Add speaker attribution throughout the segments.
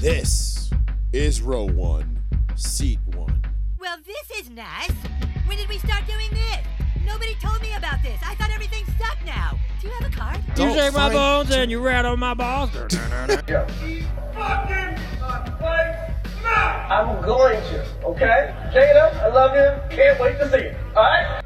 Speaker 1: This is row one, seat one.
Speaker 2: Well, this is nice. When did we start doing this? Nobody told me about this. I thought everything sucked now. Do you have a card?
Speaker 1: Don't
Speaker 3: you shake my
Speaker 1: find-
Speaker 3: bones and you rat on my balls.
Speaker 4: fucking I'm going to, okay? Jada, I love him. Can't wait to see it. Alright?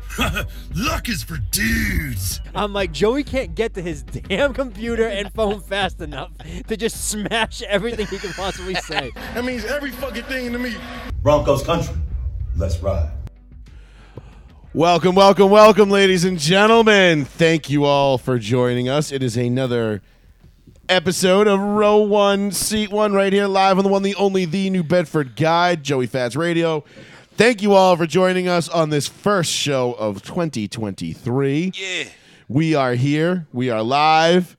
Speaker 5: Luck is for dudes.
Speaker 3: I'm like, Joey can't get to his damn computer and phone fast enough to just smash everything he can possibly say.
Speaker 5: That means every fucking thing to me.
Speaker 6: Broncos country. Let's ride.
Speaker 1: Welcome, welcome, welcome, ladies and gentlemen. Thank you all for joining us. It is another episode of Row One, Seat One, right here, live on the one, the only, the New Bedford Guide, Joey Fats Radio. Thank you all for joining us on this first show of 2023. Yeah. We are here, we are live,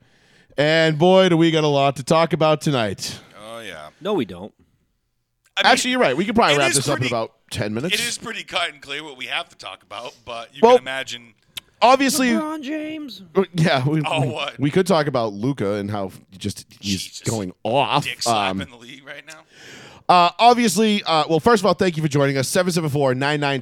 Speaker 1: and boy, do we got a lot to talk about tonight.
Speaker 7: Oh yeah,
Speaker 3: No, we don't.
Speaker 1: Actually, you're right. We could probably
Speaker 7: it
Speaker 1: wrap
Speaker 7: is
Speaker 1: this up in
Speaker 7: pretty-
Speaker 1: about 10 minutes.
Speaker 7: it is pretty cut and clear what we have to talk about, but you
Speaker 1: Well-
Speaker 7: can imagine.
Speaker 1: Obviously, uh,
Speaker 3: LeBron James.
Speaker 1: Yeah, we,
Speaker 7: Oh,
Speaker 1: we,
Speaker 7: what?
Speaker 1: we could talk about Luca and how just he's
Speaker 7: Jesus.
Speaker 1: going off.
Speaker 7: Dick slap
Speaker 1: Um,
Speaker 7: in the league right now.
Speaker 1: uh, obviously, uh, well, first of all, thank you for joining us.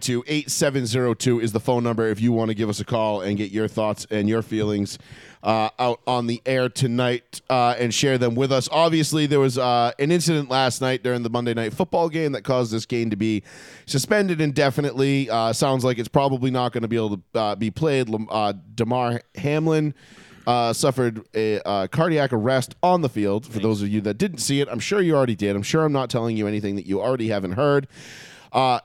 Speaker 1: 774-992-8702 is the phone number if you want to give us a call and get your thoughts and your feelings uh, out on the air tonight uh, and share them with us. Obviously, there was uh, an incident last night during the Monday night football game that caused this game to be suspended indefinitely. Uh, sounds like it's probably not going to be able to uh, be played. Lam- Uh, Damar Hamlin uh, suffered a uh, cardiac arrest on the field. For those of you that didn't see it, I'm sure you already did. I'm sure I'm not telling you anything that you already haven't heard. Uh,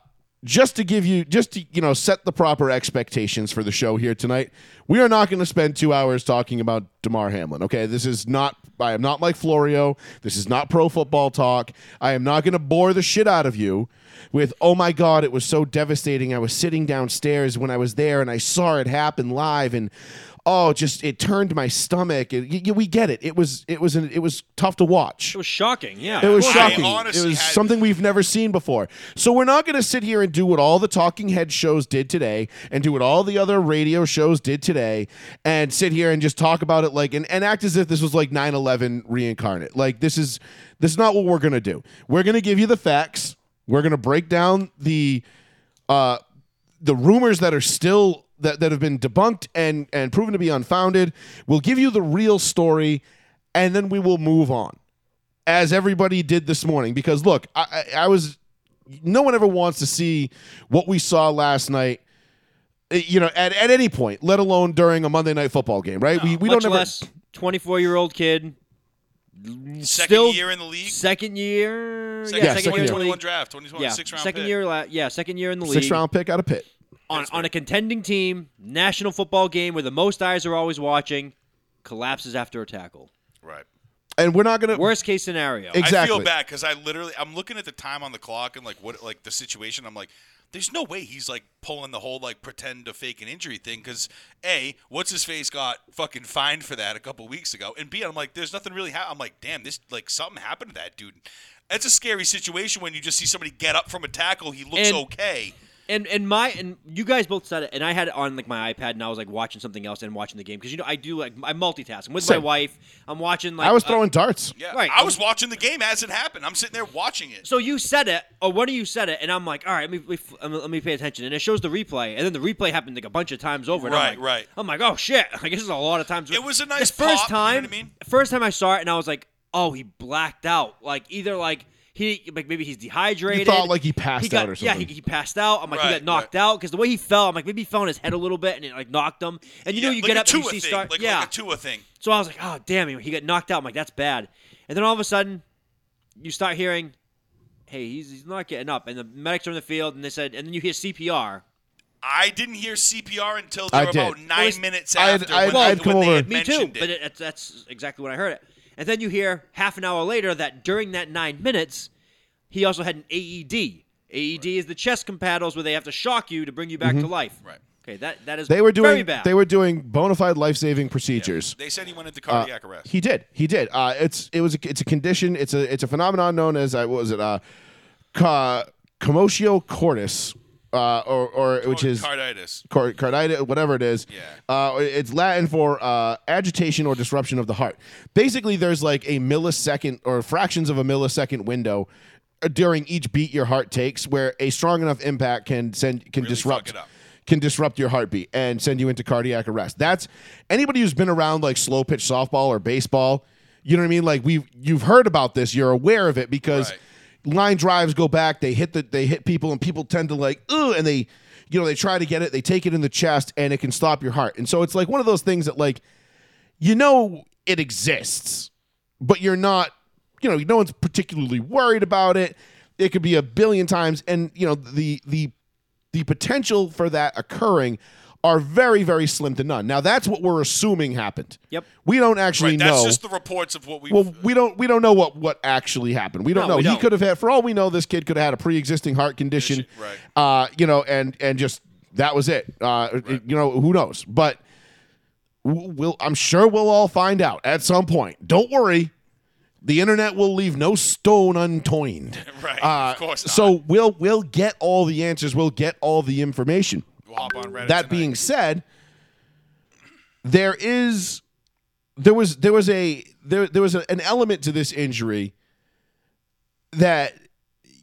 Speaker 1: just to give you, just to you know, set the proper expectations for the show here tonight. We are not going to spend two hours talking about Damar Hamlin. Okay, this is not. I am not like Florio. This is not pro football talk. I am not going to bore the shit out of you with oh my god it was so devastating i was sitting downstairs when i was there and i saw it happen live and oh just it turned my stomach It- y- y- we get it it was it was an, it was tough to watch
Speaker 3: It was shocking. Yeah.
Speaker 1: it was
Speaker 7: I
Speaker 1: shocking.
Speaker 7: honestly
Speaker 1: It was
Speaker 7: had-
Speaker 1: something we've never seen before. So we're not going to sit here and do what all the talking head shows did today, and do what all the other radio shows did today, and sit here and just talk about it like and, and act as if this was like 9-11 reincarnate. Like this is this is not what we're going to do. We're going to give you the facts. We're going to break down the uh, the rumors that are still that, that have been debunked and and proven to be unfounded. We'll give you the real story, and then we will move on, as everybody did this morning. Because look, I, I, I was no one ever wants to see what we saw last night. eh, You know, at, at any point, let alone during a Monday night football game, right? we we
Speaker 3: Much
Speaker 1: don't ever.
Speaker 3: less 24 year old kid.
Speaker 7: Second
Speaker 3: still-
Speaker 7: year in the league.
Speaker 3: Second year.
Speaker 7: Second,
Speaker 3: yeah,
Speaker 1: second
Speaker 3: second year. in the
Speaker 7: 2021
Speaker 3: league.
Speaker 7: draft. 2021
Speaker 3: Yeah,
Speaker 7: six round
Speaker 3: second
Speaker 7: pick.
Speaker 3: year. La- yeah, second year in the league.
Speaker 1: Six round pick out of Pitt.
Speaker 3: on, on a contending team, national football game where the most eyes are always watching, collapses after a tackle.
Speaker 7: Right.
Speaker 1: And we're not going to.
Speaker 3: Worst case scenario.
Speaker 7: I
Speaker 1: Exactly.
Speaker 7: feel bad because I literally I'm looking at the time on the clock and like what like the situation. I'm like, there's no way he's like pulling the whole like pretend to fake an injury thing because a what's his face got fucking fined for that a couple weeks ago, and b I'm like, there's nothing really. Ha-. I'm like, damn, this like something happened to that dude. That's a scary situation when you just see somebody get up from a tackle. He looks
Speaker 3: And-
Speaker 7: okay.
Speaker 3: and and my and you guys both said it, and I had it on like my iPad, and I was like watching something else and watching the game because you know I do like I multitask. I'm with my
Speaker 1: Same.
Speaker 3: wife. I'm watching like
Speaker 1: I was
Speaker 3: uh,
Speaker 1: throwing darts.
Speaker 7: Yeah,
Speaker 3: Right.
Speaker 7: I was watching the game as it happened. I'm sitting there watching it.
Speaker 3: so you said it, or one of you said it, and I'm like, all right, let me, let me- let me let me pay attention. And it shows the replay, and then the replay happened like a bunch of times over. and I'm
Speaker 7: Right,
Speaker 3: like-
Speaker 7: right.
Speaker 3: I'm like, oh shit! I guess it's a lot of times.
Speaker 7: It was a nice
Speaker 3: the first
Speaker 7: pop, you know
Speaker 3: time.
Speaker 7: what I mean?
Speaker 3: First time I saw it, and I was like, oh, he blacked out. Like either like he like maybe he's dehydrated.
Speaker 1: like he passed
Speaker 3: got-
Speaker 1: out or
Speaker 3: Yeah,
Speaker 1: something.
Speaker 3: he, he passed out. I'm like he
Speaker 7: Right,
Speaker 3: got knocked out because the way he fell, I'm like maybe he fell on his head a little bit and it like knocked him. And you know
Speaker 7: Yeah,
Speaker 3: you
Speaker 7: like
Speaker 3: get
Speaker 7: a
Speaker 3: up and
Speaker 7: Tua
Speaker 3: you see
Speaker 7: thing,
Speaker 3: start
Speaker 7: like,
Speaker 3: yeah.
Speaker 7: like a Tua thing.
Speaker 3: So I was like, oh damn, he- he got knocked out. I'm like, that's bad. And then all of a sudden, you start hearing, hey, he's, he's not getting up. And the medics are in the field, and they said, and then you hear CPR.
Speaker 7: I didn't hear CPR until
Speaker 1: I
Speaker 7: they were about
Speaker 1: did.
Speaker 7: nine
Speaker 3: Well, it's-
Speaker 7: minutes
Speaker 1: I had-
Speaker 7: after.
Speaker 1: I had-
Speaker 7: when,
Speaker 1: I had
Speaker 7: when
Speaker 1: come
Speaker 7: they
Speaker 1: over.
Speaker 7: had
Speaker 3: Me too.
Speaker 7: mentioned
Speaker 3: But
Speaker 7: it.
Speaker 3: it, that's, that's exactly when I heard it. And then you hear half an hour later that during that nine minutes, he also had an E AED. AED is the chest compatibles where they have to shock you to bring you back to life.
Speaker 7: Right.
Speaker 3: Okay, that that is
Speaker 1: Mm-hmm. They were doing.
Speaker 3: very bad.
Speaker 1: They were doing bona fide life saving procedures.
Speaker 7: They said he went into cardiac arrest.
Speaker 1: Uh, He did. He did. Uh, it's it was a, it's a condition. It's a it's a phenomenon known as uh, what was it? Uh, ca- commotio cordis, uh, or, or which is
Speaker 7: carditis.
Speaker 1: car- carditis, whatever it is.
Speaker 7: Yeah.
Speaker 1: Uh, it's Latin for uh, agitation or disruption of the heart. Basically, there's like a millisecond or fractions of a millisecond window uh, during each beat your heart takes where a strong enough impact can send can
Speaker 7: Really
Speaker 1: disrupt
Speaker 7: fuck it up.
Speaker 1: can disrupt your heartbeat and send you into cardiac arrest. That's anybody who's been around like slow pitch softball or baseball, you know what I mean? Like we you've heard about this, you're aware of it because
Speaker 7: Right.
Speaker 1: line drives go back. They hit the they hit people, and people tend to like ooh, and they you know they try to get it. They take it in the chest, and it can stop your heart. And so it's like one of those things that like you know it exists, but you're not you know no one's particularly worried about it. It could be a billion times, and you know the the the potential for that occurring are very very slim to none. Now that's what we're assuming happened.
Speaker 3: Yep.
Speaker 1: We don't actually
Speaker 7: Right, that's
Speaker 1: know.
Speaker 7: just the reports of what we.
Speaker 1: Well, we don't we don't know what what actually happened. We don't
Speaker 3: No,
Speaker 1: know.
Speaker 3: we
Speaker 1: He
Speaker 3: don't.
Speaker 1: could have had, for all we know, this kid could have had a pre-existing heart condition.
Speaker 7: Condition,
Speaker 1: Uh, you know, and and just that was it. Uh, you know, who knows? But w- we'll I'm sure we'll all find out at some point. Don't worry. The internet will leave no stone unturned.
Speaker 7: Right,
Speaker 1: Uh,
Speaker 7: of course not.
Speaker 1: So we'll we'll get all the answers. We'll get all the information.
Speaker 7: we'll hop on Reddit
Speaker 1: That
Speaker 7: tonight.
Speaker 1: being said, there is there was there was a there there was a, an element to this injury that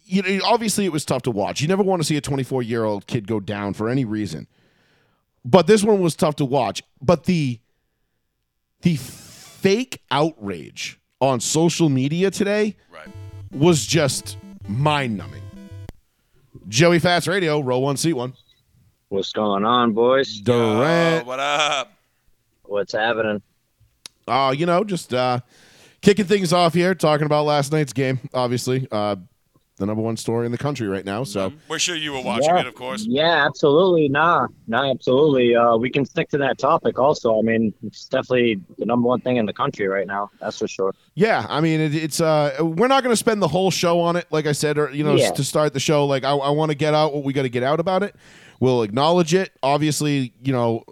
Speaker 1: you know obviously it was tough to watch. You never want to see a 24 year old kid go down for any reason, but this one was tough to watch. But the the fake outrage on social media today
Speaker 7: right,
Speaker 1: was just mind numbing. Joey Fats Radio, roll one, seat one.
Speaker 8: What's going on, boys?
Speaker 1: Durant.
Speaker 7: Oh, what up?
Speaker 8: What's happening?
Speaker 1: Uh, you know, just uh, kicking things off here, talking about last night's game. Obviously, uh, the number one story in the country right now. So
Speaker 7: We're sure you were watching
Speaker 8: Yeah.
Speaker 7: it, of course.
Speaker 8: Yeah, absolutely. Nah, nah, absolutely. Uh, we can stick to that topic also. I mean, it's definitely the number one thing in the country right now. That's for sure.
Speaker 1: yeah, I mean, it, it's uh, we're not going to spend the whole show on it. Like I said, or you know, s-
Speaker 8: Yeah.
Speaker 1: to start the show, like I, I want to get out what we got to get out about it. We'll acknowledge it. Obviously, you know,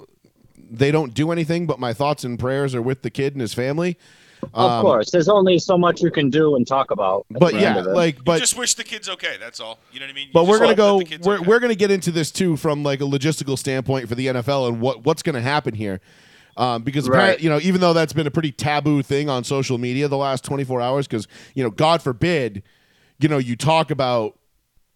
Speaker 1: they don't do anything, but my thoughts and prayers are with the kid and his family.
Speaker 3: Um,
Speaker 8: of course, there's only so much you can do and talk about. at
Speaker 1: But
Speaker 8: the end
Speaker 1: yeah,
Speaker 8: of it.
Speaker 1: like,
Speaker 7: But
Speaker 1: but
Speaker 7: just wish the kids okay. That's all. You know what I mean? You
Speaker 1: But we're gonna
Speaker 7: just hope that
Speaker 1: go.
Speaker 7: the kid's
Speaker 1: We're,
Speaker 7: okay.
Speaker 1: we're gonna get into this too from like a logistical standpoint for the NFL and what what's gonna happen here, um, because apparent-
Speaker 8: Right.
Speaker 1: you know even though that's been a pretty taboo thing on social media the last 24 hours, because you know God forbid, you know you talk about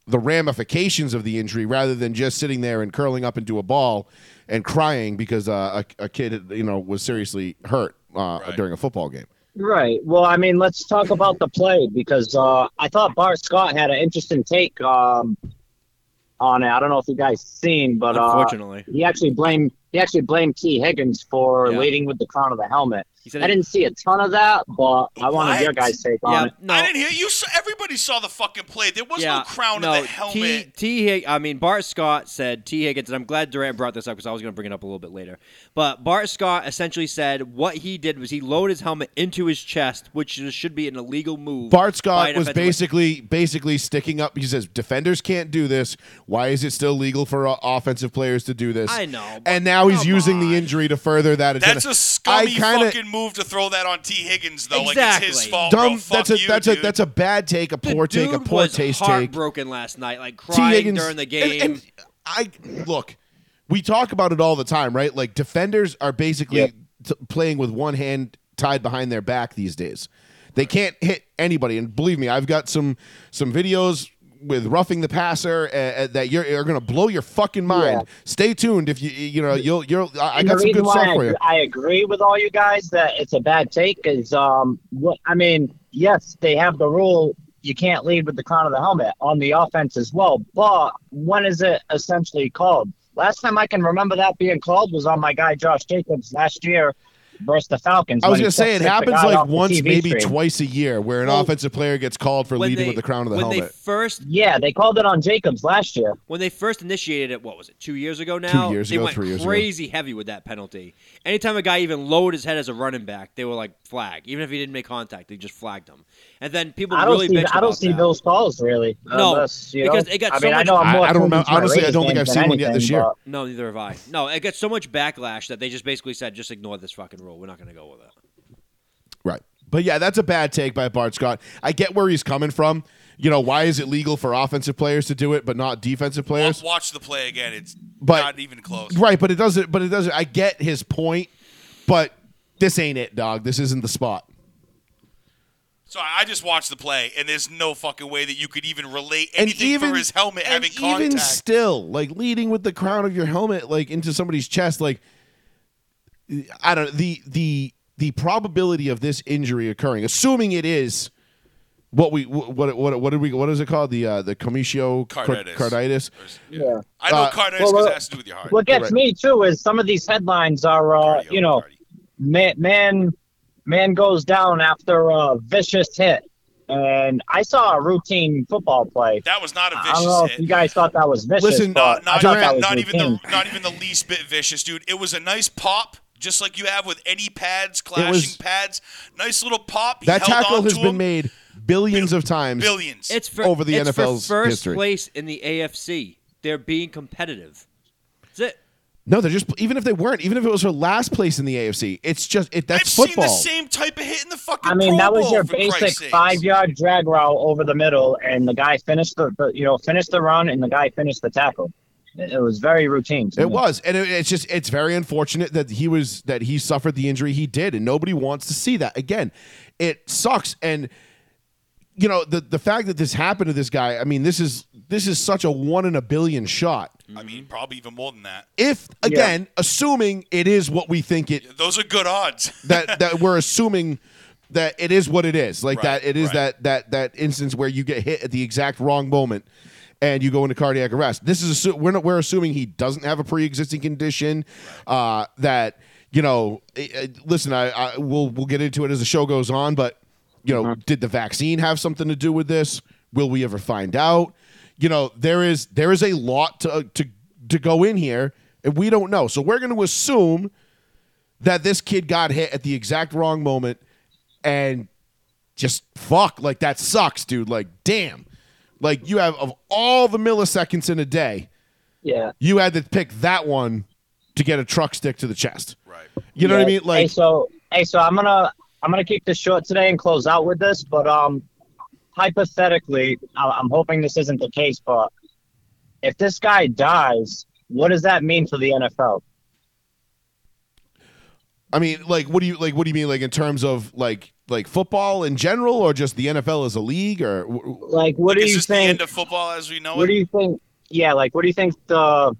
Speaker 1: the ramifications of the injury rather than just sitting there and curling up into a ball and crying because uh, a, a kid you know was seriously hurt uh,
Speaker 7: Right.
Speaker 1: during a football game.
Speaker 8: Right. Well, I mean, let's talk about the play because uh, I thought Bart Scott had an interesting take um, on it. I don't know if you guys seen, but uh,
Speaker 3: Unfortunately,
Speaker 8: he actually blamed he actually blamed T Higgins for
Speaker 3: Yeah.
Speaker 8: leading with the crown of the helmet.
Speaker 3: he said.
Speaker 8: I didn't see a ton of that, but I wanted
Speaker 7: What?
Speaker 8: your guys' take on
Speaker 3: yeah,
Speaker 8: it.
Speaker 3: no,
Speaker 7: I didn't hear you. Saw, everybody saw the fucking play. There was no crown
Speaker 3: no,
Speaker 7: of the
Speaker 3: T,
Speaker 7: helmet.
Speaker 3: T. Hig- I mean, Bart Scott said T. Higgins, and I'm glad Durant brought this up because I was going to bring it up a little bit later. But Bart Scott essentially said what he did was he lowered his helmet into his chest, which is- should be an illegal move.
Speaker 1: Bart
Speaker 3: by
Speaker 1: Scott
Speaker 3: an
Speaker 1: was
Speaker 3: offensive-
Speaker 1: basically basically sticking up. He says defenders can't do this. Why is it still legal for uh, offensive players to do this?
Speaker 3: I know, but
Speaker 1: And now he's
Speaker 3: come
Speaker 1: using
Speaker 3: on.
Speaker 1: the injury to further that agenda.
Speaker 7: That's a scummy
Speaker 1: I kinda-
Speaker 7: fucking move to throw that on T. Higgins though. Like it's his
Speaker 3: Exactly.
Speaker 7: fault.
Speaker 1: dumb.
Speaker 7: bro. Fuck
Speaker 1: that's a
Speaker 7: you,
Speaker 1: that's
Speaker 7: dude.
Speaker 1: a that's a bad take, a
Speaker 3: The
Speaker 1: poor take, a
Speaker 3: dude
Speaker 1: poor
Speaker 3: was
Speaker 1: taste take.
Speaker 3: heartbroken last night, like
Speaker 1: T.
Speaker 3: crying
Speaker 1: Higgins
Speaker 3: during the game.
Speaker 1: And, and I look, we talk about it all the time, right? Like defenders are basically
Speaker 8: Yep.
Speaker 1: t- playing with one hand tied behind their back these days. They can't hit anybody, and believe me, I've got some some videos with roughing the passer uh, uh, that you're are going to blow your fucking mind. Stay tuned if you you know you'll you'll I, I
Speaker 8: And
Speaker 1: got
Speaker 8: the
Speaker 1: some
Speaker 8: reason
Speaker 1: good stuff
Speaker 8: why
Speaker 1: for
Speaker 8: I,
Speaker 1: you.
Speaker 8: I agree with all you guys that it's a bad take is um what I mean, yes, they have the rule you can't lead with the crown of the helmet on the offense as well, but when is it essentially called? Last time I can remember that being called was on my guy Josh Jacobs last year versus the Falcons.
Speaker 1: I was
Speaker 8: when he
Speaker 1: going to say it
Speaker 8: took the
Speaker 1: happens
Speaker 8: guy
Speaker 1: like
Speaker 8: off the
Speaker 1: once,
Speaker 8: TV
Speaker 1: maybe
Speaker 8: screen.
Speaker 1: twice a year, where an
Speaker 3: Well,
Speaker 1: offensive player gets called for
Speaker 3: when
Speaker 1: leading
Speaker 3: they-
Speaker 1: with the crown of the
Speaker 3: when
Speaker 1: helmet.
Speaker 3: they first
Speaker 8: Yeah, they called it on Jacobs last year.
Speaker 3: when they first initiated it, what was it, two years ago now?
Speaker 1: years
Speaker 3: they
Speaker 1: ago,
Speaker 3: went
Speaker 1: three years ago.
Speaker 3: crazy heavy with that penalty. Anytime a guy even lowered his head as a running back, they were like flag. Even if he didn't make contact, they just flagged him. And then people
Speaker 8: I don't
Speaker 3: really
Speaker 8: see
Speaker 3: bitched
Speaker 8: I don't
Speaker 3: about
Speaker 8: see
Speaker 3: that.
Speaker 8: those calls really.
Speaker 3: No,
Speaker 8: unless, you
Speaker 3: because
Speaker 8: know,
Speaker 3: it got
Speaker 8: I
Speaker 3: so
Speaker 8: mean, I
Speaker 3: much-
Speaker 8: know I'm
Speaker 1: I-
Speaker 8: more
Speaker 1: I don't remember-
Speaker 8: attuned to my
Speaker 1: honestly, I don't think
Speaker 8: Raiders
Speaker 1: I've
Speaker 8: games
Speaker 1: seen
Speaker 8: than
Speaker 1: one yet this
Speaker 8: anything,
Speaker 1: year.
Speaker 8: but-
Speaker 3: No, neither have I. No, it got so much backlash that they just basically said, just ignore this fucking rule. We're not going to go with it.
Speaker 1: Right. But yeah, that's a bad take by Bart Scott. I get where he's coming from. You know, why is it legal for offensive players to do it but not defensive
Speaker 7: Wa-
Speaker 1: players?
Speaker 7: Watch the play again. It's
Speaker 1: But-
Speaker 7: not even close.
Speaker 1: Right, but it doesn't but it doesn't I get his point, but this ain't it, dog. This isn't the spot.
Speaker 7: So I I just watched the play, and there's no fucking way that you could even relate
Speaker 1: And
Speaker 7: anything for his helmet
Speaker 1: and
Speaker 7: having
Speaker 1: even
Speaker 7: contact.
Speaker 1: still, like leading with the crown of your helmet like into somebody's chest like I don't the the the probability of this injury occurring, assuming it is what we what what what did we what is it called the uh, the commissio car-
Speaker 7: Carditis.
Speaker 1: carditis
Speaker 8: Yeah.
Speaker 7: I know
Speaker 1: Uh,
Speaker 7: carditis
Speaker 8: well,
Speaker 7: 'cause
Speaker 8: well,
Speaker 7: it has to do with your heart.
Speaker 8: What gets
Speaker 1: Right.
Speaker 8: me too is some of these headlines are, uh,
Speaker 7: Cardio,
Speaker 8: you know,
Speaker 7: cardio.
Speaker 8: man, man, man goes down after a vicious hit, and I saw a routine football play.
Speaker 7: that was not a
Speaker 8: I don't know
Speaker 7: vicious
Speaker 8: if you
Speaker 7: hit.
Speaker 8: guys thought that was vicious.
Speaker 1: Listen,
Speaker 8: but
Speaker 1: uh,
Speaker 7: not,
Speaker 8: I thought
Speaker 1: Durant-
Speaker 8: that was
Speaker 7: not even
Speaker 8: routine.
Speaker 7: the not even the least bit vicious, dude. It was a nice pop, just like you have with any pads, clashing
Speaker 1: was-
Speaker 7: pads. Nice little pop. He
Speaker 1: That
Speaker 7: held
Speaker 1: tackle
Speaker 7: on
Speaker 1: has
Speaker 7: to
Speaker 1: been
Speaker 7: him.
Speaker 1: made billions of times.
Speaker 7: Billions.
Speaker 3: It's for,
Speaker 1: Over the
Speaker 3: it's for
Speaker 1: NFL's
Speaker 3: first
Speaker 1: history.
Speaker 3: place in the AFC. They're being competitive. That's it.
Speaker 1: No, they're just even if they weren't, even if it was her last place in the AFC, it's just it.
Speaker 7: I've
Speaker 1: That's
Speaker 7: seen the
Speaker 1: football.
Speaker 7: same type of hit in the fucking.
Speaker 8: I mean,
Speaker 7: Pro
Speaker 8: that was
Speaker 7: Bowl,
Speaker 8: your
Speaker 7: for Christ's
Speaker 8: basic
Speaker 7: sakes.
Speaker 8: five-yard drag route over the middle, and the guy finished the, the- you know finished the run, and the guy finished the tackle. It it was very routine. to
Speaker 1: It
Speaker 8: me.
Speaker 1: was, and it, it's just it's very unfortunate that he was that he suffered the injury he did, and nobody wants to see that again. It sucks, and you know the the fact that this happened to this guy. I mean, this is this is such a one in a billion shot.
Speaker 7: I mean, probably even more than that.
Speaker 1: If again, assuming it is what we think it
Speaker 7: Those are good odds.
Speaker 1: that that we're assuming that it is what it is like
Speaker 7: Right,
Speaker 1: that it is
Speaker 7: right.
Speaker 1: that that that instance where you get hit at the exact wrong moment and you go into cardiac arrest this is assu- we're not, we're assuming he doesn't have a pre-existing condition uh that you know it, it- listen I, I we'll we'll get into it as the show goes on but you
Speaker 7: Uh-huh.
Speaker 1: know did the vaccine have something to do with this will we ever find out you know there is there is a lot to to to go in here and we don't know so we're going to assume that this kid got hit at the exact wrong moment and just fuck like that sucks dude like damn like you have of all the milliseconds in a day
Speaker 8: yeah.
Speaker 1: you had to pick that one to get a truck stick to the chest
Speaker 7: Right.
Speaker 1: you know what i
Speaker 8: Yeah.
Speaker 1: mean
Speaker 8: hey,
Speaker 1: like
Speaker 8: so hey, so I'm gonna I'm gonna keep this short today and close out with this, but um, hypothetically, I- I'm hoping this isn't the case, but if this guy dies, what does that mean for the NFL?
Speaker 1: i mean like what do you like what do you mean like in terms of like like football in general or just the nfl as a league or w- w-
Speaker 8: Like, what do
Speaker 7: is
Speaker 8: you
Speaker 7: this
Speaker 8: think?
Speaker 7: the end of football as we know
Speaker 8: what
Speaker 7: it?
Speaker 8: do you think? Yeah, like what do you think the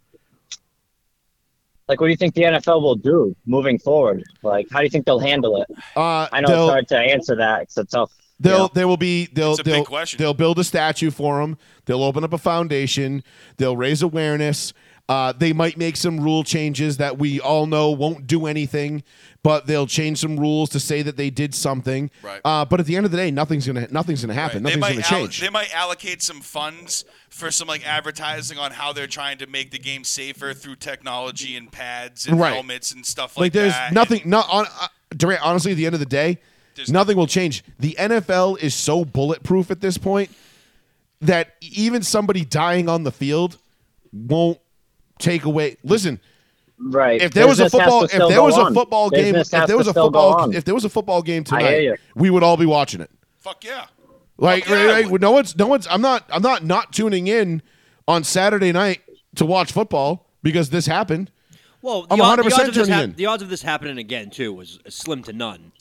Speaker 8: like what do you think the NFL will do moving forward? Like how do you think they'll handle it?
Speaker 1: uh
Speaker 8: I know
Speaker 1: they'll-
Speaker 8: it's hard to answer that. It's a tough.
Speaker 1: They'll
Speaker 8: Yeah.
Speaker 1: they will be they'll
Speaker 7: It's a big
Speaker 1: they'll,
Speaker 7: question.
Speaker 1: they'll build a statue for him. They'll open up a foundation. They'll raise awareness. Uh, they might make some rule changes that we all know won't do anything, but they'll change some rules to say that they did something.
Speaker 7: Right.
Speaker 1: Uh, but at the end of the day, nothing's gonna nothing's gonna
Speaker 7: Right.
Speaker 1: happen.
Speaker 7: They,
Speaker 1: Nothing's
Speaker 7: might
Speaker 1: gonna
Speaker 7: allo-
Speaker 1: change.
Speaker 7: they might allocate some funds for some like advertising on how they're trying to make the game safer through technology and pads and
Speaker 1: Right.
Speaker 7: helmets and stuff like,
Speaker 1: like there's
Speaker 7: that.
Speaker 1: nothing. No, on, uh, Durant. Honestly, at the end of the day,
Speaker 7: There's-
Speaker 1: nothing will change. The NFL is so bulletproof at this point that even somebody dying on the field won't take away. Listen,
Speaker 8: Right.
Speaker 1: if there was a
Speaker 8: Business has
Speaker 1: football,
Speaker 8: to
Speaker 1: if
Speaker 8: still
Speaker 1: there
Speaker 8: go
Speaker 1: was a
Speaker 8: on.
Speaker 1: football game, if
Speaker 8: Business has
Speaker 1: there was
Speaker 8: to
Speaker 1: a
Speaker 8: still go
Speaker 1: football,
Speaker 8: on.
Speaker 1: if there was a football game
Speaker 8: I hear
Speaker 1: tonight,
Speaker 8: you.
Speaker 1: we would all be watching it.
Speaker 7: Fuck yeah.
Speaker 1: Like,
Speaker 8: Oh,
Speaker 7: yeah, I
Speaker 1: right, right,
Speaker 7: would.
Speaker 1: no one's, no one's. I'm not, I'm not not tuning in on Saturday night to watch football because this happened.
Speaker 3: Well, the,
Speaker 1: I'm
Speaker 3: odd-
Speaker 1: 100%
Speaker 3: the odds of this
Speaker 1: tuning
Speaker 3: hap-
Speaker 1: in.
Speaker 3: the odds of this happening again too was slim to none.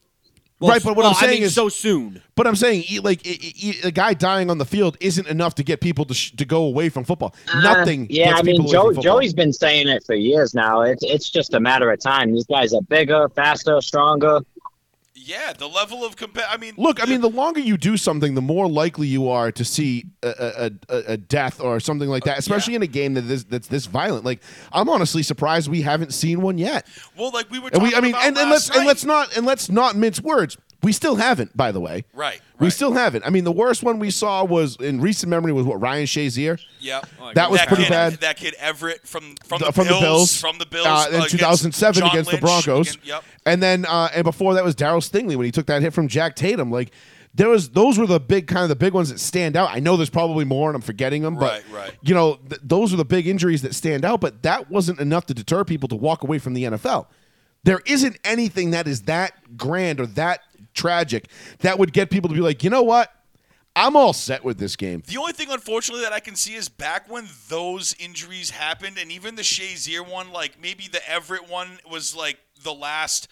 Speaker 3: Well,
Speaker 1: Right,
Speaker 3: s-
Speaker 1: but what
Speaker 3: well,
Speaker 1: I'm saying
Speaker 3: I mean,
Speaker 1: is-
Speaker 3: so soon.
Speaker 1: But I'm saying, e- like, e- e- e- a guy dying on the field isn't enough to get people to, sh- to go away from football. Nothing.
Speaker 8: Uh, yeah,
Speaker 1: gets
Speaker 8: I mean,
Speaker 1: people away
Speaker 8: Joe,
Speaker 1: from football.
Speaker 8: Joey's been saying it for years now. It's it's just a matter of time. These guys are bigger, faster, stronger.
Speaker 7: Yeah, the level of compa- I mean,
Speaker 1: Look, I mean, the longer you do something, the more likely you are to see a, a, a, a death or something like that, especially in a game that is, that's this violent. Like, I'm honestly surprised we haven't seen one yet.
Speaker 7: well, like we were.
Speaker 1: And
Speaker 7: Talking
Speaker 1: we, I mean,
Speaker 7: about
Speaker 1: and, and
Speaker 7: last
Speaker 1: let's and
Speaker 7: night.
Speaker 1: let's not and let's not mince words. We still haven't, by the way.
Speaker 7: Right,
Speaker 1: We
Speaker 7: right.
Speaker 1: still haven't. I mean, the worst one we saw was in recent memory was what Ryan Shazier.
Speaker 7: Yep.
Speaker 1: That was pretty
Speaker 7: kid,
Speaker 1: bad.
Speaker 7: Oh, That kid Everett from from,
Speaker 1: the- from the Bills,
Speaker 7: from the Bills
Speaker 1: uh, in
Speaker 7: against
Speaker 1: 2007
Speaker 7: John
Speaker 1: against the
Speaker 7: Lynch,
Speaker 1: Broncos,
Speaker 7: again- yep.
Speaker 1: and then uh, and before that was Daryl Stingley when he took that hit from Jack Tatum. Like there was those were the big kind of the big ones that stand out. I know there's probably more and I'm forgetting them, but
Speaker 7: Right, right.
Speaker 1: you know th- those were the big injuries that stand out. But that wasn't enough to deter people to walk away from the NFL. There isn't anything that is that grand or that tragic that would get people to be like, you know what? I'm all set with this game.
Speaker 7: The only thing, unfortunately, that I can see is back when those injuries happened, and even the Shazier one, like maybe the Everett one was like the last,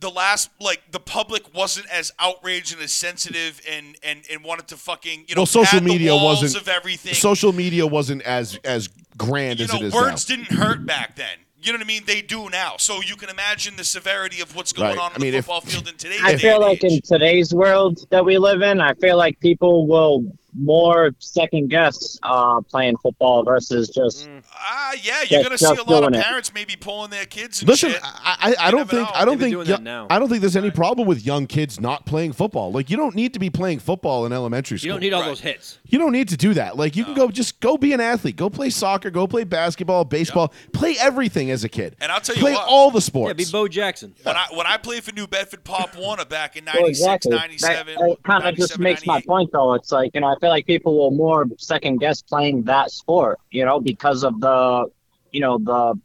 Speaker 7: the last, like the public wasn't as outraged and as sensitive, and and and wanted to fucking you know.
Speaker 1: Well, social
Speaker 7: pad the
Speaker 1: media
Speaker 7: walls
Speaker 1: wasn't
Speaker 7: of everything.
Speaker 1: Social media wasn't as as grand
Speaker 7: you
Speaker 1: as
Speaker 7: know,
Speaker 1: it is now.
Speaker 7: words didn't hurt back then. You know what I mean? They do now, so you can imagine the severity of what's going
Speaker 1: Right.
Speaker 7: on
Speaker 1: I
Speaker 7: in
Speaker 1: mean,
Speaker 7: the
Speaker 1: if-
Speaker 7: football field in today's
Speaker 8: I
Speaker 7: day
Speaker 8: feel
Speaker 7: and
Speaker 8: like
Speaker 7: age.
Speaker 8: in today's world that we live in, I feel like people will more second guess uh, playing football versus just
Speaker 7: Ah, yeah, you're
Speaker 8: Yeah,
Speaker 7: gonna see a
Speaker 8: just
Speaker 7: lot of
Speaker 8: doing it.
Speaker 7: parents maybe pulling their kids and
Speaker 1: Listen,
Speaker 7: shit.
Speaker 1: I, I, I don't
Speaker 7: never
Speaker 1: think
Speaker 7: know.
Speaker 1: I
Speaker 3: They've been
Speaker 1: don't think
Speaker 3: doing
Speaker 1: yo-
Speaker 3: that now.
Speaker 1: I don't think there's any problem with young kids not playing football. Like you don't need to be playing football in elementary school.
Speaker 3: You don't need all
Speaker 7: Right.
Speaker 3: those hits.
Speaker 1: You don't need to do that. Like you can go just go be an athlete. Go play soccer. Go play basketball, baseball. Play everything as a kid.
Speaker 7: And I'll tell you
Speaker 1: play
Speaker 7: what.
Speaker 1: all the
Speaker 3: Yeah, be
Speaker 1: sports.
Speaker 3: Bo Jackson.
Speaker 7: When I when I played for New Bedford Pop Warner back in
Speaker 8: Well,
Speaker 7: 96,
Speaker 8: exactly. That,
Speaker 7: 97,
Speaker 8: that kind of just
Speaker 7: 97,
Speaker 8: makes my
Speaker 7: 98.
Speaker 8: point, though. It's like you know, I feel like people will more second guess playing that sport, you know, because of the, you know, the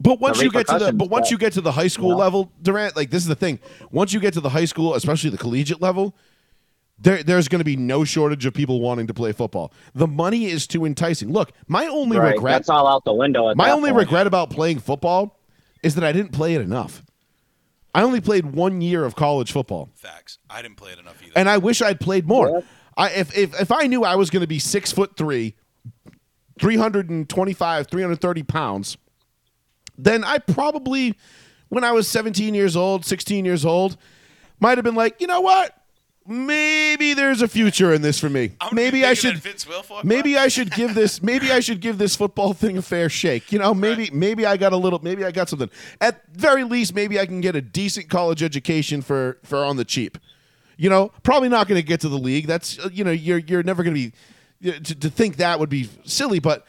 Speaker 1: but once
Speaker 8: the
Speaker 1: you get to the
Speaker 8: repercussions,
Speaker 1: but once
Speaker 8: but-
Speaker 1: you get to the high school
Speaker 8: you know?
Speaker 1: level, Durant, like this is the thing. Once you get to the high school, especially the collegiate level, there there's going to be no shortage of people wanting to play football. The money is too enticing. Look, my only
Speaker 8: right,
Speaker 1: regret
Speaker 8: that's all out the window. At
Speaker 1: My
Speaker 8: that
Speaker 1: only
Speaker 8: point.
Speaker 1: regret about playing football is that I didn't play it enough. I only played one year of college football,
Speaker 7: Facts. I didn't play it enough either.
Speaker 1: and I wish I'd played more.
Speaker 8: Yeah.
Speaker 1: I, if, if, if I knew I was going to be six foot three, 325, 330 pounds, then I probably, when I was 17 years old, 16 years old, might have been like, you know what? Maybe there's a future in this for me.
Speaker 7: I'm
Speaker 1: maybe I should.
Speaker 7: Vince Wilfork,
Speaker 1: Maybe I should give this. Maybe I should give this football thing a fair shake. You know, maybe maybe I got a little. Maybe I got something. At very least, maybe I can get a decent college education for for on the cheap. You know, probably not going to get to the league. That's uh, you know, you're you're never going to be you know, to, to think that would be silly. But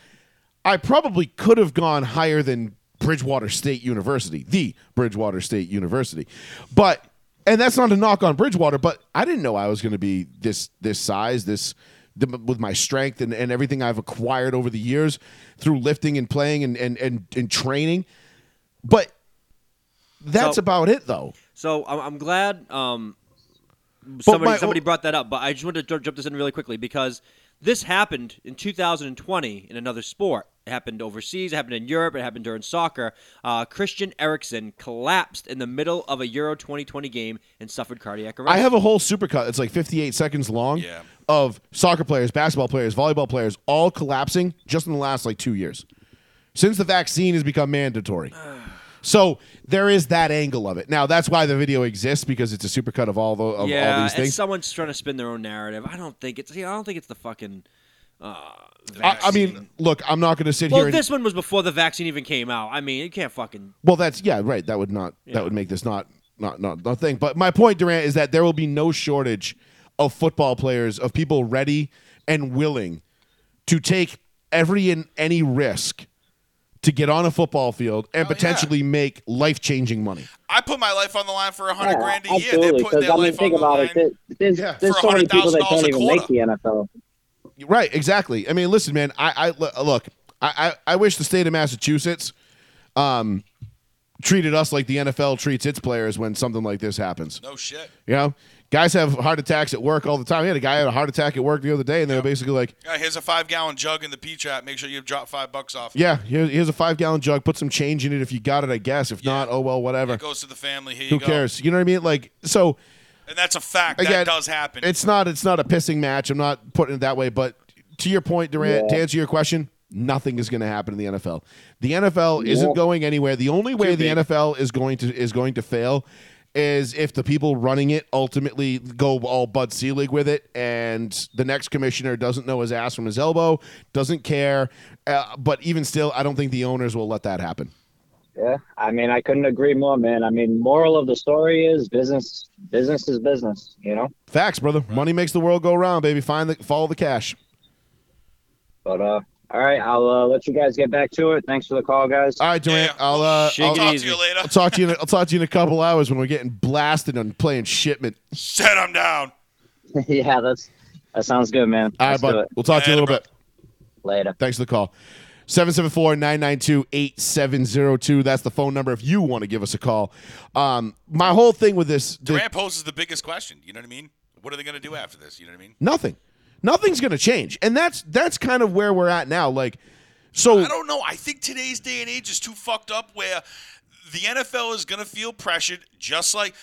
Speaker 1: I probably could have gone higher than Bridgewater State University, the Bridgewater State University, but. And that's not a knock on Bridgewater, but I didn't know I was going to be this this size, this the, with my strength and, and everything I've acquired over the years through lifting and playing and and, and, and training. But that's
Speaker 3: So-
Speaker 1: about it, though.
Speaker 3: So I'm, I'm glad um, somebody
Speaker 1: my-
Speaker 3: somebody brought that up, but I just wanted to jump this in really quickly because this happened in 2020 in another sport. It happened overseas. It happened in Europe. It happened during soccer. Uh, Christian Eriksen collapsed in the middle of a Euro 2020 game and suffered cardiac arrest.
Speaker 1: I have a whole supercut. It's like 58 seconds long
Speaker 7: Yeah.
Speaker 1: of soccer players, basketball players, volleyball players all collapsing just in the last like two years since the vaccine has become mandatory. So there is that angle of it. Now that's why the video exists because it's a supercut of all the of
Speaker 3: yeah,
Speaker 1: all these
Speaker 3: and
Speaker 1: things.
Speaker 3: someone's trying to spin their own narrative. I don't think it's. Yeah, I don't think it's the fucking. uh,
Speaker 1: I, I mean, look, I'm not going to sit
Speaker 3: Well,
Speaker 1: here. and,
Speaker 3: this one was before the vaccine even came out. I mean, you can't fucking.
Speaker 1: Well, that's yeah, right. That would not that would make this not not not not thing. But my point, Durant, is that there will be no shortage of football players of people ready and willing to take every and any risk to get on a football field and potentially make life changing money.
Speaker 7: I put my life on the line for a hundred
Speaker 8: Yeah,
Speaker 7: grand a year. They're
Speaker 8: absolutely.
Speaker 7: putting
Speaker 8: 'cause,
Speaker 7: their
Speaker 8: I mean,
Speaker 7: life on
Speaker 8: think
Speaker 7: the
Speaker 8: about
Speaker 7: line.
Speaker 8: it. There- There's,
Speaker 1: Yeah.
Speaker 8: there's
Speaker 7: For
Speaker 8: so many people that
Speaker 7: $100,000
Speaker 8: don't
Speaker 7: a
Speaker 8: even make
Speaker 7: quarter.
Speaker 8: the NFL.
Speaker 1: Right, exactly. I mean, listen, man. I, I look. I, I I wish the state of Massachusetts, um, treated us like the NFL treats its players when something like this happens.
Speaker 7: No shit.
Speaker 1: You know, guys have heart attacks at work all the time. We had a guy had a heart attack at work the other day, and they were basically like,
Speaker 7: All right, here's a five gallon jug in the P trap. Make sure you drop five bucks off.
Speaker 1: "Yeah, here, here's a five gallon jug. Put some change in it if you got it, I guess. If not, oh well, whatever.
Speaker 7: It goes to the family. Here you
Speaker 1: Who
Speaker 7: go.
Speaker 1: cares? You know what I mean? Like, so
Speaker 7: And that's a fact.
Speaker 1: again,
Speaker 7: that does happen.
Speaker 1: It's not it's not a pissing match. I'm not putting it that way, but to your point, Durant, to answer your question. Nothing is going to happen in the NFL. The NFL isn't going anywhere. The only way the NFL is going to is going to fail is if the people running it ultimately go all Bud Selig with it, and the next commissioner doesn't know his ass from his elbow, doesn't care. Uh, but even still, I don't think the owners will let that happen.
Speaker 8: Yeah, I mean, I couldn't agree more, man. I mean, moral of the story is business. Business is business, you know.
Speaker 1: Facts, brother. Money makes the world go round, baby. Find the follow the cash.
Speaker 8: But uh, all right, I'll uh, let you guys get back to it. Thanks for the call, guys.
Speaker 1: All right, Durant.
Speaker 7: Yeah.
Speaker 1: I'll uh,
Speaker 3: Shake
Speaker 1: I'll,
Speaker 7: I'll talk
Speaker 3: easy.
Speaker 7: to you later.
Speaker 1: I'll talk to you. In a, I'll talk to you in a couple hours when we're getting blasted and playing shipment.
Speaker 7: Set them down.
Speaker 8: yeah, that's that sounds good, man.
Speaker 1: All right,
Speaker 8: Let's do
Speaker 1: bud.
Speaker 8: it
Speaker 1: We'll talk to you in a
Speaker 7: Later,
Speaker 1: little bit.
Speaker 8: later.
Speaker 1: Thanks for the call. 774 992 8702. That's the phone number if you want to give us a call. Um, my whole thing with this, this
Speaker 7: Durant poses the biggest question. You know what I mean? What are they going to do after this? You know what I mean?
Speaker 1: nothing. Nothing's going to change. And that's that's kind of where we're at now. Like, so
Speaker 7: I don't know. I think today's day and age is too fucked up where the NFL is going to feel pressured just like.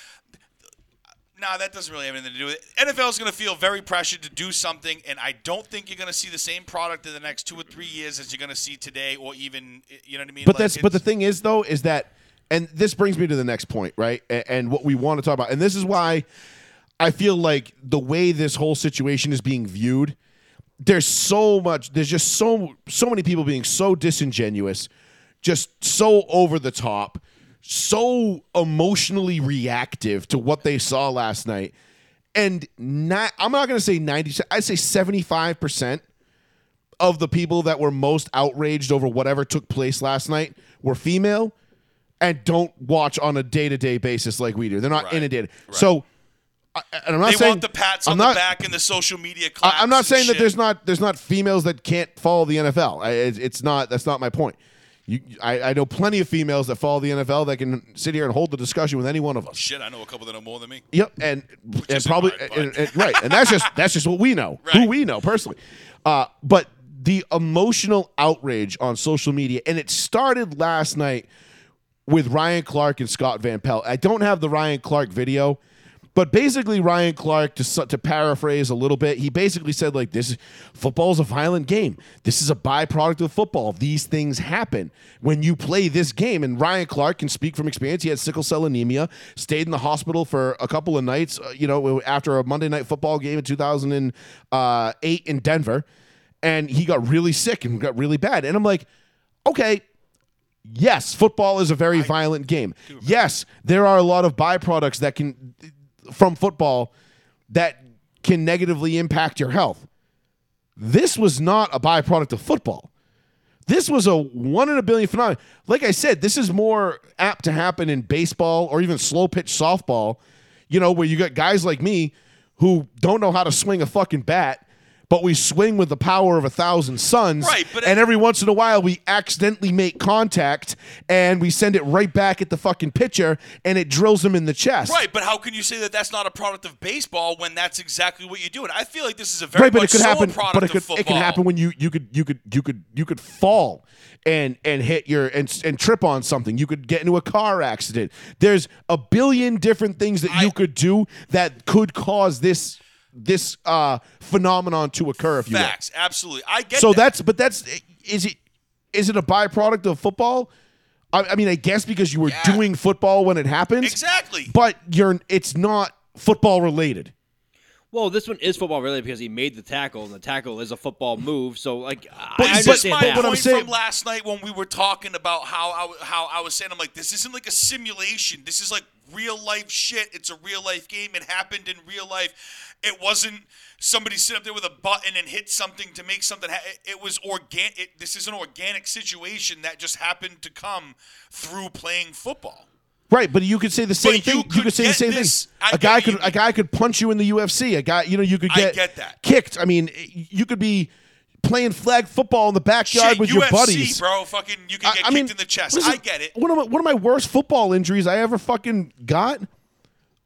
Speaker 7: Nah, that doesn't really have anything to do with it. NFL is going to feel very pressured to do something, and I don't think you're going to see the same product in the next two or three years as you're going to see today, or even you know what I mean.
Speaker 1: But
Speaker 7: Like,
Speaker 1: that's but the
Speaker 7: it's-
Speaker 1: thing is though is that and this brings me to the next point, right? And, and what we want to talk about, and this is why I feel like the way this whole situation is being viewed, there's so much, there's just so so many people being so disingenuous, just so over the top, so emotionally reactive to what they saw last night, and not, I'm not going to say ninety, I'd say seventy five percent of the people that were most outraged over whatever took place last night were female and don't watch on a day-to-day basis like we do. They're not
Speaker 7: Right.
Speaker 1: inundated. So I, and I'm not
Speaker 7: they
Speaker 1: saying
Speaker 7: want the pats
Speaker 1: I'm
Speaker 7: on
Speaker 1: not,
Speaker 7: the back and the social
Speaker 1: I,
Speaker 7: media.
Speaker 1: am
Speaker 7: claps
Speaker 1: not
Speaker 7: and
Speaker 1: saying that
Speaker 7: shit.
Speaker 1: there's not there's not females that can't follow the NFL. I, it's, it's not that's not my point. You, I, I know plenty of females that follow the NFL that can sit here and hold the discussion with any one of us.
Speaker 7: shit. I know a couple that know more than me.
Speaker 1: Yep, and and
Speaker 7: isn't
Speaker 1: probably
Speaker 7: hard, but-
Speaker 1: and, and- right, and that's just that's just what we know, who
Speaker 7: Right.
Speaker 1: we know personally. Uh, but the emotional outrage on social media, and it started last night with Ryan Clark and Scott Van Pelt. I don't have the Ryan Clark video, but basically Ryan Clark to su- to paraphrase a little bit, he basically said like this is football's a violent game. This is a byproduct of football. These things happen when you play this game and Ryan Clark can speak from experience. He had sickle cell anemia, stayed in the hospital for a couple of nights, uh, you know, after a Monday night football game in 2008 uh, in Denver, and he got really sick and got really bad. And I'm like, okay, yes, football is a very violent game. Yes, there are a lot of byproducts that can from football that can negatively impact your health. This was not a byproduct of football. This was a one in a billion phenomenon. Like I said, this is more apt to happen in baseball or even slow pitch softball, you know, where you got guys like me who don't know how to swing a fucking bat, but we swing with the power of a thousand suns.
Speaker 7: Right, but
Speaker 1: and
Speaker 7: it-
Speaker 1: every once in a while we accidentally make contact and we send it right back at the fucking pitcher and it drills him in the chest.
Speaker 7: Right, but how can you say that that's not a product of baseball when that's exactly what you're doing? I feel like this is a very
Speaker 1: Right, but
Speaker 7: much
Speaker 1: it could
Speaker 7: so a
Speaker 1: happen.
Speaker 7: product
Speaker 1: But it
Speaker 7: of
Speaker 1: could
Speaker 7: football.
Speaker 1: it could happen when you you could you could you could you could fall and and hit your and and trip on something. You could get into a car accident. There's a billion different things that you
Speaker 7: I-
Speaker 1: could do that could cause this this uh phenomenon to occur if you will.
Speaker 7: Facts, absolutely. I get
Speaker 1: So
Speaker 7: that.
Speaker 1: that's but that's is it is it a byproduct of football? I, I mean, I guess because you were
Speaker 7: Yeah.
Speaker 1: doing football when it happens,
Speaker 7: exactly.
Speaker 1: But you're it's not football related.
Speaker 3: Well, this one is football related because he made the tackle, and the tackle is a football move. So, like, I-
Speaker 1: But
Speaker 3: I
Speaker 1: it's
Speaker 7: This is
Speaker 3: understand
Speaker 1: but
Speaker 7: my
Speaker 3: that.
Speaker 1: what I'm
Speaker 7: point
Speaker 1: saying-
Speaker 7: from last night when we were talking about how I, w- how I was saying I'm like this isn't like a simulation. This is like real life shit. It's a real life game. It happened in real life. It wasn't somebody sit up there with a button and hit something to make something. Ha- it, it was organic. It, this is an organic situation that just happened to come through playing football.
Speaker 1: Right, but you could say the same
Speaker 7: you
Speaker 1: thing. You
Speaker 7: could
Speaker 1: could say the
Speaker 7: get
Speaker 1: same
Speaker 7: this.
Speaker 1: thing.
Speaker 7: I
Speaker 1: A
Speaker 7: get
Speaker 1: guy
Speaker 7: what you
Speaker 1: could a
Speaker 7: mean.
Speaker 1: guy could punch you in the UFC. A guy, you know, you could
Speaker 7: I
Speaker 1: get,
Speaker 7: get that.
Speaker 1: kicked. I mean, you could be playing flag football in the backyard
Speaker 7: Shit,
Speaker 1: with
Speaker 7: UFC,
Speaker 1: your buddies.
Speaker 7: bro. Fucking, you can get kicked in the chest.
Speaker 1: listen,
Speaker 7: I get it.
Speaker 1: One of my, one of my worst football injuries I ever fucking got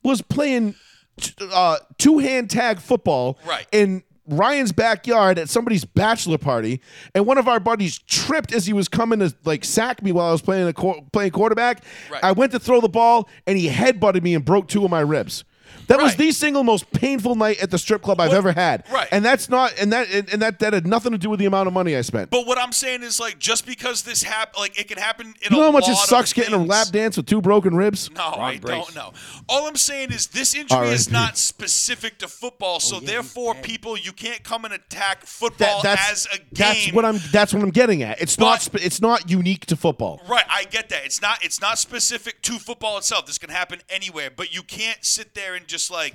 Speaker 1: was playing t- uh, two hand tag football
Speaker 7: Right.
Speaker 1: in Ryan's backyard at somebody's bachelor party, and one of our buddies tripped as he was coming to like sack me while I was playing a quar- playing quarterback.
Speaker 7: Right.
Speaker 1: I went to throw the ball, and he headbutted me and broke two of my ribs. That was
Speaker 7: Right.
Speaker 1: the single most painful night at the strip club I've
Speaker 7: What-
Speaker 1: ever had.
Speaker 7: Right.
Speaker 1: and that's not and that and, and that that had nothing to do with the amount of money I spent.
Speaker 7: But what I'm saying is like just because this happened, like it can happen. In
Speaker 1: You
Speaker 7: a
Speaker 1: know how much
Speaker 7: lot
Speaker 1: it
Speaker 7: of
Speaker 1: sucks getting a
Speaker 7: things.
Speaker 1: lap dance with two broken ribs?
Speaker 7: No, I
Speaker 3: brace.
Speaker 7: don't know. All I'm saying is this injury is
Speaker 1: R.I.P..
Speaker 7: not specific to football,
Speaker 1: Oh,
Speaker 7: so therefore, people, you can't come and attack football as a game.
Speaker 1: That's what I'm. That's what I'm getting at. It's not.
Speaker 7: But-
Speaker 1: Sp- it's not unique to football.
Speaker 7: Right, I get that. It's not it's not specific to football itself. This can happen anywhere, but you can't sit there and just like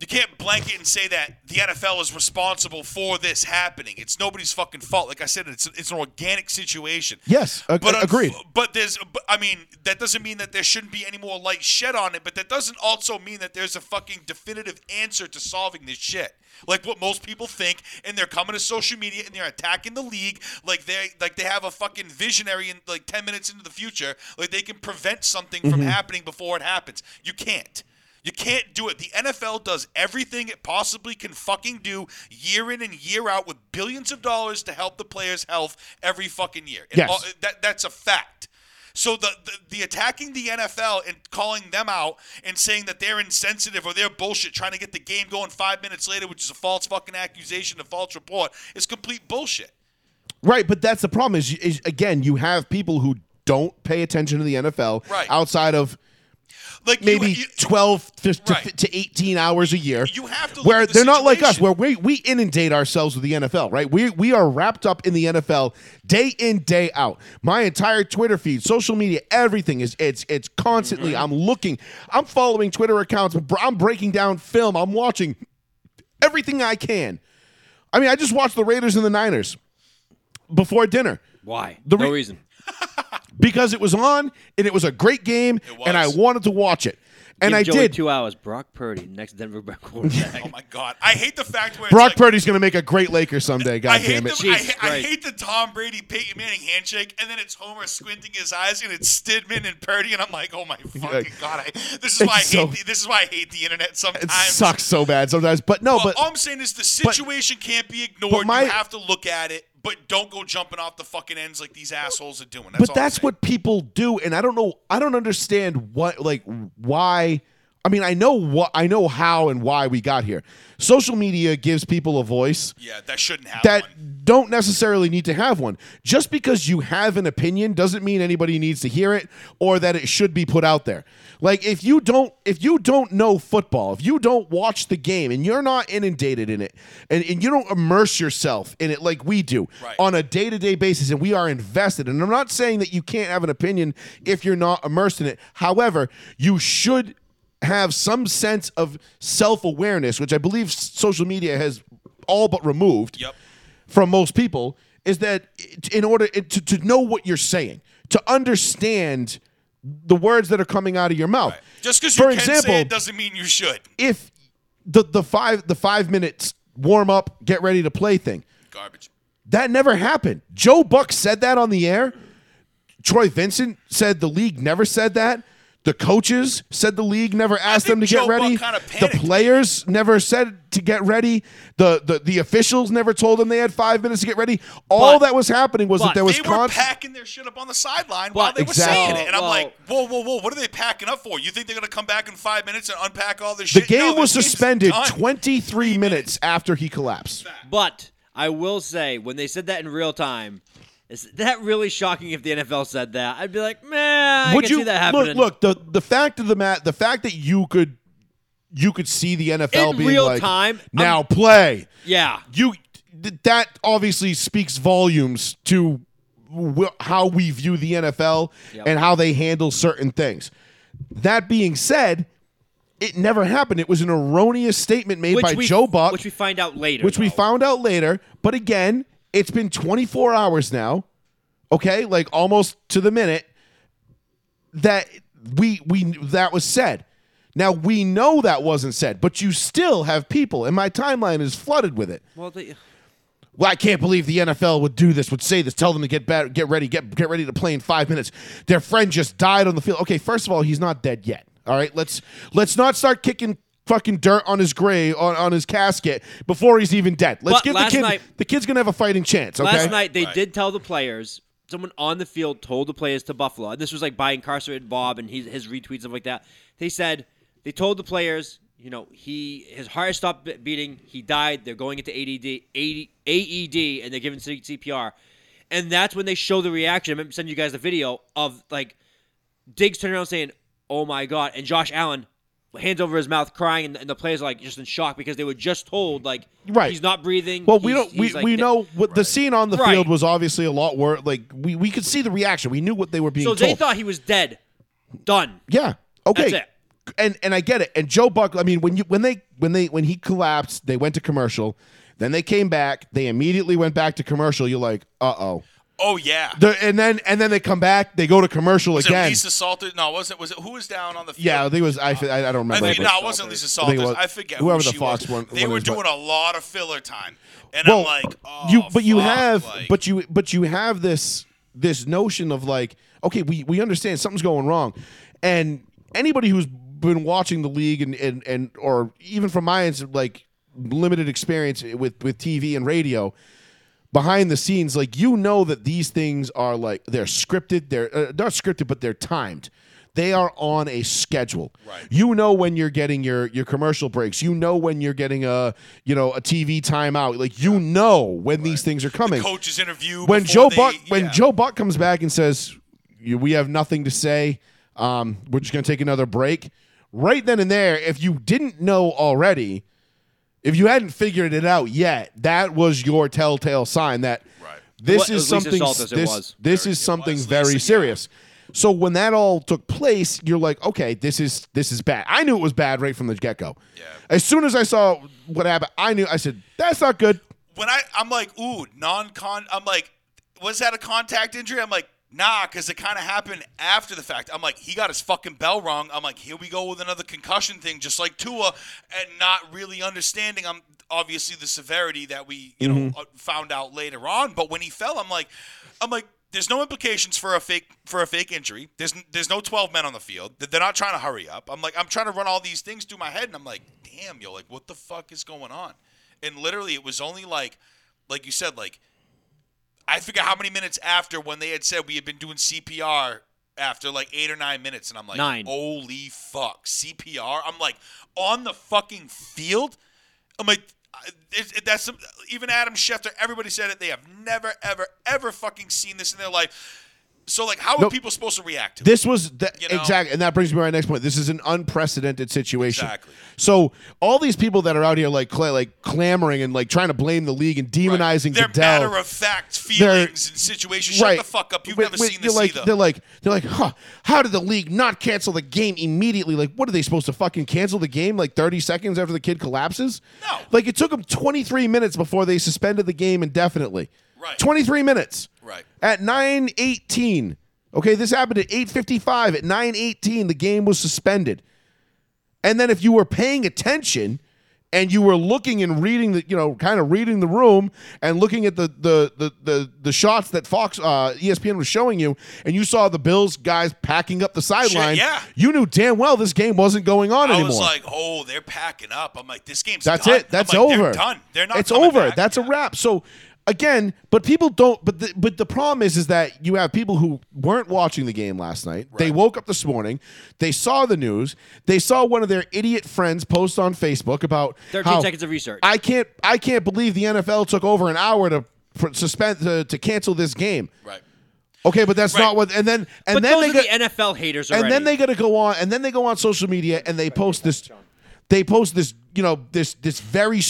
Speaker 7: You can't blanket and say that the NFL is responsible for this happening. It's nobody's fucking fault. Like I said, it's it's an organic situation.
Speaker 1: Yes, ag-
Speaker 7: but
Speaker 1: agreed.
Speaker 7: But there's, but, I mean, that doesn't mean that there shouldn't be any more light shed on it. But that doesn't also mean that there's a fucking definitive answer to solving this shit. Like what most people think, and they're coming to social media and they're attacking the league. Like they like they have a fucking visionary in like ten minutes into the future. Like they can prevent something from happening before it happens. You can't. You can't do it. The NFL does everything it possibly can fucking do year in and year out with billions of dollars to help the players' health every fucking year. It
Speaker 1: Yes.
Speaker 7: all- that, that's a fact. So the, the the attacking the NFL and calling them out and saying that they're insensitive or they're bullshit trying to get the game going five minutes later, which is a false fucking accusation, a false report, is complete bullshit.
Speaker 1: Right, but that's the problem. Is, is again, you have people who don't pay attention to the NFL
Speaker 7: Right.
Speaker 1: outside of
Speaker 7: Like you-
Speaker 1: maybe
Speaker 7: you-
Speaker 1: 12 to, to,
Speaker 7: Right.
Speaker 1: to 18 hours a year.
Speaker 7: You have to
Speaker 1: where
Speaker 7: look at the
Speaker 1: they're not like us,
Speaker 7: situation.
Speaker 1: where we, we inundate ourselves with the NFL, right? We we are wrapped up in the NFL day in day out. My entire Twitter feed, social media, everything is it's it's constantly. I'm looking, I'm following Twitter accounts, br- I'm breaking down film, I'm watching everything I can. I mean, I just watched the Raiders and the Niners before dinner
Speaker 3: Why?
Speaker 1: The
Speaker 3: no
Speaker 1: re-
Speaker 3: reason.
Speaker 1: because it was on and it was a great game
Speaker 7: was.
Speaker 1: and I wanted to watch it. And
Speaker 3: Give
Speaker 1: I
Speaker 3: Joey
Speaker 1: did.
Speaker 3: two hours. Brock Purdy, next Denver Broncos quarterback.
Speaker 7: oh my god, I hate the fact where it's
Speaker 1: Brock
Speaker 7: like-
Speaker 1: Purdy's going to make a great Laker someday. God
Speaker 7: I hate,
Speaker 1: damn
Speaker 7: the,
Speaker 1: it!
Speaker 7: I,
Speaker 3: Jesus
Speaker 7: ha- I
Speaker 3: Christ.
Speaker 7: hate the Tom Brady Peyton Manning handshake, and then it's Homer squinting his eyes, and it's Stidman and Purdy, and I'm like, oh my fucking god! I, this is why I hate
Speaker 1: so-
Speaker 7: the, this is why I hate the internet sometimes.
Speaker 1: It sucks so bad sometimes. But no,
Speaker 7: Well,
Speaker 1: but
Speaker 7: all I'm saying is the situation can't be ignored.
Speaker 1: my-
Speaker 7: you have to look at it, but don't go jumping off the fucking ends like these assholes are doing. That's all
Speaker 1: but
Speaker 7: I'm
Speaker 1: that's
Speaker 7: saying.
Speaker 1: what people do, and I don't know. I don't understand what like why. I mean, I know what I know how and why we got here. Social media gives people a voice
Speaker 7: Yeah, that shouldn't happen.
Speaker 1: that don't necessarily need to have one. Just because you have an opinion doesn't mean anybody needs to hear it or that it should be put out there. Like if you don't if you don't know football, if you don't watch the game and you're not inundated in it and, and you don't immerse yourself in it like we do
Speaker 7: Right.
Speaker 1: on a day-to-day basis and we are invested. And I'm not saying that you can't have an opinion if you're not immersed in it. However, you should have some sense of self-awareness, which I believe s- social media has all but removed
Speaker 7: Yep.
Speaker 1: from most people is that it- in order it- to, to know what you're saying, to understand the words that are coming out of your mouth.
Speaker 7: Just because you
Speaker 1: for
Speaker 7: can
Speaker 1: example,
Speaker 7: say it doesn't mean you should.
Speaker 1: if the the five the five minutes warm up, get ready to play thing
Speaker 7: Garbage.
Speaker 1: that never happened. Joe Buck said that on the air. Troy Vincent said the league never said that. The coaches said the league never asked them to
Speaker 7: think
Speaker 1: get
Speaker 7: Joe
Speaker 1: ready.
Speaker 7: Buck kinda
Speaker 1: the
Speaker 7: panicked.
Speaker 1: players never said to get ready. The, the the officials never told them they had five minutes to get ready. All
Speaker 3: But-
Speaker 1: that was happening was that
Speaker 3: but
Speaker 1: there was
Speaker 7: they were
Speaker 1: constant.
Speaker 7: packing their shit up on the sideline while
Speaker 3: Well,
Speaker 7: they were
Speaker 1: exactly.
Speaker 7: saying it, and I'm
Speaker 3: Well-
Speaker 7: like, whoa, whoa, whoa, what are they packing up for? You think they're gonna come back in five minutes and unpack all this
Speaker 1: the
Speaker 7: shit?
Speaker 1: game
Speaker 7: No,
Speaker 1: was
Speaker 7: this is
Speaker 1: suspended
Speaker 7: done.
Speaker 1: 23 minutes after he collapsed.
Speaker 3: But I will say, when they said that in real time, is that really shocking? If the NFL said that, I'd be like, man, I
Speaker 1: Would
Speaker 3: can
Speaker 1: you
Speaker 3: see that happening.
Speaker 1: look? Look the the fact of the mat the fact that you could you could see the NFL
Speaker 3: In
Speaker 1: being
Speaker 3: real
Speaker 1: like
Speaker 3: time,
Speaker 1: now
Speaker 3: I'm-
Speaker 1: play.
Speaker 3: yeah,
Speaker 1: you th- that obviously speaks volumes to wh- how we view the NFL
Speaker 3: Yep.
Speaker 1: and how they handle certain things. That being said, it never happened. It was an erroneous statement made
Speaker 3: which
Speaker 1: by
Speaker 3: we,
Speaker 1: Joe Buck,
Speaker 3: which we find out later,
Speaker 1: which we
Speaker 3: though.
Speaker 1: found out later. But again, it's been 24 hours now. Okay, like almost to the minute that we we that was said. Now we know that wasn't said, but you still have people, and my timeline is flooded with it
Speaker 3: Well, they,
Speaker 1: well, I can't believe the NFL would do this, would say this, tell them to get back, get ready, get get ready to play in five minutes. Their friend just died on the field. Okay, first of all, he's not dead yet. All right, let's let's not start kicking fucking dirt on his grave on, on his casket before he's even dead. Let's
Speaker 3: But
Speaker 1: give the
Speaker 3: last
Speaker 1: kid
Speaker 3: night-
Speaker 1: the kid's gonna have a fighting chance. Okay,
Speaker 3: Last night they did tell the players. Someone on the field told the players to Buffalo, and this was like by incarcerated Bob and his, his retweets and stuff like that. They said they told the players, you know, he his heart stopped be- beating, he died. They're going into ADD, AD, AED, E and they're giving C- CPR, and that's when they show the reaction. I'm sending you guys the video of like Diggs turning around saying, "Oh my god!" and Josh Allen. Hands over his mouth, crying, and, and the players are like just in shock because they were just told like
Speaker 1: Right.
Speaker 3: he's not breathing.
Speaker 1: Well, we
Speaker 3: he's-
Speaker 1: don't. We,
Speaker 3: he's, like,
Speaker 1: we
Speaker 3: th-
Speaker 1: know what the scene on the
Speaker 3: Right.
Speaker 1: field was obviously a lot worse. Like we, we could see the reaction. We knew what they were being
Speaker 3: So
Speaker 1: told.
Speaker 3: they thought he was dead. Done.
Speaker 1: yeah. Okay.
Speaker 3: That's it.
Speaker 1: and and I get it. And Joe Buck, I mean, when you when they when they when he collapsed, they went to commercial. Then they came back. They immediately went back to commercial. You're like, uh oh.
Speaker 7: Oh yeah.
Speaker 1: And then and then they come back. They go to commercial
Speaker 7: was
Speaker 1: again.
Speaker 7: it Lisa Salter? No, was it? Was it who was down on the field?
Speaker 1: yeah, I think it was. I, I don't remember.
Speaker 7: I think
Speaker 1: but-
Speaker 7: no, it wasn't Lisa
Speaker 1: I think
Speaker 7: Salters.
Speaker 1: it
Speaker 7: I,
Speaker 1: was-
Speaker 7: forget
Speaker 1: whoever
Speaker 7: who
Speaker 1: the
Speaker 7: she
Speaker 1: Fox
Speaker 7: was.
Speaker 1: one-
Speaker 7: They
Speaker 1: one
Speaker 7: were
Speaker 1: is, but-
Speaker 7: doing a lot of filler time, and I'm like, oh,
Speaker 1: you but you
Speaker 7: fuck,
Speaker 1: have
Speaker 7: like-
Speaker 1: but you but you have this this notion of like okay we we understand something's going wrong and anybody who's been watching the league and and, and or even from my ins- like limited experience with with TV and radio behind the scenes like you know that these things are like they're scripted they're uh, not scripted but they're timed they are on a schedule
Speaker 7: Right.
Speaker 1: you know when you're getting your your commercial breaks you know when you're getting a you know a tv timeout like you know when these things are coming
Speaker 7: coaches interview
Speaker 1: when
Speaker 7: before
Speaker 1: joe
Speaker 7: they-
Speaker 1: buck when
Speaker 7: yeah.
Speaker 1: joe buck comes back and says "You- we have nothing to say um, we're just going to take another break right then and there if you didn't know already if you hadn't figured it out yet, that was your telltale sign that
Speaker 7: Right.
Speaker 1: this
Speaker 3: Well,
Speaker 1: is
Speaker 3: it was Lisa
Speaker 1: something
Speaker 3: Saltis, it
Speaker 1: this,
Speaker 3: was.
Speaker 1: this
Speaker 7: Very-
Speaker 1: is
Speaker 7: it
Speaker 1: something
Speaker 7: was
Speaker 1: very
Speaker 7: Lisa, yeah.
Speaker 1: serious. So when that all took place, you're like, okay, this is this is bad. I knew it was bad right from the get go.
Speaker 7: Yeah.
Speaker 1: As soon as I saw what happened, I knew. I said, that's not good.
Speaker 7: when I I'm like, ooh, non-con. I'm like, was that a contact injury? I'm like, nah, because it kind of happened after the fact. I'm like, he got his fucking bell wrong. I'm like, here we go with another concussion thing, just like Tua, and not really understanding. I'm obviously the severity that we you know uh, found out later on. But when he fell, I'm like, I'm like. There's no implications for a fake for a fake injury. There's n- there's no 12 men on the field. They're not trying to hurry up. I'm like I'm trying to run all these things through my head, and I'm like, damn, yo, like what the fuck is going on? And literally, it was only like, like you said, like I forget how many minutes after when they had said we had been doing CPR after like eight or nine minutes, and I'm like,
Speaker 3: Nine.
Speaker 7: holy fuck, CPR. I'm like on the fucking field. I'm like, I- it, it, that's some, even Adam Schefter. Everybody said it. They have never, ever, ever fucking seen this in their life. So like, how are
Speaker 1: Nope.
Speaker 7: people supposed to react to it?
Speaker 1: This was the,
Speaker 7: You know?
Speaker 1: exactly, and that brings me to my next point. This is an unprecedented situation.
Speaker 7: Exactly.
Speaker 1: So all these people that are out here like cla like clamoring and like trying to blame the league and
Speaker 7: Right.
Speaker 1: demonizing
Speaker 7: Their
Speaker 1: Goodell.
Speaker 7: matter of fact feelings and situations. Shut the fuck up. You've
Speaker 1: Wait,
Speaker 7: never
Speaker 1: wait,
Speaker 7: seen
Speaker 1: you're
Speaker 7: this
Speaker 1: like,
Speaker 7: either.
Speaker 1: They're like, they're like, huh? How did the league not cancel the game immediately? Like, what are they supposed to fucking cancel the game like 30 seconds after the kid collapses?
Speaker 7: No.
Speaker 1: Like, it took them 23 minutes before they suspended the game indefinitely.
Speaker 7: Right.
Speaker 1: 23 minutes.
Speaker 7: Right.
Speaker 1: At 9:18. Okay, this happened at 8:55. At 9:18, the game was suspended. And then if you were paying attention and you were looking and reading the, you know, kind of reading the room and looking at the the the the, the shots that Fox uh, ESPN was showing you, and you saw the Bills guys packing up the sideline,
Speaker 7: yeah.
Speaker 1: you knew damn well this game wasn't going on
Speaker 7: I
Speaker 1: anymore.
Speaker 7: was like, oh, they're packing up. I'm like, this game's
Speaker 1: That's
Speaker 7: done.
Speaker 1: it. That's
Speaker 7: I'm like,
Speaker 1: over.
Speaker 7: They're done. They're not.
Speaker 1: It's
Speaker 7: coming
Speaker 1: over.
Speaker 7: back.
Speaker 1: That's a wrap. So again, but people don't. But the, but the problem is, is that you have people who weren't watching the game last night. They woke up this morning. They saw the news. They saw one of their idiot friends post on Facebook about
Speaker 3: 13
Speaker 1: how
Speaker 3: seconds of research.
Speaker 1: I can't. I can't believe the NFL took over an hour to pr- suspend to, to cancel this game.
Speaker 7: right.
Speaker 1: Okay, but that's
Speaker 7: Right.
Speaker 1: not what. And then and
Speaker 3: but
Speaker 1: then
Speaker 3: those
Speaker 1: they
Speaker 3: are
Speaker 1: got,
Speaker 3: the NFL haters already.
Speaker 1: and then they got to go on and then they go on social media and they post this they post this you know this this very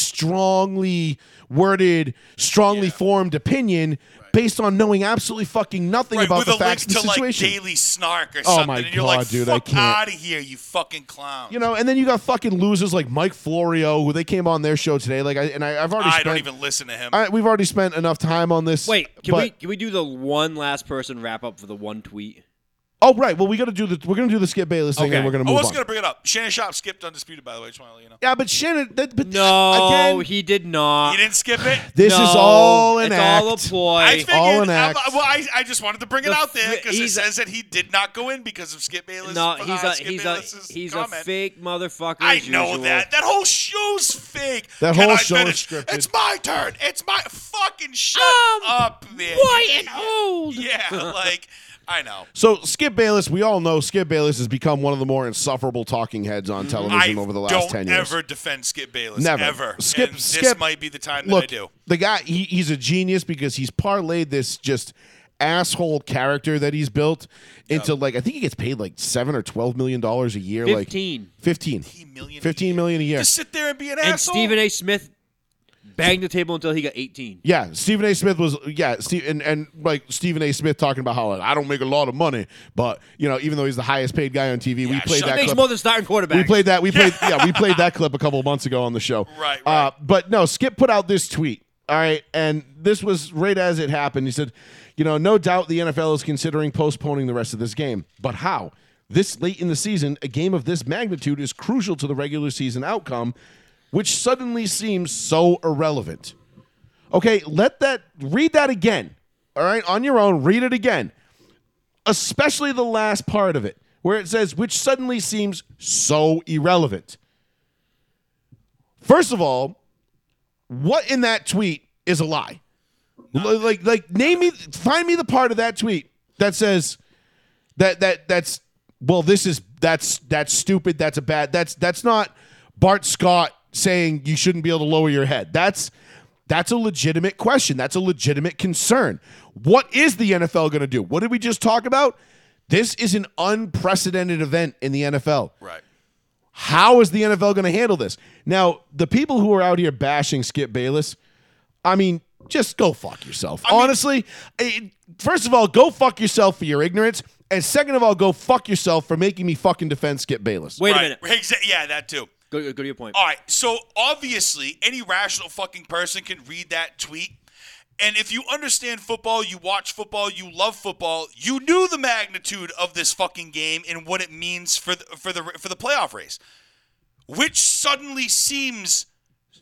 Speaker 1: strongly worded strongly formed opinion based on knowing absolutely fucking nothing
Speaker 7: Right,
Speaker 1: about
Speaker 7: with
Speaker 1: the
Speaker 7: a link
Speaker 1: facts of the
Speaker 7: to like
Speaker 1: situation
Speaker 7: Daily Snark or
Speaker 1: Oh
Speaker 7: something,
Speaker 1: my
Speaker 7: and you're
Speaker 1: God,
Speaker 7: like,
Speaker 1: dude, I
Speaker 7: "Fuck
Speaker 1: can't.
Speaker 7: out of here, you fucking clown!"
Speaker 1: you know and then you got fucking losers like mike florio who they came on their show today like I, and I, i've already
Speaker 7: I
Speaker 1: spent,
Speaker 7: don't even listen to him.
Speaker 1: I, we've already spent enough time on this
Speaker 3: Wait, can
Speaker 1: but-
Speaker 3: we can we do the one last person wrap up for the one tweet?
Speaker 1: oh right well we gotta do the we're gonna do the skip bayless thing and
Speaker 3: Okay.
Speaker 1: we're gonna
Speaker 7: Oh, I
Speaker 1: move
Speaker 7: was
Speaker 1: on
Speaker 7: gonna bring it up. Shannon Shop skipped undisputed, by the way. Just want to let you know.
Speaker 1: yeah but shannon that, but
Speaker 3: No,
Speaker 1: again
Speaker 3: he did not.
Speaker 7: He didn't skip it.
Speaker 1: this
Speaker 3: No,
Speaker 1: is all an
Speaker 3: it's
Speaker 1: act
Speaker 3: all a ploy.
Speaker 7: I figured.
Speaker 1: all an
Speaker 7: I'm-
Speaker 1: act.
Speaker 7: well, I, I just wanted to bring it
Speaker 3: The
Speaker 7: out there
Speaker 3: fi-
Speaker 7: because it
Speaker 3: he's a-
Speaker 7: says that he did not go in because of Skip Bayless.
Speaker 3: no, he's
Speaker 7: uh,
Speaker 3: a
Speaker 7: Skip
Speaker 3: he's a
Speaker 7: Bayless's
Speaker 3: he's
Speaker 7: comment.
Speaker 3: a fake motherfucker.
Speaker 7: I
Speaker 3: as
Speaker 7: know
Speaker 3: usual.
Speaker 7: that. That whole show's fake.
Speaker 1: That
Speaker 7: Can
Speaker 1: whole
Speaker 7: I
Speaker 1: show is
Speaker 7: finish?
Speaker 1: scripted.
Speaker 7: It's my turn. It's my fucking shut
Speaker 3: I'm
Speaker 7: up, man.
Speaker 3: white Um, and old.
Speaker 7: Yeah, like I know.
Speaker 1: So Skip Bayless, we all know Skip Bayless has become one of the more insufferable talking heads on
Speaker 7: I
Speaker 1: television over the last
Speaker 7: don't
Speaker 1: ten years.
Speaker 7: ever defend Skip Bayless.
Speaker 1: Never.
Speaker 7: Ever.
Speaker 1: Skip-
Speaker 7: And This
Speaker 1: Skip-
Speaker 7: might be the time that I
Speaker 1: Look,
Speaker 7: do.
Speaker 1: the guy, he, he's a genius because he's parlayed this just asshole character that he's built into like I think he gets paid like seven or twelve million dollars a year. Like
Speaker 3: Fifteen.
Speaker 1: fifteen.
Speaker 7: $15 million a
Speaker 1: Fifteen million a year.
Speaker 7: Just sit there and be an
Speaker 3: And
Speaker 7: asshole.
Speaker 3: Stephen A. Smith banged the table until he got 18.
Speaker 1: Yeah, Stephen A. Smith was yeah, Steve, and and like Stephen A. Smith talking about how like, I don't make a lot of money, but you know even though he's the highest paid guy on TV, we
Speaker 7: Yeah,
Speaker 1: played
Speaker 7: shut-
Speaker 1: that
Speaker 7: Makes
Speaker 3: Makes
Speaker 1: clip.
Speaker 3: more than starting quarterback.
Speaker 1: We played that. We played. yeah, we played that clip a couple of months ago on the show.
Speaker 7: Right,
Speaker 1: Uh, but no, Skip put out this tweet. All right, and this was right as it happened. He said, "You know, no doubt the NFL is considering postponing the rest of this game, but how? This late in the season, a game of this magnitude is crucial to the regular season outcome, which suddenly seems so irrelevant." Okay, let that read that again. All right, on your own, read it again especially the last part of it, where it says, which suddenly seems so irrelevant. First of all, what in that tweet is a lie? L- Like, like, name me, find me the part of that tweet that says that that that's well, this is that's that's stupid. That's a bad. That's that's not Bart Scott saying you shouldn't be able to lower your head. That's that's a legitimate question. That's a legitimate concern. What is the NFL going to do? What did we just talk about? This is an unprecedented event in the NFL.
Speaker 7: Right.
Speaker 1: How is the NFL going to handle this? Now, the people who are out here bashing Skip Bayless, I mean, just go fuck yourself. Honestly, I- first of all, go fuck yourself for your ignorance. And second of all, go fuck yourself for making me fucking defend Skip Bayless.
Speaker 3: Wait
Speaker 7: right.
Speaker 3: a minute.
Speaker 7: Exa- yeah, that too.
Speaker 3: Go, go to your point.
Speaker 7: All right. So obviously, any rational fucking person can read that tweet. And if you understand football, you watch football, you love football, you knew the magnitude of this fucking game and what it means for the, for the for the playoff race, which suddenly seems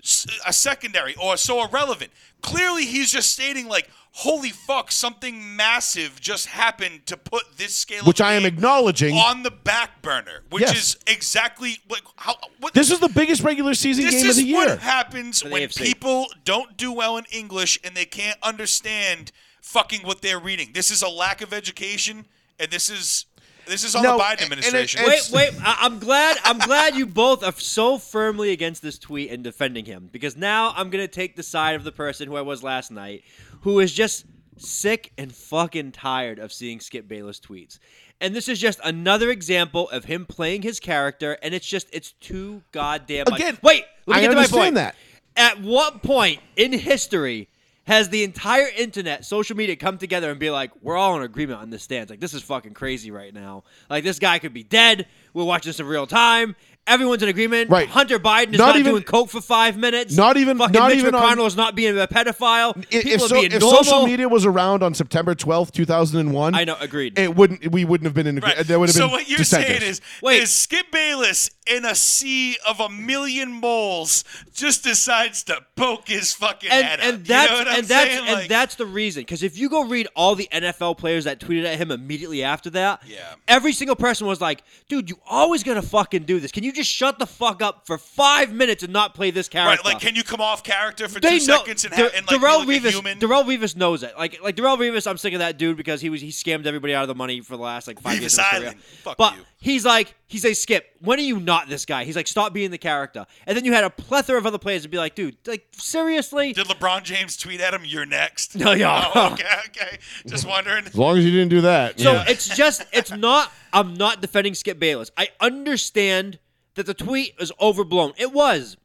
Speaker 7: s- a secondary or so irrelevant. Clearly, he's just stating like, "Holy fuck, something massive just happened to put this scale." of
Speaker 1: Which I am
Speaker 7: game
Speaker 1: acknowledging.
Speaker 7: on the back burner, which
Speaker 1: Yes.
Speaker 7: is exactly like how what
Speaker 1: This is the biggest regular season
Speaker 7: this
Speaker 1: game of
Speaker 7: is
Speaker 1: the year.
Speaker 7: what happens
Speaker 3: the
Speaker 7: when
Speaker 3: AFC.
Speaker 7: people don't do well in English and they can't understand fucking what they're reading. This is a lack of education, and this is this is on
Speaker 1: No, and-
Speaker 7: the Biden
Speaker 1: and it-
Speaker 7: administration.
Speaker 1: and-
Speaker 3: Wait, wait. I, I'm glad. I'm glad you both are so firmly against this tweet and defending him because now I'm gonna take the side of the person who I was last night, who is just sick and fucking tired of seeing Skip Bayless tweets. And this is just another example of him playing his character, and it's just it's too goddamn. much.
Speaker 1: Again,
Speaker 3: wait. Let
Speaker 1: I
Speaker 3: me get to my
Speaker 1: understand
Speaker 3: point.
Speaker 1: that.
Speaker 3: At what point in history has the entire internet, social media come together and be like, we're all in agreement on this stance? Like, this is fucking crazy right now. Like, this guy could be dead. We're watching this in real time. Everyone's in agreement.
Speaker 1: Right.
Speaker 3: Hunter Biden is
Speaker 1: Not
Speaker 3: not,
Speaker 1: even-
Speaker 3: doing coke for five minutes.
Speaker 1: Not even-
Speaker 3: Fucking
Speaker 1: not
Speaker 3: Mitch
Speaker 1: even on-
Speaker 3: McConnell is not being a pedophile.
Speaker 1: I-
Speaker 3: People
Speaker 1: If,
Speaker 3: are
Speaker 1: so,
Speaker 3: being
Speaker 1: if
Speaker 3: normal.
Speaker 1: social media was around on September twelfth, two 2001,
Speaker 3: I know, agreed.
Speaker 1: It wouldn't we wouldn't have been in
Speaker 7: Right.
Speaker 1: agreement. There would have
Speaker 7: so
Speaker 1: been
Speaker 7: what you're
Speaker 1: dissenters.
Speaker 7: saying is,
Speaker 3: Wait.
Speaker 7: is Skip Bayless in a sea of a million moles just decides to poke his fucking
Speaker 3: and,
Speaker 7: head up.
Speaker 3: and
Speaker 7: You know
Speaker 3: that's
Speaker 7: what I'm
Speaker 3: and that's
Speaker 7: saying?
Speaker 3: and
Speaker 7: Like-
Speaker 3: that's the reason. Because if you go read all the NFL players that tweeted at him immediately after that,
Speaker 7: Yeah.
Speaker 3: every single person was like, "Dude, you always gonna fucking do this. Can you just shut the fuck up for five minutes and not play this character?"
Speaker 7: Right, like, can you come off character for
Speaker 3: they
Speaker 7: two
Speaker 3: know
Speaker 7: seconds and,
Speaker 3: Dar-
Speaker 7: ha- and like,
Speaker 3: Darrell
Speaker 7: be like a
Speaker 3: Revis.
Speaker 7: human?
Speaker 3: Darrell Revis knows it. Like, like Darrell Revis, I'm sick of that dude because he was he scammed everybody out of the money for the last like five
Speaker 7: Revis
Speaker 3: years. of his career.
Speaker 7: Island. Fuck
Speaker 3: but
Speaker 7: you.
Speaker 3: he's like, he's like, Skip, when are you not this guy? He's like, stop being the character. And then you had a plethora of other players to be like, dude, like seriously,
Speaker 7: Did LeBron James tweet at him, you're next?
Speaker 3: No, yeah.
Speaker 7: Oh, okay, okay. Just wondering.
Speaker 1: as long as you didn't do that.
Speaker 3: So
Speaker 1: yeah.
Speaker 3: it's just it's not I'm not defending Skip Bayless. I understand that the tweet is overblown. It was.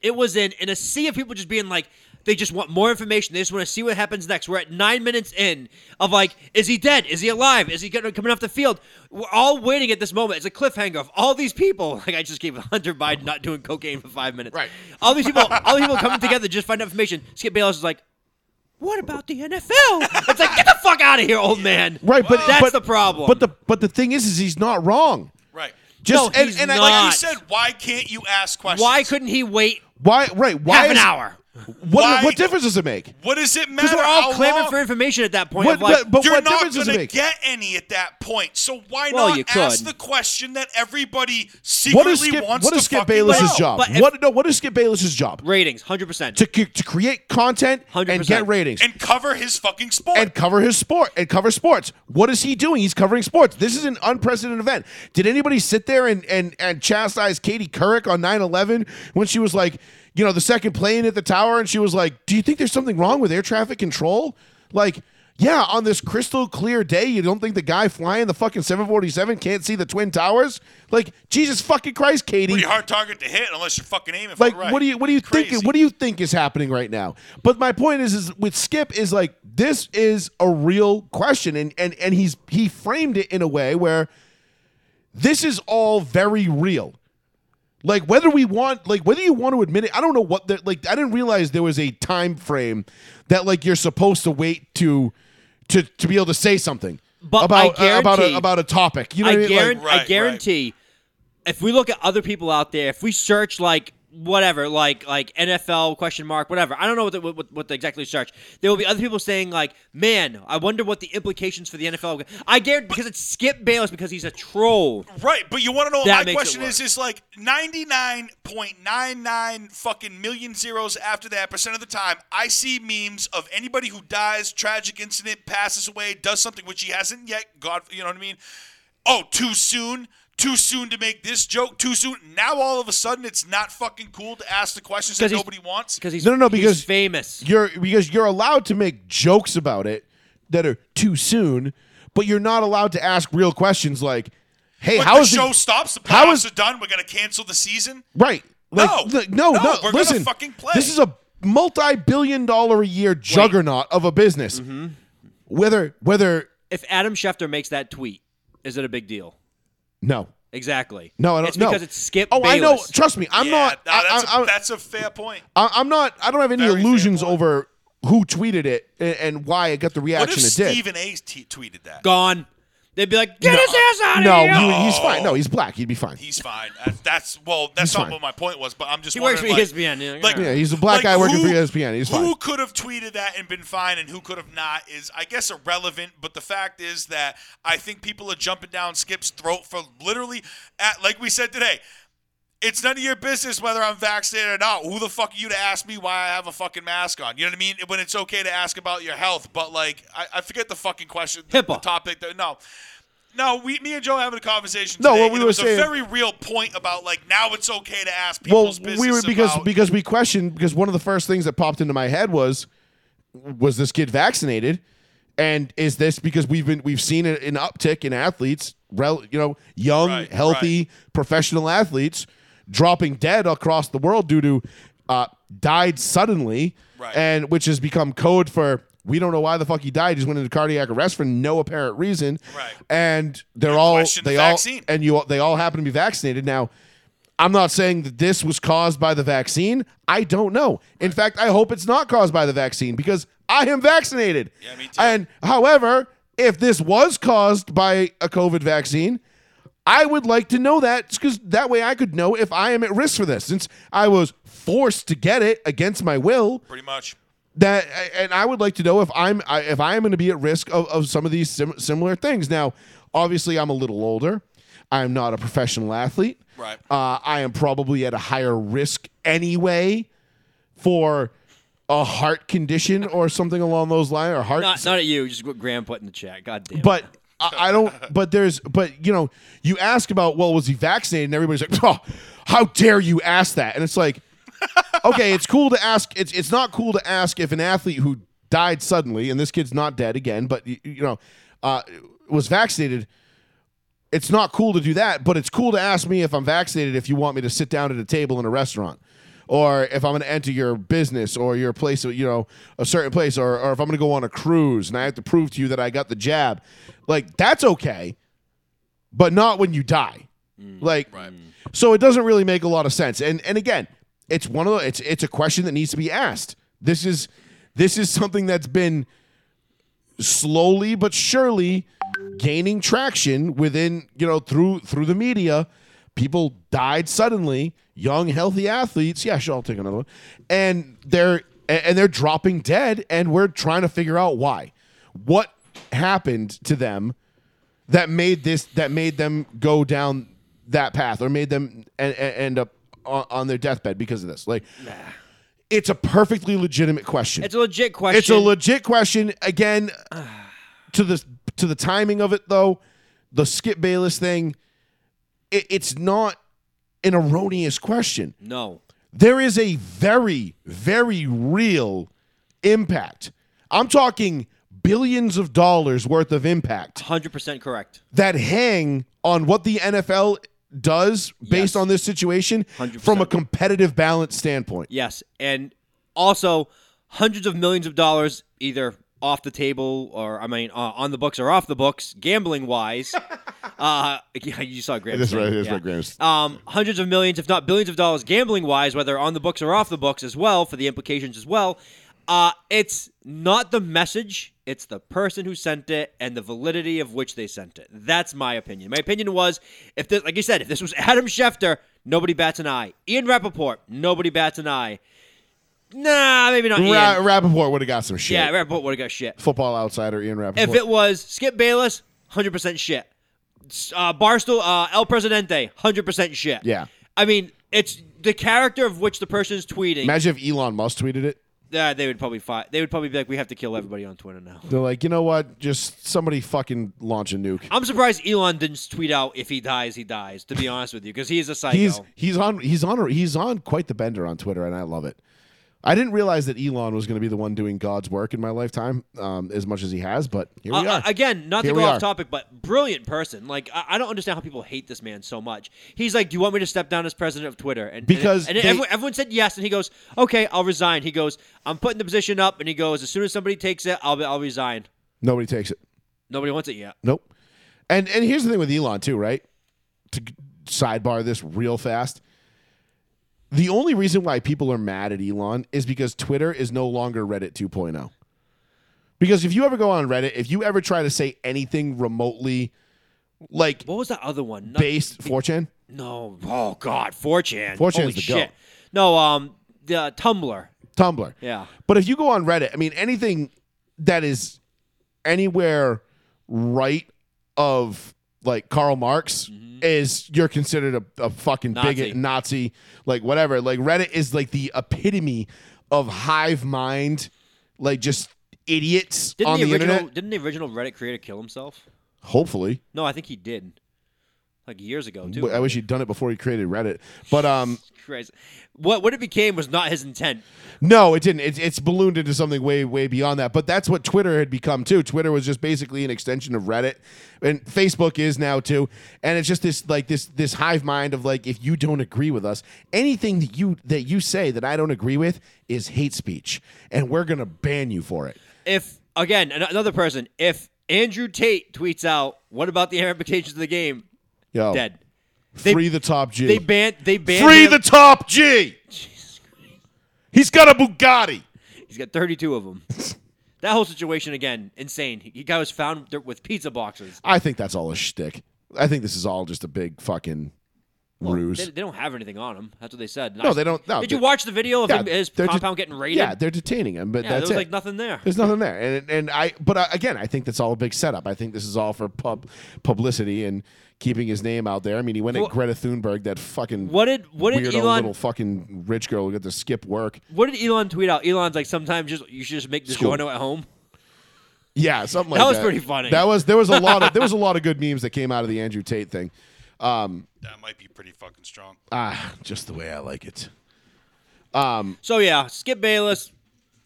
Speaker 3: It was in in a sea of people just being like they just want more information. They just want to see what happens next. We're at nine minutes in of like, is he dead? Is he alive? Is he gonna- coming off the field? We're all waiting at this moment. It's a cliffhanger of all these people. Like I just gave Hunter Biden not doing cocaine for five minutes.
Speaker 1: Right.
Speaker 3: All these people, all these people coming together to just find out information. Skip Bayless is like, what about the NFL? It's like, get the fuck out of here, old man.
Speaker 1: right, but
Speaker 3: that's
Speaker 1: but-
Speaker 3: the problem.
Speaker 1: But the but the thing is, is he's not wrong.
Speaker 7: Right.
Speaker 1: Just
Speaker 3: No,
Speaker 1: and,
Speaker 3: he's
Speaker 1: and I-
Speaker 3: not.
Speaker 7: Like you
Speaker 3: Not.
Speaker 7: said, why can't you ask questions?
Speaker 3: why couldn't he wait
Speaker 1: why right why
Speaker 3: half an
Speaker 1: is-
Speaker 3: hour?
Speaker 1: What,
Speaker 7: Why-
Speaker 1: what difference does it make?
Speaker 7: What does it matter?
Speaker 3: Because we're all
Speaker 7: how
Speaker 3: clamoring
Speaker 7: long?
Speaker 3: for information at that point.
Speaker 1: What,
Speaker 3: of like,
Speaker 1: but, but
Speaker 7: You're
Speaker 1: what
Speaker 7: not
Speaker 1: difference does it
Speaker 7: gonna
Speaker 1: make?
Speaker 7: get any at that point. So why
Speaker 3: Well,
Speaker 7: not
Speaker 3: you
Speaker 7: ask
Speaker 3: could.
Speaker 7: the question that everybody
Speaker 1: what is
Speaker 7: secretly
Speaker 1: Skip,
Speaker 7: wants
Speaker 1: what
Speaker 7: to
Speaker 1: is Skip
Speaker 7: fucking
Speaker 1: Bayless's
Speaker 7: know?
Speaker 1: job?
Speaker 3: But if-
Speaker 1: what no? What is Skip Bayless's job?
Speaker 3: ratings, hundred percent.
Speaker 1: To, c- to create content and
Speaker 3: 100%.
Speaker 1: get ratings
Speaker 7: And cover his fucking sport.
Speaker 1: and cover his sport and cover sports. What is he doing? He's covering sports. This is an unprecedented event. Did anybody sit there and and and chastise Katie Couric on 9/11 when she was like, you know, the second plane at the tower and she was like, "Do you think there's something wrong with air traffic control?" Like Yeah, on this crystal clear day, you don't think the guy flying the fucking 747 can't see the Twin Towers? Like, Jesus fucking Christ, Katie.
Speaker 7: Pretty hard target to hit unless you're fucking aiming for
Speaker 1: Like
Speaker 7: it right.
Speaker 1: what do you what do you
Speaker 7: It's crazy.
Speaker 1: think what do you think is happening right now? But my point is is with Skip is like this is a real question and and and he's he framed it in a way where this is all very real. Like whether we want like whether you want to admit it, I don't know what the like I didn't realize there was a time frame that like you're supposed to wait to to to be able to say something
Speaker 3: But I
Speaker 1: about about a,
Speaker 3: guarantee-
Speaker 1: about a topic. You know
Speaker 3: I,
Speaker 1: what I mean? Like-
Speaker 3: guaran-
Speaker 7: Right,
Speaker 3: I
Speaker 7: right.
Speaker 3: guarantee if we look at other people out there, if we search like whatever, like like NFL question mark, whatever, I don't know what the, what, what the exactly search. There will be other people saying like, "Man, I wonder what the implications for the NFL." I guarantee because it's Skip Bayless because he's a troll.
Speaker 7: Right, but you want to know
Speaker 3: That
Speaker 7: what my
Speaker 3: makes it
Speaker 7: question is?
Speaker 3: work.
Speaker 7: Is like ninety nine point nine nine fucking million zeros after that percent of the time, I see memes of anybody who dies, tragic incident, passes away, does something which he hasn't yet. God, you know what I mean? Oh, too soon. Too soon to make this joke. Too soon. Now all of a sudden, it's not fucking cool to ask the questions that
Speaker 3: 'Cause he's-
Speaker 7: nobody wants.
Speaker 3: Because he's
Speaker 1: No, no, no,
Speaker 3: he's
Speaker 1: because-
Speaker 3: famous.
Speaker 1: you're because you're allowed to make jokes about it that are too soon, but you're not allowed to ask real questions like, "Hey,
Speaker 7: But
Speaker 1: how
Speaker 7: the
Speaker 1: is it-
Speaker 7: show stops. The playoffs
Speaker 1: how is
Speaker 7: are done. We're gonna cancel the season.
Speaker 1: right? Like,
Speaker 7: No.
Speaker 1: th- no,
Speaker 7: No,
Speaker 1: no,
Speaker 7: we're gonna
Speaker 1: listen,
Speaker 7: fucking play.
Speaker 1: This is a multi-billion-dollar-a-year juggernaut of a business.
Speaker 3: Mm-hmm.
Speaker 1: Whether whether
Speaker 3: If Adam Schefter makes that tweet, is it a big deal?
Speaker 1: no,
Speaker 3: Exactly.
Speaker 1: no, I don't
Speaker 3: It's
Speaker 1: know.
Speaker 3: because it's Skip.
Speaker 1: Oh, I know.
Speaker 3: Bayless.
Speaker 1: Trust me, I'm
Speaker 7: Yeah,
Speaker 1: not.
Speaker 7: no,
Speaker 1: I-
Speaker 7: that's,
Speaker 1: I-
Speaker 7: a-
Speaker 1: I-
Speaker 7: that's a fair point.
Speaker 1: I- I'm not. I don't have any
Speaker 7: Very fair
Speaker 1: illusions
Speaker 7: point.
Speaker 1: over who tweeted it and, and why it got the
Speaker 7: What
Speaker 1: reaction
Speaker 7: if
Speaker 1: it did.
Speaker 7: Stephen A. T- tweeted that?
Speaker 3: Gone. They'd be like, "Get
Speaker 1: No.
Speaker 3: his ass out of
Speaker 1: no,
Speaker 3: here!" Oh.
Speaker 1: he- he's fine. No, he's black. He'd be fine.
Speaker 7: He's fine. That's, that's well. That's
Speaker 1: He's
Speaker 7: not
Speaker 1: fine.
Speaker 7: what my point was, but I'm just.
Speaker 3: He works for E
Speaker 7: wondering, like,
Speaker 3: ESPN. You're like,
Speaker 7: Like,
Speaker 3: "Alright."
Speaker 1: Yeah, he's a black
Speaker 7: like,
Speaker 1: guy working
Speaker 7: who-
Speaker 1: for E ESPN. He's fine.
Speaker 7: Who could have tweeted that and been fine, and who could have not is, I guess, irrelevant. But the fact is that I think people are jumping down Skip's throat for literally, at, like we said today. It's none of your business whether I'm vaccinated or not. Who the fuck are you to ask me why I have a fucking mask on? You know what I mean? When it's okay to ask about your health, but like, I, I forget the fucking question, the, the
Speaker 3: HIPAA.
Speaker 7: topic. That, no, no, we, me and Joe having a conversation.
Speaker 1: No,
Speaker 7: today,
Speaker 1: what
Speaker 7: and
Speaker 1: we
Speaker 7: it
Speaker 1: were
Speaker 7: was
Speaker 1: saying-
Speaker 7: a very real point about like now it's okay to ask
Speaker 1: well,
Speaker 7: people's business.
Speaker 1: we were because
Speaker 7: about-
Speaker 1: because we questioned because one of the first things that popped into my head was was this kid vaccinated, and is this because we've been we've seen an an uptick in athletes, rel, you know, young,
Speaker 7: Right,
Speaker 1: healthy, professional athletes dropping dead across the world due to uh, died suddenly,
Speaker 7: Right.
Speaker 1: and which has become code for. We don't know why the fuck he died. He's went into cardiac arrest for no apparent reason.
Speaker 7: Right.
Speaker 1: And they're all
Speaker 7: question the
Speaker 1: they all
Speaker 7: vaccine.
Speaker 1: and you all- they all happen to be vaccinated now. I'm not saying that this was caused by the vaccine. I don't know. In fact, I hope it's not caused by the vaccine because I am vaccinated.
Speaker 7: Yeah, me too.
Speaker 1: And however, if this was caused by a COVID vaccine, I would like to know that because that way I could know if I am at risk for this since I was forced to get it against my will
Speaker 7: pretty much.
Speaker 1: that and I would like to know if I'm I- if I am going to be at risk of, of some of these sim- similar things. Now, obviously, I'm a little older. I'm not a professional athlete.
Speaker 7: Right.
Speaker 1: Uh, I am probably at a higher risk anyway for a heart condition or something along those lines, or heart
Speaker 3: Not, not at you. Just what Graham put in the chat. God damn. it.
Speaker 1: but I, I don't. But there's. But you know, you ask about well, was he vaccinated? And everybody's like, oh, how dare you ask that? And it's like, okay, it's cool to ask. It's it's not cool to ask if an athlete who died suddenly, and this kid's not dead again, but you, you know, uh, was vaccinated. It's not cool to do that, but it's cool to ask me if I'm vaccinated if you want me to sit down at a table in a restaurant. Or if I'm going to enter your business or your place, you know, a certain place, or, or if I'm going to go on a cruise and I have to prove to you that I got the jab, like that's okay, but not when you die. like, so it doesn't really make a lot of sense. And and again, it's one of the, it's it's a question that needs to be asked. This is this is something that's been slowly but surely gaining traction within you know through through the media. People died suddenly, young healthy athletes. Yeah, sure, I'll take another one. And they're a- and they're dropping dead, and we're trying to figure out why. What happened to them that made this that made them go down that path or made them and, end up on, on their deathbed because of this like it's a perfectly legitimate question
Speaker 3: it's a legit question.
Speaker 1: It's a legit question again to the to the timing of it though the skip bayless thing it, it's not an erroneous question
Speaker 3: no.
Speaker 1: there is a very, very real impact. I'm talking billions of dollars worth of impact
Speaker 3: Hundred percent correct.
Speaker 1: that hang on what the NFL does based
Speaker 3: Yes.
Speaker 1: on this situation
Speaker 3: 100%.
Speaker 1: from a competitive balance standpoint.
Speaker 3: Yes, and also hundreds of millions of dollars either off the table or I mean uh, on the books or off the books, gambling wise. uh, yeah, you saw Graham.
Speaker 1: That's right.
Speaker 3: saying,
Speaker 1: That's
Speaker 3: yeah.
Speaker 1: right, Graham's.
Speaker 3: Um, hundreds of millions, if not billions of dollars, gambling wise, whether on the books or off the books as well, for the implications as well. Uh, it's not the message, it's the person who sent it and the validity of which they sent it. That's my opinion. My opinion was if this, like you said, if this was Adam Schefter, nobody bats an eye. Ian Rappaport, nobody bats an eye. Nah, maybe not Ian.
Speaker 1: Ra- Rappaport would have got some shit.
Speaker 3: yeah, Rappaport would have got shit.
Speaker 1: Football outsider Ian Rappaport.
Speaker 3: If it was Skip Bayless, 100% shit. S- Uh, Barstool, uh, El Presidente, 100% shit.
Speaker 1: Yeah.
Speaker 3: I mean, it's the character of which the person is tweeting.
Speaker 1: Imagine if Elon Musk tweeted it.
Speaker 3: uh, they would probably fight. They would probably be like, we have to kill everybody on Twitter now.
Speaker 1: They're like, you know what? Just somebody fucking launch a nuke.
Speaker 3: I'm surprised Elon didn't tweet out if he dies, he dies, to be honest with you, because he is a psycho.
Speaker 1: He's he's on he's on he's on quite the bender on Twitter, and I love it. I didn't realize that Elon was going to be the one doing God's work in my lifetime, um, as much as he has. But here we
Speaker 3: Uh,
Speaker 1: are.
Speaker 3: uh, again, not
Speaker 1: Here
Speaker 3: to
Speaker 1: we
Speaker 3: go off
Speaker 1: are.
Speaker 3: topic, but brilliant person. Like I, I don't understand how people hate this man so much. He's like, "Do you want me to step down as president of Twitter?" And
Speaker 1: Because
Speaker 3: and,
Speaker 1: they-
Speaker 3: everyone, everyone said yes, and he goes, "Okay, I'll resign." He goes, "I'm putting the position up," and he goes, "As soon as somebody takes it, I'll be, I'll resign."
Speaker 1: Nobody takes it.
Speaker 3: Nobody wants it yet.
Speaker 1: Nope. And and here's the thing with Elon too, right? To g- sidebar this real fast. The only reason why people are mad at Elon is because Twitter is no longer Reddit 2.0. Because if you ever go on Reddit, if you ever try to say anything remotely like
Speaker 3: What was that other one? Not-
Speaker 1: based 4chan,
Speaker 3: No. Oh God, 4chan.
Speaker 1: 4chan's
Speaker 3: Holy
Speaker 1: the goat.
Speaker 3: shit. No, um, the uh, Tumblr.
Speaker 1: Tumblr.
Speaker 3: Yeah.
Speaker 1: But if you go on Reddit, I mean, anything that is anywhere right of like Karl Marx is you're considered a, a fucking
Speaker 3: Mm-hmm. Nazi.
Speaker 1: bigot, Nazi, like whatever. Like Reddit is like the epitome of hive mind, like just idiots
Speaker 3: Didn't
Speaker 1: on
Speaker 3: the
Speaker 1: the,
Speaker 3: original
Speaker 1: internet.
Speaker 3: didn't the original Reddit creator kill himself?
Speaker 1: Hopefully,
Speaker 3: No, I think he did. Like years ago, too.
Speaker 1: I wish he'd done it before he created Reddit. But um,
Speaker 3: Christ. What what it became was not his intent.
Speaker 1: No, it didn't. It, it's ballooned into something way, way beyond that. But that's what Twitter had become too. Twitter was just basically an extension of Reddit, and Facebook is now too. And it's just this like this this hive mind of like if you don't agree with us, anything that you that you say that I don't agree with is hate speech, and we're gonna ban you for it.
Speaker 3: If again an- another person, if Andrew Tate tweets out, "What about the implications of the game?"
Speaker 1: Yo,
Speaker 3: Dead. They-
Speaker 1: Oh. Free the top G.
Speaker 3: They banned. They banned.
Speaker 1: Free
Speaker 3: him.
Speaker 1: the top G. He's got a Bugatti.
Speaker 3: He's got 32 of them. that whole situation again, insane. He, he guy was found th- with pizza boxes.
Speaker 1: I think that's all a shtick. I think this is all just a big fucking ruse.
Speaker 3: They, they don't have anything on him. That's what they said.
Speaker 1: No, they don't- no,
Speaker 3: Did you
Speaker 1: they-
Speaker 3: watch the video of
Speaker 1: Yeah,
Speaker 3: him, his
Speaker 1: they're
Speaker 3: compound
Speaker 1: just-
Speaker 3: getting raided?
Speaker 1: Yeah, they're detaining him, but
Speaker 3: Yeah, there
Speaker 1: that's
Speaker 3: was
Speaker 1: it.
Speaker 3: like nothing there.
Speaker 1: There's nothing there, and and I. But uh, again, I think that's all a big setup. I think this is all for pub publicity and keeping his name out there. I mean, he went
Speaker 3: Well-
Speaker 1: at Greta Thunberg, that fucking
Speaker 3: What did what did
Speaker 1: weirdo
Speaker 3: Elon
Speaker 1: little fucking rich girl who got to skip work.
Speaker 3: what did Elon tweet out? Elon's like sometimes just you should just make this
Speaker 1: School.
Speaker 3: journal at home.
Speaker 1: Yeah, something like
Speaker 3: That
Speaker 1: that.
Speaker 3: was pretty funny.
Speaker 1: That was there was a lot of there was a lot of good memes that came out of the Andrew Tate thing.
Speaker 7: That might be pretty fucking strong.
Speaker 1: Ah, just the way I like it.
Speaker 3: So yeah, Skip Bayless,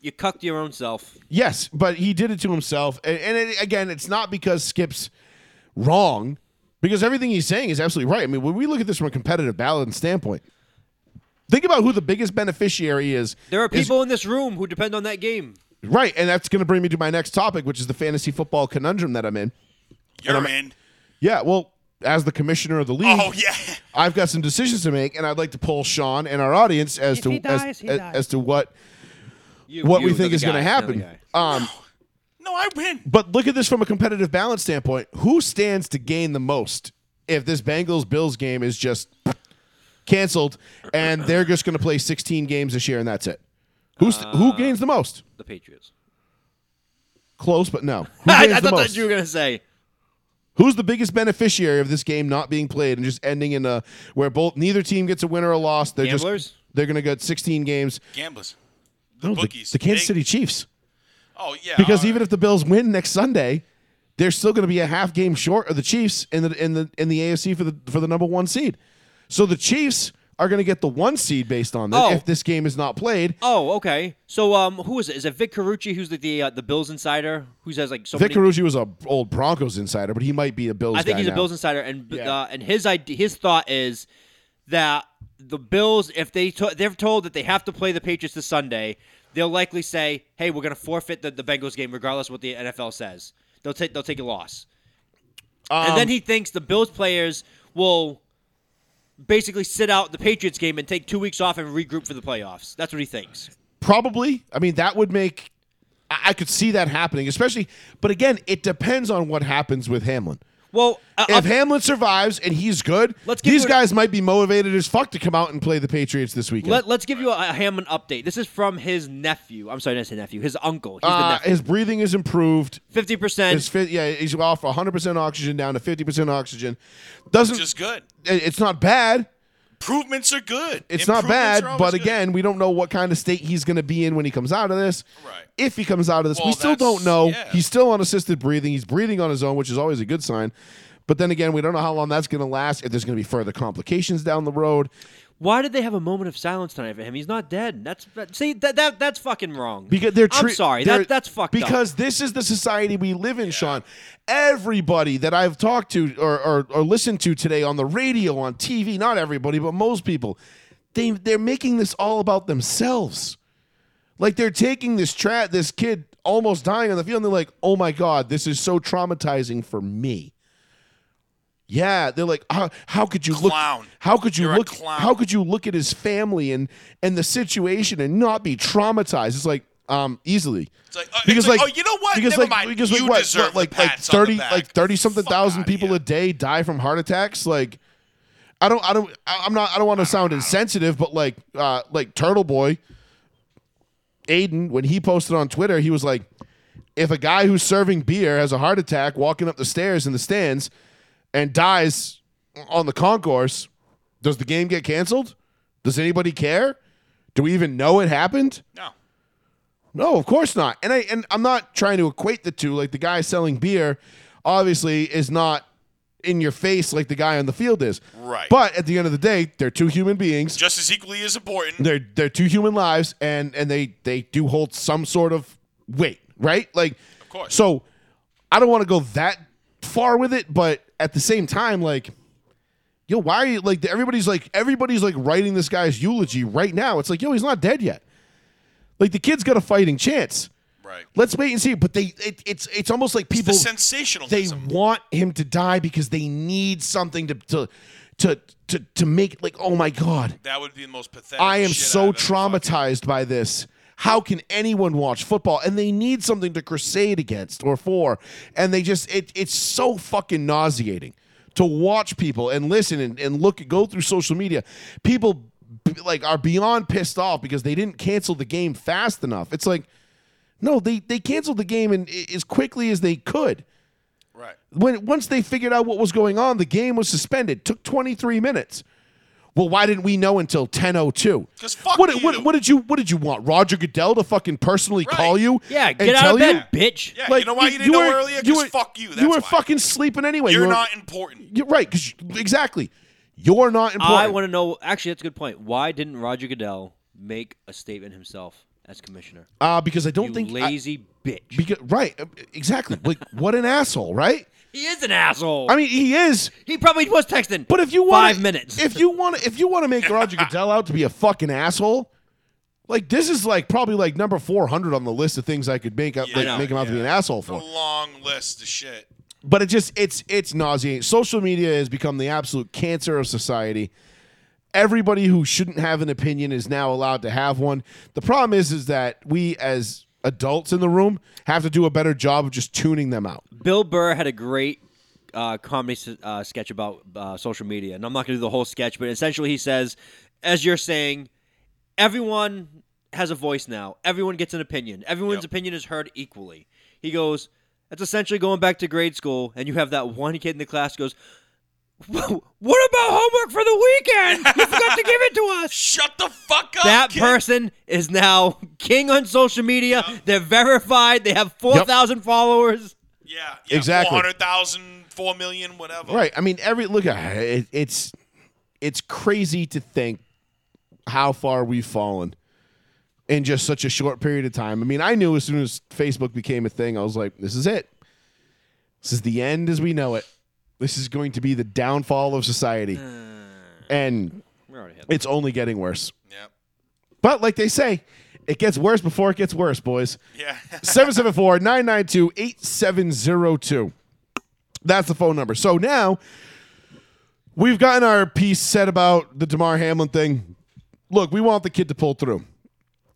Speaker 3: you cucked your own self.
Speaker 1: Yes, but he did it to himself. And, and it, again, it's not because Skip's wrong, because everything he's saying is absolutely right. I mean, when we look at this from a competitive balance standpoint, think about who the biggest beneficiary is.
Speaker 3: There are
Speaker 1: is-
Speaker 3: people in this room who depend on that game.
Speaker 1: right, and that's going to bring me to my next topic, which is the fantasy football conundrum that I'm in.
Speaker 7: You're in.
Speaker 1: Yeah, well, as the commissioner of the league,
Speaker 7: Oh yeah.
Speaker 1: I've got some decisions to make, and I'd like to poll Sean and our audience as
Speaker 3: If
Speaker 1: to
Speaker 3: he
Speaker 1: as,
Speaker 3: dies, he
Speaker 1: as,
Speaker 3: dies.
Speaker 1: as to what
Speaker 3: You,
Speaker 1: what
Speaker 3: you,
Speaker 1: we think
Speaker 3: another
Speaker 1: is going to
Speaker 3: guy, another
Speaker 1: happen.
Speaker 3: guy.
Speaker 1: Um,
Speaker 7: No, I win.
Speaker 1: But look at this from a competitive balance standpoint. Who stands to gain the most if this Bengals Bills game is just canceled and they're just going to play 16 games this year and that's it? Who's
Speaker 3: Uh.
Speaker 1: who gains the most?
Speaker 3: The Patriots.
Speaker 1: Close, but no. Who
Speaker 3: I,
Speaker 1: gains
Speaker 3: I
Speaker 1: the
Speaker 3: thought
Speaker 1: most?
Speaker 3: that you were going to say.
Speaker 1: Who's the biggest beneficiary of this game not being played and just ending in a where both neither team gets a win or a loss? They're
Speaker 3: Gamblers?
Speaker 1: just they're going to get 16 games.
Speaker 7: Gamblers.
Speaker 1: No, The,
Speaker 7: bookies.
Speaker 1: the Kansas
Speaker 7: They-
Speaker 1: City Chiefs.
Speaker 7: Oh yeah.
Speaker 1: because
Speaker 7: all
Speaker 1: even if the Bills win next Sunday, they're still going to be a half game short of the Chiefs in the in the in the AFC for the for the number one seed. So the Chiefs are going to get the one seed based on this
Speaker 3: Oh.
Speaker 1: if this game is not played.
Speaker 3: Oh, okay. So, um, who is it? Is it Vic Carucci, who's like the uh, the Bills insider, who has like so
Speaker 1: Vic
Speaker 3: many?
Speaker 1: Carucci was a old Broncos insider, but he might be a Bills.
Speaker 3: I think
Speaker 1: guy
Speaker 3: he's a
Speaker 1: now.
Speaker 3: Bills insider, and b
Speaker 1: Yeah.
Speaker 3: uh, and his idea, his thought is that the Bills, if they to- they're told that they have to play the Patriots this Sunday, they'll likely say, "Hey, we're going to forfeit the, the Bengals game, regardless of what the NFL says. They'll take they'll take a loss." and
Speaker 1: Um,
Speaker 3: then he thinks the Bills players will basically sit out the Patriots game and take two weeks off and regroup for the playoffs. That's what he thinks.
Speaker 1: Probably. I mean, that would make. I, I could see that happening, especially. But again, it depends on what happens with Hamlin.
Speaker 3: Well, uh,
Speaker 1: If
Speaker 3: up-
Speaker 1: Hamlin survives and he's good,
Speaker 3: Let's give
Speaker 1: these
Speaker 3: you-
Speaker 1: guys might be motivated as fuck to come out and play the Patriots this weekend.
Speaker 3: Let, let's give you a, a Hamlin update. This is from his nephew. I'm sorry, not his nephew. His uncle. He's the
Speaker 1: Uh,
Speaker 3: nephew.
Speaker 1: his breathing is improved.
Speaker 3: Fifty
Speaker 1: His
Speaker 3: percent.
Speaker 1: fit, yeah, he's off 100% oxygen down to 50% oxygen. Doesn't
Speaker 7: Which is good.
Speaker 1: it- it's not bad.
Speaker 7: Improvements are good.
Speaker 1: It's not
Speaker 7: Improvements
Speaker 1: bad,
Speaker 7: are always
Speaker 1: but
Speaker 7: good.
Speaker 1: again, we don't know what kind of state he's going to be in when he comes out of this.
Speaker 7: Right.
Speaker 1: If he comes out of this, we
Speaker 7: Well,
Speaker 1: still don't
Speaker 7: that's-
Speaker 1: know.
Speaker 7: yeah.
Speaker 1: He's still on assisted breathing. He's breathing on his own, which is always a good sign. But then again, we don't know how long that's going to last. If there's going to be further complications down the road,
Speaker 3: Why did they have a moment of silence tonight for him? He's not dead. That's that, see that, that that's fucking wrong.
Speaker 1: Because they're. Tre-
Speaker 3: I'm sorry.
Speaker 1: they're-
Speaker 3: That that's fucked up.
Speaker 1: Because this is the society we live in, Sean. Everybody that I've talked to or, or or listened to today on the radio, on TV, not everybody, but most people, they they're making this all about themselves. Like they're taking this trap, this kid almost dying on the field, and they're like, "Oh my god, this is so traumatizing for me." Yeah, they're like, how, how could you
Speaker 7: Clown.
Speaker 1: look? How could you
Speaker 7: You're a
Speaker 1: look?
Speaker 7: clown.
Speaker 1: How could you look at his family and and the situation and not be traumatized? It's like um easily.
Speaker 7: It's like, uh, it's like, oh, you know what?
Speaker 1: Because
Speaker 7: Never
Speaker 1: like,
Speaker 7: mind.
Speaker 1: Because
Speaker 7: You
Speaker 1: like, what,
Speaker 7: deserve
Speaker 1: what, like
Speaker 7: the
Speaker 1: like
Speaker 7: pats on the
Speaker 1: thirty
Speaker 7: back.
Speaker 1: like thirty something
Speaker 7: Fuck
Speaker 1: thousand
Speaker 7: outta
Speaker 1: people
Speaker 7: here.
Speaker 1: a day die from heart attacks. Like, I don't, I don't, I- I'm not, I don't want to sound insensitive, but like, uh like Turtle Boy, Aiden, when he posted on Twitter, he was like, if a guy who's serving beer has a heart attack walking up the stairs in the stands and dies on the concourse, does the game get canceled? Does anybody care? Do we even know it happened?
Speaker 7: No.
Speaker 1: No, of course not. And I and I'm not trying to equate the two. Like the guy selling beer obviously is not in your face like the guy on the field is.
Speaker 7: Right.
Speaker 1: But at the end of the day, they're two human beings.
Speaker 7: Just as equally as important.
Speaker 1: They're they're two human lives and and they they do hold some sort of weight, right? Like Of
Speaker 7: course.
Speaker 1: So I don't want to go that far with it, but at the same time like yo, why are you like everybody's like everybody's like writing this guy's eulogy right now. It's like, yo, he's not dead yet. Like the kid's got a fighting chance.
Speaker 7: right.
Speaker 1: Let's wait and see. But they, it, it's it's almost like
Speaker 7: It's the
Speaker 1: people they
Speaker 7: sensationalism.
Speaker 1: want him to die because they need something to to to to, to make like oh my god,
Speaker 7: that would be the most pathetic.
Speaker 1: I am
Speaker 7: shit
Speaker 1: so
Speaker 7: I've ever fucking-
Speaker 1: traumatized by this. How can anyone watch football? And they need something to crusade against or for, and they just it it's so fucking nauseating to watch people and listen and, and look go through social media. People b- like are beyond pissed off because they didn't cancel the game fast enough. It's like no, they they canceled the game and as quickly as they could.
Speaker 7: Right.
Speaker 1: When once they figured out what was going on, the game was suspended. Took 23 minutes. Well, why didn't we know until 10:02?
Speaker 7: 'Cause fuck
Speaker 1: what,
Speaker 7: you.
Speaker 1: what what did you what did you want? Roger Goodell to fucking personally
Speaker 7: Right.
Speaker 1: call you?
Speaker 3: yeah,
Speaker 1: and
Speaker 3: get out
Speaker 1: tell
Speaker 3: of
Speaker 1: you?
Speaker 3: bed, bitch.
Speaker 7: Yeah. you know why you didn't know earlier? 'Cause
Speaker 1: were-
Speaker 7: fuck you, that's
Speaker 1: you were
Speaker 7: why.
Speaker 1: fucking sleeping anyway.
Speaker 7: You're
Speaker 1: You were-
Speaker 7: not important.
Speaker 1: You're right. Because exactly, you're not important.
Speaker 3: I want to know. Actually, that's a good point. Why didn't Roger Goodell make a statement himself as commissioner?
Speaker 1: uh, because I don't
Speaker 3: you
Speaker 1: think I-
Speaker 3: lazy bitch.
Speaker 1: because, right. uh, Exactly. Like what an asshole, right?
Speaker 3: he is an asshole.
Speaker 1: I mean, he is.
Speaker 3: he probably was texting.
Speaker 1: But if you want
Speaker 3: five minutes,
Speaker 1: if you want, if you want to make Roger Goodell out to be a fucking asshole, like this is like probably like number four hundred on the list of things I could make up, like,
Speaker 3: know,
Speaker 1: make him out to be an asshole for.
Speaker 7: It's a long list of shit.
Speaker 1: But it just it's it's nauseating. Social media has become the absolute cancer of society. Everybody who shouldn't have an opinion is now allowed to have one. The problem is, is that we as adults in the room have to do a better job of just tuning them out.
Speaker 3: Bill Burr had a great uh, comedy s- uh, sketch about uh, social media, and I'm not going to do the whole sketch, but essentially he says, as you're saying, everyone has a voice now. Everyone gets an opinion. Everyone's opinion is heard equally. He goes, that's essentially going back to grade school, and you have that one kid in the class who goes. What about homework for the weekend? You forgot to give it to us.
Speaker 7: Shut the fuck up.
Speaker 3: That
Speaker 7: kid.
Speaker 3: person is now king on social media. They're verified. They have 4,000 followers.
Speaker 7: Yeah. yeah
Speaker 1: Exactly.
Speaker 7: 400,000, 4 million, whatever.
Speaker 1: Right. I mean, every look at it, it's it's crazy to think how far we've fallen in just such a short period of time. I mean, I knew as soon as Facebook became a thing, I was like, this is it. This is the end as we know it. This is going to be the downfall of society. And
Speaker 3: We're already heading.
Speaker 1: it's only getting worse.
Speaker 7: Yep.
Speaker 1: But like they say, it gets worse before it gets worse, boys.
Speaker 7: Yeah.
Speaker 1: 774 992 8702. That's the phone number. So now we've gotten our piece said about the DeMar Hamlin thing. Look, we want the kid to pull through.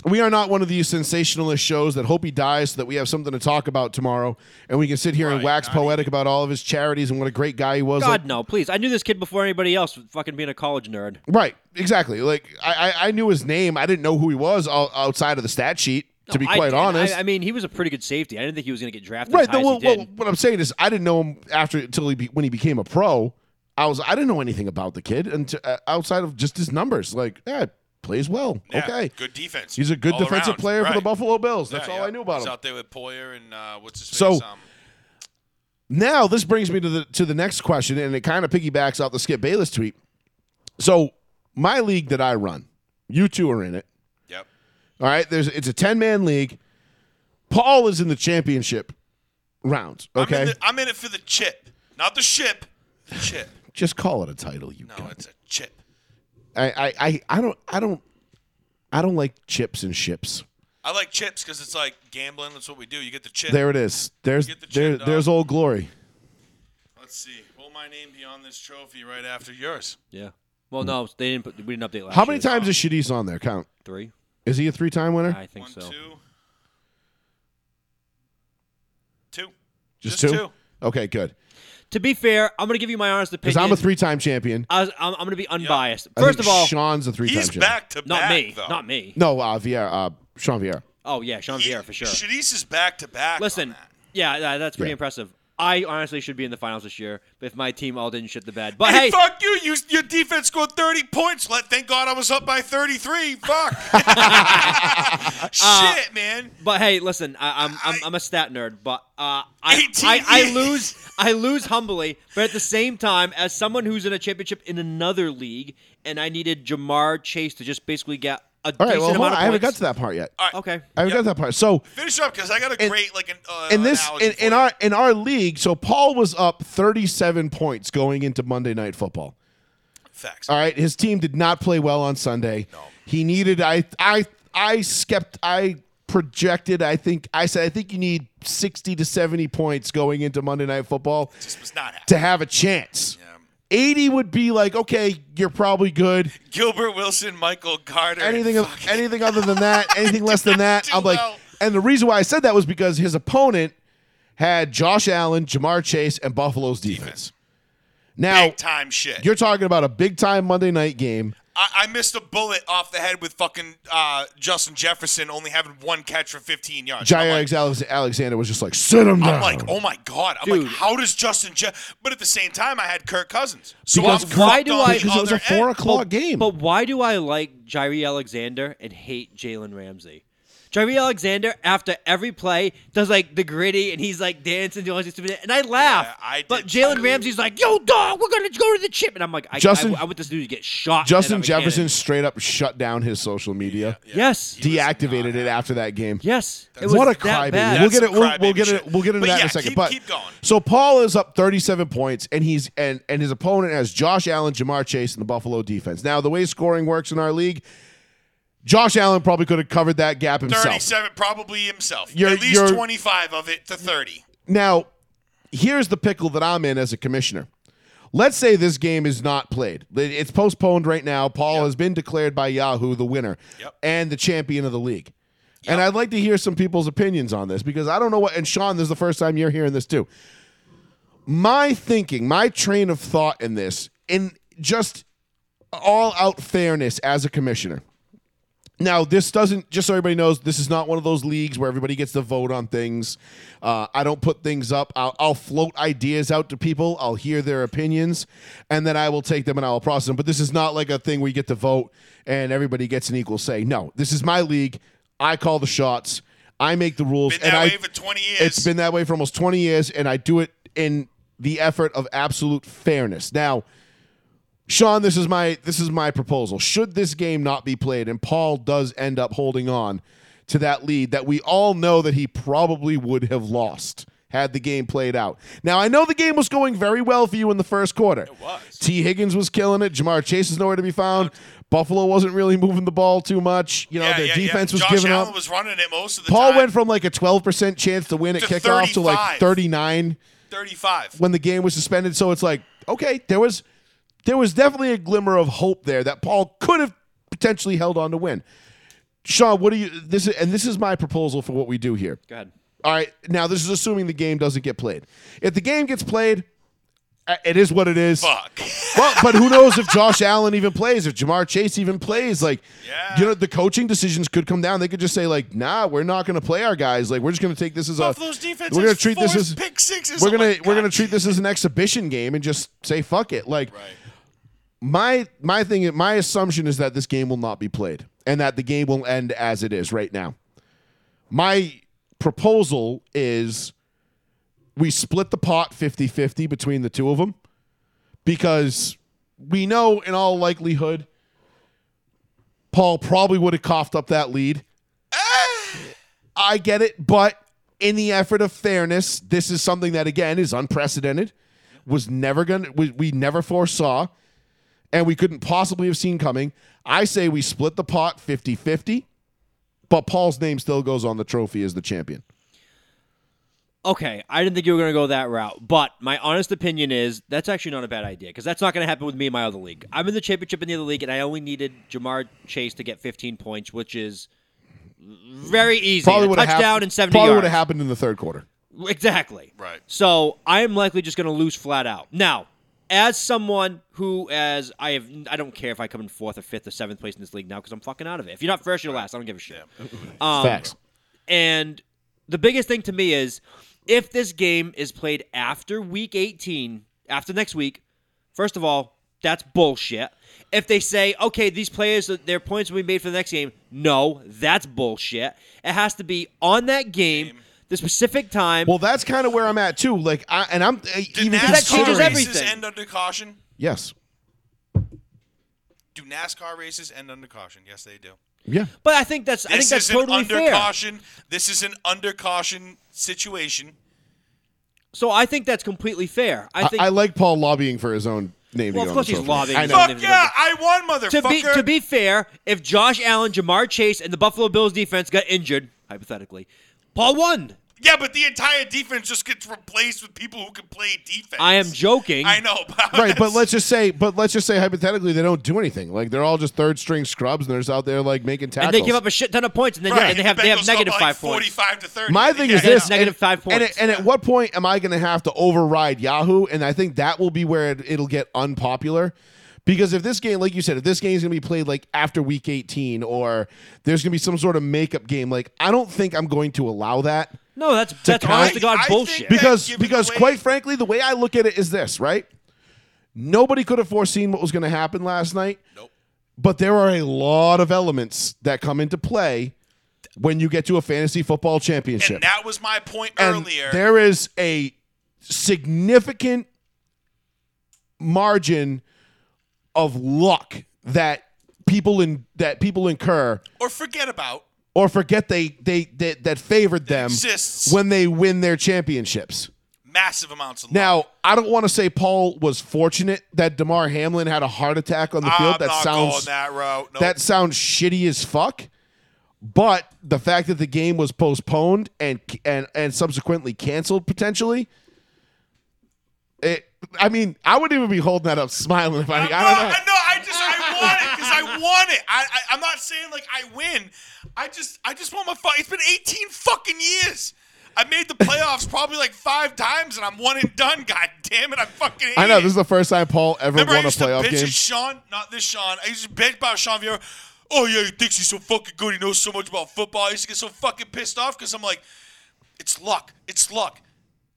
Speaker 1: We are not one of these sensationalist shows that hope he dies so that we have something to talk about tomorrow and we can sit here and
Speaker 7: Right,
Speaker 1: wax
Speaker 7: not even-
Speaker 1: poetic about all of his charities and what a great guy he was. Like-
Speaker 3: God no, please! I knew this kid before anybody else. Fucking being a college nerd.
Speaker 1: Right, exactly. Like I, I, I knew his name. I didn't know who he was o- outside of the stat sheet. to be
Speaker 3: I
Speaker 1: quite
Speaker 3: did-
Speaker 1: honest,
Speaker 3: I, I mean, he was a pretty good safety. I didn't think he was going to get drafted.
Speaker 1: right.
Speaker 3: As high
Speaker 1: no, well,
Speaker 3: as he did.
Speaker 1: well, what I'm saying is, I didn't know him after until he be, when he became a pro. I was I didn't know anything about the kid until, uh, outside of just his numbers. Like, yeah, plays well.
Speaker 7: Yeah,
Speaker 1: okay,
Speaker 7: Good defense.
Speaker 1: he's a good
Speaker 7: all
Speaker 1: defensive
Speaker 7: around.
Speaker 1: player for the
Speaker 7: Right.
Speaker 1: Buffalo Bills.
Speaker 7: Yeah,
Speaker 1: That's all
Speaker 7: yeah.
Speaker 1: I knew about
Speaker 7: He's
Speaker 1: him.
Speaker 7: out there with Poyer and uh, what's his face?
Speaker 1: So-
Speaker 7: um,
Speaker 1: Now this brings me to the to the next question, and it kind of piggybacks off the Skip Bayless tweet. So my league that I run, you two are in it.
Speaker 7: yep.
Speaker 1: All right, there's it's a ten man league. Paul is in the championship round.
Speaker 7: I'm
Speaker 1: Okay,
Speaker 7: in, the, I'm in it for the chip, not the ship. The chip.
Speaker 1: just call it a title. You,
Speaker 7: No, it's a chip.
Speaker 1: I, I, I, I don't, I don't, I don't like chips and ships.
Speaker 7: I like chips because it's like gambling. That's what we do. You get the chip.
Speaker 1: There it is. There's
Speaker 7: Get the chip,
Speaker 1: there,
Speaker 7: dog.
Speaker 1: there's old glory.
Speaker 7: Let's see. Will my name be on this trophy right after yours?
Speaker 3: yeah. Well, no, they didn't. Put, we didn't update last.
Speaker 1: How many
Speaker 3: year's.
Speaker 1: times is Shadis on there? Count.
Speaker 3: Three.
Speaker 1: Is he a three time winner?
Speaker 3: I think
Speaker 7: One,
Speaker 3: so.
Speaker 7: two. Two.
Speaker 1: just,
Speaker 7: just
Speaker 1: two?
Speaker 7: two.
Speaker 1: Okay, good.
Speaker 3: To be fair, I'm going to give you my honest
Speaker 1: Because
Speaker 3: opinion.
Speaker 1: I'm a three time champion.
Speaker 3: I was, I'm, I'm going to be unbiased.
Speaker 1: I
Speaker 3: First
Speaker 1: think
Speaker 3: of all,
Speaker 1: Sean's a three time
Speaker 7: He's
Speaker 1: champion.
Speaker 7: back to
Speaker 3: not
Speaker 7: back.
Speaker 3: me,
Speaker 7: Though.
Speaker 3: not me.
Speaker 1: No, uh, Vieira, uh, Sean Vieira.
Speaker 3: Oh yeah, Sean
Speaker 7: He-
Speaker 3: Vieira for sure.
Speaker 7: Shadis is back to back.
Speaker 3: Listen,
Speaker 7: on that.
Speaker 3: yeah, tha- that's pretty
Speaker 1: Yeah.
Speaker 3: impressive. I honestly should be in the finals this year if my team all didn't shit the bed. But
Speaker 7: Hey,
Speaker 3: hey,
Speaker 7: fuck you. you! Your defense scored 30 points. Let thank God I was up by 33. Fuck.
Speaker 3: Uh,
Speaker 7: Shit, man.
Speaker 3: but hey, listen, I, I'm, I'm I'm a stat nerd, but uh, I,
Speaker 7: 18
Speaker 3: I I
Speaker 7: years.
Speaker 3: lose I lose humbly, but at the same time, as someone who's in a championship in another league, and I needed Jamar Chase to just basically get a
Speaker 1: All
Speaker 3: decent
Speaker 1: right, well, hold
Speaker 3: amount
Speaker 1: on.
Speaker 3: of
Speaker 1: I haven't got
Speaker 3: points.
Speaker 1: to that part yet.
Speaker 7: All right,
Speaker 3: Okay,
Speaker 1: I haven't got
Speaker 7: Yep.
Speaker 1: to that part. So
Speaker 7: Finish up because I got a
Speaker 1: And-
Speaker 7: great like an uh,
Speaker 1: in this
Speaker 7: analogy
Speaker 1: in,
Speaker 7: for
Speaker 1: in
Speaker 7: you.
Speaker 1: our in our league, so Paul was up 37 points going into Monday Night Football.
Speaker 7: facts.
Speaker 1: All right, his team did not play well on Sunday.
Speaker 7: No.
Speaker 1: He needed I I I skept I projected I think I said I think you need 60 to 70 points going into Monday Night Football
Speaker 7: This was not happening. Um,
Speaker 1: to have a chance. 80 would be like okay, you're probably good.
Speaker 7: Gilbert Wilson, Michael Carter.
Speaker 1: Anything of-
Speaker 7: fucking-
Speaker 1: anything other than that, anything less than that,
Speaker 7: do
Speaker 1: I'm like
Speaker 7: well.
Speaker 1: and the reason why I said that was because his opponent had Josh Allen, Jamar Chase, and Buffalo's defense. Now,
Speaker 7: big time shit.
Speaker 1: you're talking about a big time Monday night game.
Speaker 7: I, I missed a bullet off the head with fucking uh, Justin Jefferson only having one catch for 15 yards.
Speaker 1: Jair
Speaker 7: I'm like,
Speaker 1: Alex- Alexander was just like, sit him down.
Speaker 7: I'm like, oh my god! I'm
Speaker 3: Dude.
Speaker 7: like, how does Justin? Je-? But at the same time, I had Kirk Cousins. So
Speaker 1: Because
Speaker 7: I'm
Speaker 1: Kirk-
Speaker 3: why do
Speaker 7: fucked on
Speaker 3: I-
Speaker 7: the
Speaker 1: because it was a
Speaker 7: other
Speaker 1: four
Speaker 7: end.
Speaker 1: o'clock
Speaker 3: but,
Speaker 1: game.
Speaker 3: But why do I like Jairi Alexander and hate Jalen Ramsey? Jairi Alexander, after every play, does like the gritty and he's like dancing, doing all these stupid, and I laugh.
Speaker 7: Yeah, I
Speaker 3: but
Speaker 7: did
Speaker 3: Jalen
Speaker 7: too.
Speaker 3: Ramsey's like, "Yo, dog, we're gonna go to the chip," and I'm like, "I,
Speaker 1: Justin-
Speaker 3: I, I want this dude to get shot."
Speaker 1: Justin
Speaker 3: and I'm a
Speaker 1: Jefferson
Speaker 3: cannon.
Speaker 1: straight up shut down his social media,
Speaker 3: Yes,
Speaker 7: He was
Speaker 1: deactivated
Speaker 7: not
Speaker 1: it after that game.
Speaker 3: yes. It was
Speaker 1: What a
Speaker 3: that bad.
Speaker 1: crybaby! We'll
Speaker 7: That's
Speaker 1: get it.
Speaker 7: some
Speaker 1: We'll, we'll
Speaker 7: crybaby
Speaker 1: get it.
Speaker 7: shit.
Speaker 1: We'll get into
Speaker 7: But
Speaker 1: that in
Speaker 7: yeah,
Speaker 1: a second.
Speaker 7: keep-
Speaker 1: but
Speaker 7: keep going.
Speaker 1: so Paul is up 37 points, and he's and and his opponent has Josh Allen, Jamar Chase, and the Buffalo defense. Now the way scoring works in our league, Josh Allen probably could have covered that gap himself.
Speaker 7: 37, probably himself.
Speaker 1: You're-
Speaker 7: At least
Speaker 1: you're-
Speaker 7: 25 of it to 30.
Speaker 1: Now, here's the pickle that I'm in as a commissioner. Let's say this game is not played. It's postponed right now. Paul has been declared by Yahoo the winner
Speaker 7: Yep.
Speaker 1: and the champion of the league. And I'd like to hear some people's opinions on this because I don't know what. And Sean, this is the first time you're hearing this too. My thinking, my train of thought in this, in just all out fairness as a commissioner. Now, this doesn't, just so everybody knows, this is not one of those leagues where everybody gets to vote on things. Uh, I don't put things up. I'll, I'll float ideas out to people. I'll hear their opinions, and then I will take them and I'll process them. But this is not like a thing where you get to vote and everybody gets an equal say. No, this is my league. I call the shots. I make the rules.
Speaker 7: Been
Speaker 1: and
Speaker 7: that
Speaker 1: I,
Speaker 7: way for 20 years.
Speaker 1: it's been that way for almost 20 years, and I do it in the effort of absolute fairness. Now, Sean, this is my this is my proposal. Should this game not be played and Paul does end up holding on to that lead that we all know that he probably would have lost had the game played out. Now, I know the game was going very well for you in the first quarter. It
Speaker 7: was.
Speaker 1: T Higgins was killing it. Jamar Chase is nowhere to be found. Buffalo wasn't really moving the ball too much. You know,
Speaker 7: yeah,
Speaker 1: their
Speaker 7: yeah,
Speaker 1: defense
Speaker 7: yeah.
Speaker 1: was
Speaker 7: Josh
Speaker 1: giving
Speaker 7: Allen
Speaker 1: up.
Speaker 7: was running it most of the
Speaker 1: Paul
Speaker 7: time.
Speaker 1: went from like a 12% chance to win at
Speaker 7: To
Speaker 1: kickoff to like
Speaker 7: 35.
Speaker 1: 39
Speaker 7: 35.
Speaker 1: when the game was suspended. So it's like, okay, there was there was definitely a glimmer of hope there that Paul could have potentially held on to win. Sean, what do you this is and this is my proposal for what we do here.
Speaker 3: Go ahead.
Speaker 1: All right, now this is assuming the game doesn't get played. If the game gets played, uh, it is what it is.
Speaker 7: Fuck.
Speaker 1: Well, but who knows if Josh Allen even plays, if Jamar Chase even plays? Like,
Speaker 7: Yeah.
Speaker 1: you know, the coaching decisions could come down. They could just say like, "Nah, we're not going to play our guys. Like, we're just going to take this as a
Speaker 7: Buffalo's defense
Speaker 1: we're gonna
Speaker 7: has
Speaker 1: treat this
Speaker 7: four
Speaker 1: as
Speaker 7: pick sixes.
Speaker 1: We're
Speaker 7: Oh my
Speaker 1: gonna we're
Speaker 7: God.
Speaker 1: gonna treat this as an exhibition game and just say fuck it. Like,
Speaker 7: Right.
Speaker 1: my my thing my assumption is that this game will not be played and that the game will end as it is right now. My proposal is we split the pot 50-50 between the two of them because we know in all likelihood Paul probably would have coughed up that lead. I get it, but in the effort of fairness, this is something that again is unprecedented. Was never gonna we, we never foresaw and we couldn't possibly have seen coming. I say we split the pot 50 50, but Paul's name still goes on the trophy as the champion.
Speaker 3: Okay, I didn't think you were going to go that route, but my honest opinion is that's actually not a bad idea because that's not going to happen with me in my other league. I'm in the championship in the other league, and I only needed Jamar Chase to get 15 points, which is very easy.
Speaker 1: Probably
Speaker 3: A
Speaker 1: would have
Speaker 3: touchdown
Speaker 1: happened,
Speaker 3: and 70
Speaker 1: Probably would
Speaker 3: yards.
Speaker 1: have happened in the third quarter.
Speaker 3: Exactly.
Speaker 7: Right.
Speaker 3: So I'm likely just going to lose flat out. Now, as someone who, as I have, I don't care if I come in fourth or fifth or seventh place in this league now because I'm fucking out of it. If you're not first, you're last. I don't give a shit. Um,
Speaker 1: Facts.
Speaker 3: And the biggest thing to me is if this game is played after week 18, after next week, first of all, that's bullshit. If they say, okay, these players, their points will be made for the next game, no, that's bullshit. It has to be on that game, the specific time.
Speaker 1: Well, that's kind of where I'm at too. Like, I, and I'm uh,
Speaker 7: Did
Speaker 1: even
Speaker 7: NASCAR
Speaker 3: that changes
Speaker 7: races
Speaker 1: considering-
Speaker 3: everything.
Speaker 7: end under caution?
Speaker 1: Yes.
Speaker 7: Do NASCAR races end under caution? Yes, they do.
Speaker 1: Yeah.
Speaker 3: but I think that's I think
Speaker 7: This
Speaker 3: that's
Speaker 7: is an
Speaker 3: totally
Speaker 7: under
Speaker 3: fair.
Speaker 7: caution. This is an under caution situation.
Speaker 3: So I think that's completely fair. I
Speaker 1: I,
Speaker 3: think
Speaker 1: I like Paul lobbying for his own name.
Speaker 3: Well,
Speaker 1: to
Speaker 3: of
Speaker 1: go
Speaker 3: course
Speaker 1: on
Speaker 3: he's
Speaker 1: the trophy.
Speaker 3: lobbying.
Speaker 1: I know.
Speaker 3: Fuck
Speaker 7: Fuck yeah, I won, motherfucker.
Speaker 3: to be to be fair, if Josh Allen, Jamar Chase, and the Buffalo Bills defense got injured, hypothetically, Paul won.
Speaker 7: yeah, but the entire defense just gets replaced with people who can play defense.
Speaker 3: I am joking.
Speaker 7: I know, but
Speaker 1: Right, but
Speaker 7: that's-
Speaker 1: let's just say, but let's just say hypothetically they don't do anything. Like they're all just third string scrubs, and they're just out there like making tackles.
Speaker 3: And they give up a shit ton of points, and then
Speaker 7: Right,
Speaker 3: and they have
Speaker 7: the
Speaker 3: they have
Speaker 7: Bengals go up
Speaker 3: negative
Speaker 7: by,
Speaker 3: five
Speaker 7: like
Speaker 3: points.
Speaker 7: Forty-five to thirty.
Speaker 1: My thing is
Speaker 3: Yeah,
Speaker 1: this:
Speaker 3: it's negative
Speaker 1: and-
Speaker 3: five
Speaker 1: And,
Speaker 3: points.
Speaker 1: at- and at what point am I going to have to override Yahoo? And I think that will be where it, it'll get unpopular. Because if this game, like you said, if this game is going to be played like after week 18, or there's going to be some sort of makeup game, like I don't think I'm going to allow that.
Speaker 3: No, that's that's
Speaker 1: count.
Speaker 3: honest to
Speaker 7: I
Speaker 3: god
Speaker 7: think
Speaker 3: bullshit.
Speaker 7: that-
Speaker 1: Because
Speaker 7: giving
Speaker 1: because
Speaker 7: away-
Speaker 1: quite frankly, the way I look at it is this, right? Nobody could have foreseen what was going to happen last night.
Speaker 7: Nope.
Speaker 1: But there are a lot of elements that come into play when you get to a fantasy football championship.
Speaker 7: And that was my point
Speaker 1: And
Speaker 7: earlier.
Speaker 1: There is a significant margin of luck that people in that people incur
Speaker 7: or forget about.
Speaker 1: or forget they they, that that favored them
Speaker 7: exists.
Speaker 1: when they win their championships.
Speaker 7: Massive amounts of
Speaker 1: Now, I don't want to say Paul was fortunate that DeMar Hamlin had a heart attack on the
Speaker 7: love.
Speaker 1: field.
Speaker 7: I'm
Speaker 1: that
Speaker 7: not
Speaker 1: sounds
Speaker 7: going that route. Nope.
Speaker 1: that sounds shitty as fuck. But the fact that the game was postponed and and and subsequently canceled potentially, it. I mean, I wouldn't even be holding that up smiling if I. I
Speaker 7: I'm
Speaker 1: don't know.
Speaker 7: not- No, I just I want it because I want it. I, I I'm not saying like I win. I just I just want my fuck. It's been 18 fucking years. I made the playoffs probably like five times, and I'm one and done. God damn it! I fucking. Hate
Speaker 1: I know
Speaker 7: it.
Speaker 1: this is the first time Paul ever
Speaker 7: Remember, I
Speaker 1: won a
Speaker 7: used to
Speaker 1: playoff
Speaker 7: bitch
Speaker 1: game.
Speaker 7: at Sean, not this Sean. I used to bitch about Sean Vieira. Oh yeah, he thinks he's so fucking good. He knows so much about football. I used to get so fucking pissed off because I'm like, it's luck, it's luck,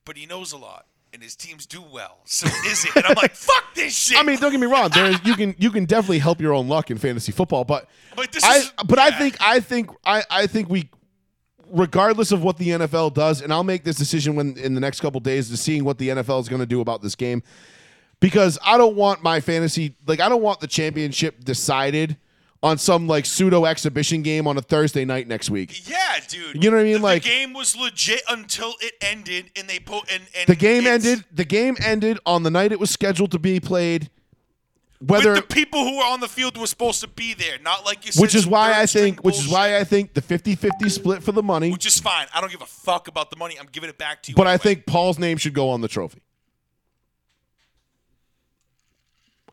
Speaker 7: but he knows a lot, and his teams do well. So is it? And I'm like, fuck this shit.
Speaker 1: I mean, don't get me wrong. There is, you can you can definitely help your own luck in fantasy football, but
Speaker 7: But this
Speaker 1: I
Speaker 7: is-
Speaker 1: but I
Speaker 7: yeah.
Speaker 1: think I think I I think we, regardless of what the NFL does, and I'll make this decision when in the next couple days to seeing what the NFL is going to do about this game. because I don't want my fantasy like I don't want the championship decided on some like pseudo exhibition game on a Thursday night next week.
Speaker 7: Yeah, dude.
Speaker 1: You know what I mean?
Speaker 7: The-
Speaker 1: Like-
Speaker 7: the game was legit until it ended, and they put and, and
Speaker 1: The game
Speaker 7: it's-
Speaker 1: ended. The game ended on the night it was scheduled to be played.
Speaker 7: with
Speaker 1: Whether
Speaker 7: the people who were on the field were supposed to be there, not like you. Said
Speaker 1: which is
Speaker 7: some
Speaker 1: why I
Speaker 7: third-string
Speaker 1: think which is
Speaker 7: bullshit.
Speaker 1: why I think the 50-50 split for the money.
Speaker 7: which is fine. I don't give a fuck about the money. I'm giving it back to you.
Speaker 1: But I
Speaker 7: anyway.
Speaker 1: think Paul's name should go on the trophy.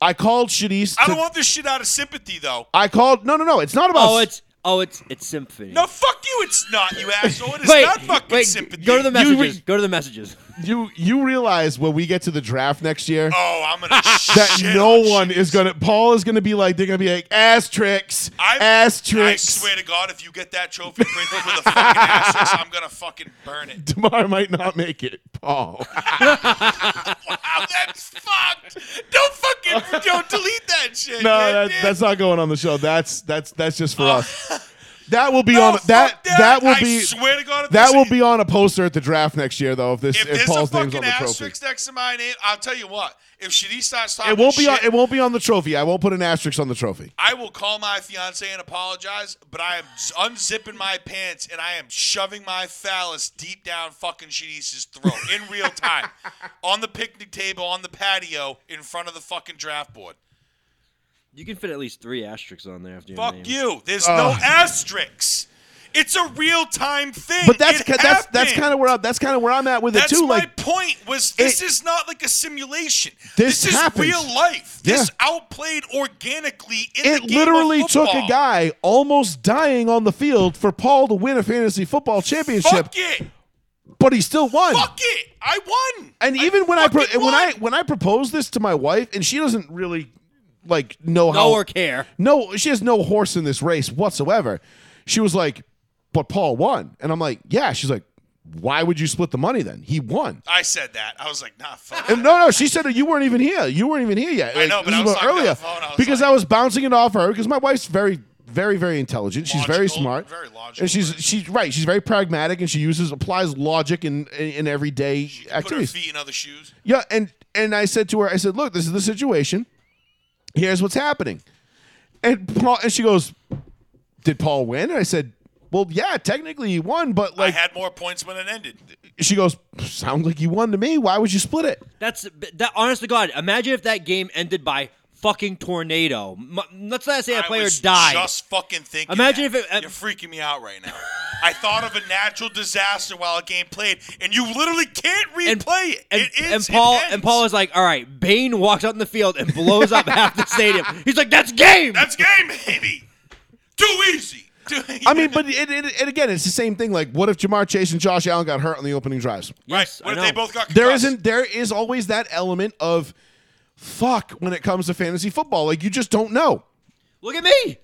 Speaker 1: I called Shadis.
Speaker 7: I don't want this shit out of sympathy, though.
Speaker 1: I called. No, no, no. It's not about.
Speaker 3: Oh, it's oh, it's it's symphony.
Speaker 7: No, fuck you. It's not you asshole. It is
Speaker 3: wait,
Speaker 7: not fucking
Speaker 3: wait,
Speaker 7: sympathy.
Speaker 3: Go to the
Speaker 1: You re-
Speaker 3: messages. go to the messages.
Speaker 1: you. You realize when we get to the draft next year
Speaker 7: Oh, I'm gonna shit Oh,
Speaker 1: that no
Speaker 7: on
Speaker 1: one
Speaker 7: shit.
Speaker 1: is gonna. Paul is gonna be like they're gonna be like ass tricks,
Speaker 7: I,
Speaker 1: ass
Speaker 7: I
Speaker 1: tricks.
Speaker 7: swear to God, if you get that trophy printed with a fucking asterisk, I'm gonna fucking burn it.
Speaker 1: Tomorrow might not make it, Paul.
Speaker 7: Wow, that's fucked. Don't fucking don't delete that shit.
Speaker 1: No,
Speaker 7: Yeah,
Speaker 1: that,
Speaker 7: dude.
Speaker 1: that's not going on the show. That's that's that's just for us. That will be
Speaker 7: Oh. No,
Speaker 1: on
Speaker 7: fuck
Speaker 1: that
Speaker 7: that.
Speaker 1: that will
Speaker 7: I
Speaker 1: be
Speaker 7: swear to God, if
Speaker 1: that
Speaker 7: this-
Speaker 1: will be on a poster at the draft next year though. If this
Speaker 7: if
Speaker 1: if,
Speaker 7: there's
Speaker 1: Paul's
Speaker 7: a
Speaker 1: name's on
Speaker 7: fucking
Speaker 1: the trophy,
Speaker 7: asterisk next to my name, I'll tell you what. If Shadi starts talking,
Speaker 1: it won't be on,
Speaker 7: shit,
Speaker 1: it won't be on the trophy. I won't put an asterisk on the trophy.
Speaker 7: I will call my fiance and apologize, but I am z- unzipping my pants and I am shoving my phallus deep down fucking Shanice's throat in real time on the picnic table, on the patio, in front of the fucking draft board.
Speaker 3: You can fit at least three asterisks on there after your
Speaker 7: Fuck
Speaker 3: name.
Speaker 7: you. There's no asterisks. It's a real time thing.
Speaker 1: But that's
Speaker 7: It
Speaker 1: ki- that's that's
Speaker 7: happened.
Speaker 1: kind of where I, that's kind of where I'm at with
Speaker 7: That's
Speaker 1: it too.
Speaker 7: my
Speaker 1: Like
Speaker 7: point. Was this
Speaker 1: it-
Speaker 7: is not like a simulation?
Speaker 1: This
Speaker 7: is
Speaker 1: happens.
Speaker 7: real life. This
Speaker 1: Yeah.
Speaker 7: outplayed organically in
Speaker 1: it
Speaker 7: the game
Speaker 1: literally
Speaker 7: of
Speaker 1: took a
Speaker 7: football.
Speaker 1: guy almost dying on the field for Paul to win a fantasy football championship,
Speaker 7: Fuck it.
Speaker 1: but he still won.
Speaker 7: Fuck it. I won.
Speaker 1: And even when I pro-
Speaker 7: fucking
Speaker 1: when I
Speaker 7: won.
Speaker 1: when I proposed this to my wife, and she doesn't really like know how
Speaker 3: No or care.
Speaker 1: no, she has no horse in this race whatsoever. She was like, "But Paul won," and I'm like, "Yeah." She's like, "Why would you split the money then? He won."
Speaker 7: I said that. I was like, nah, fuck.
Speaker 1: And no, no, she said you weren't even here. You weren't even here yet.
Speaker 7: I know, but I was
Speaker 1: about
Speaker 7: talking on the phone. I was
Speaker 1: because
Speaker 7: like-
Speaker 1: I was bouncing it off her because my wife's very, very, very intelligent. she's very
Speaker 7: Logical,
Speaker 1: smart,
Speaker 7: very logical
Speaker 1: and she's
Speaker 7: person.
Speaker 1: she's right. She's very pragmatic, and she uses applies logic in in, in everyday
Speaker 7: Put her
Speaker 1: activities.
Speaker 7: feet in other shoes.
Speaker 1: Yeah, and and I said to her, I said, "Look, this is the situation. Here's what's happening." And Paul, and she goes, "Did Paul win?" And I said, "Well, yeah, technically he won, but
Speaker 7: I
Speaker 1: like,"
Speaker 7: had more points when it ended.
Speaker 1: she goes, "Sounds like he won to me. Why would you split it?"
Speaker 3: That's that. Honest to God, imagine if that game ended by fucking tornado. M- let's not say a
Speaker 7: I
Speaker 3: player
Speaker 7: was
Speaker 3: died.
Speaker 7: Just fucking thinking.
Speaker 3: Imagine
Speaker 7: that.
Speaker 3: if it- uh,
Speaker 7: You're freaking me out right now. I thought of a natural disaster while a game played, and you literally can't replay
Speaker 3: and,
Speaker 7: it.
Speaker 3: and,
Speaker 7: it is.
Speaker 3: and Paul
Speaker 7: it
Speaker 3: and Paul
Speaker 7: ends.
Speaker 3: is like, all right. Bane walks out in the field and blows up half the stadium. He's like, that's game.
Speaker 7: That's game, baby. Too easy. Too easy.
Speaker 1: I mean, but it, it, it, again, it's the same thing. Like, what if Jamar Chase and Josh Allen got hurt on the opening drives?
Speaker 7: right?
Speaker 3: Yes, I
Speaker 7: What if they
Speaker 3: know.
Speaker 7: both got concussed?
Speaker 1: There isn't. There is always that element of fuck when it comes to fantasy football. Like, you just don't know.
Speaker 3: Look at me.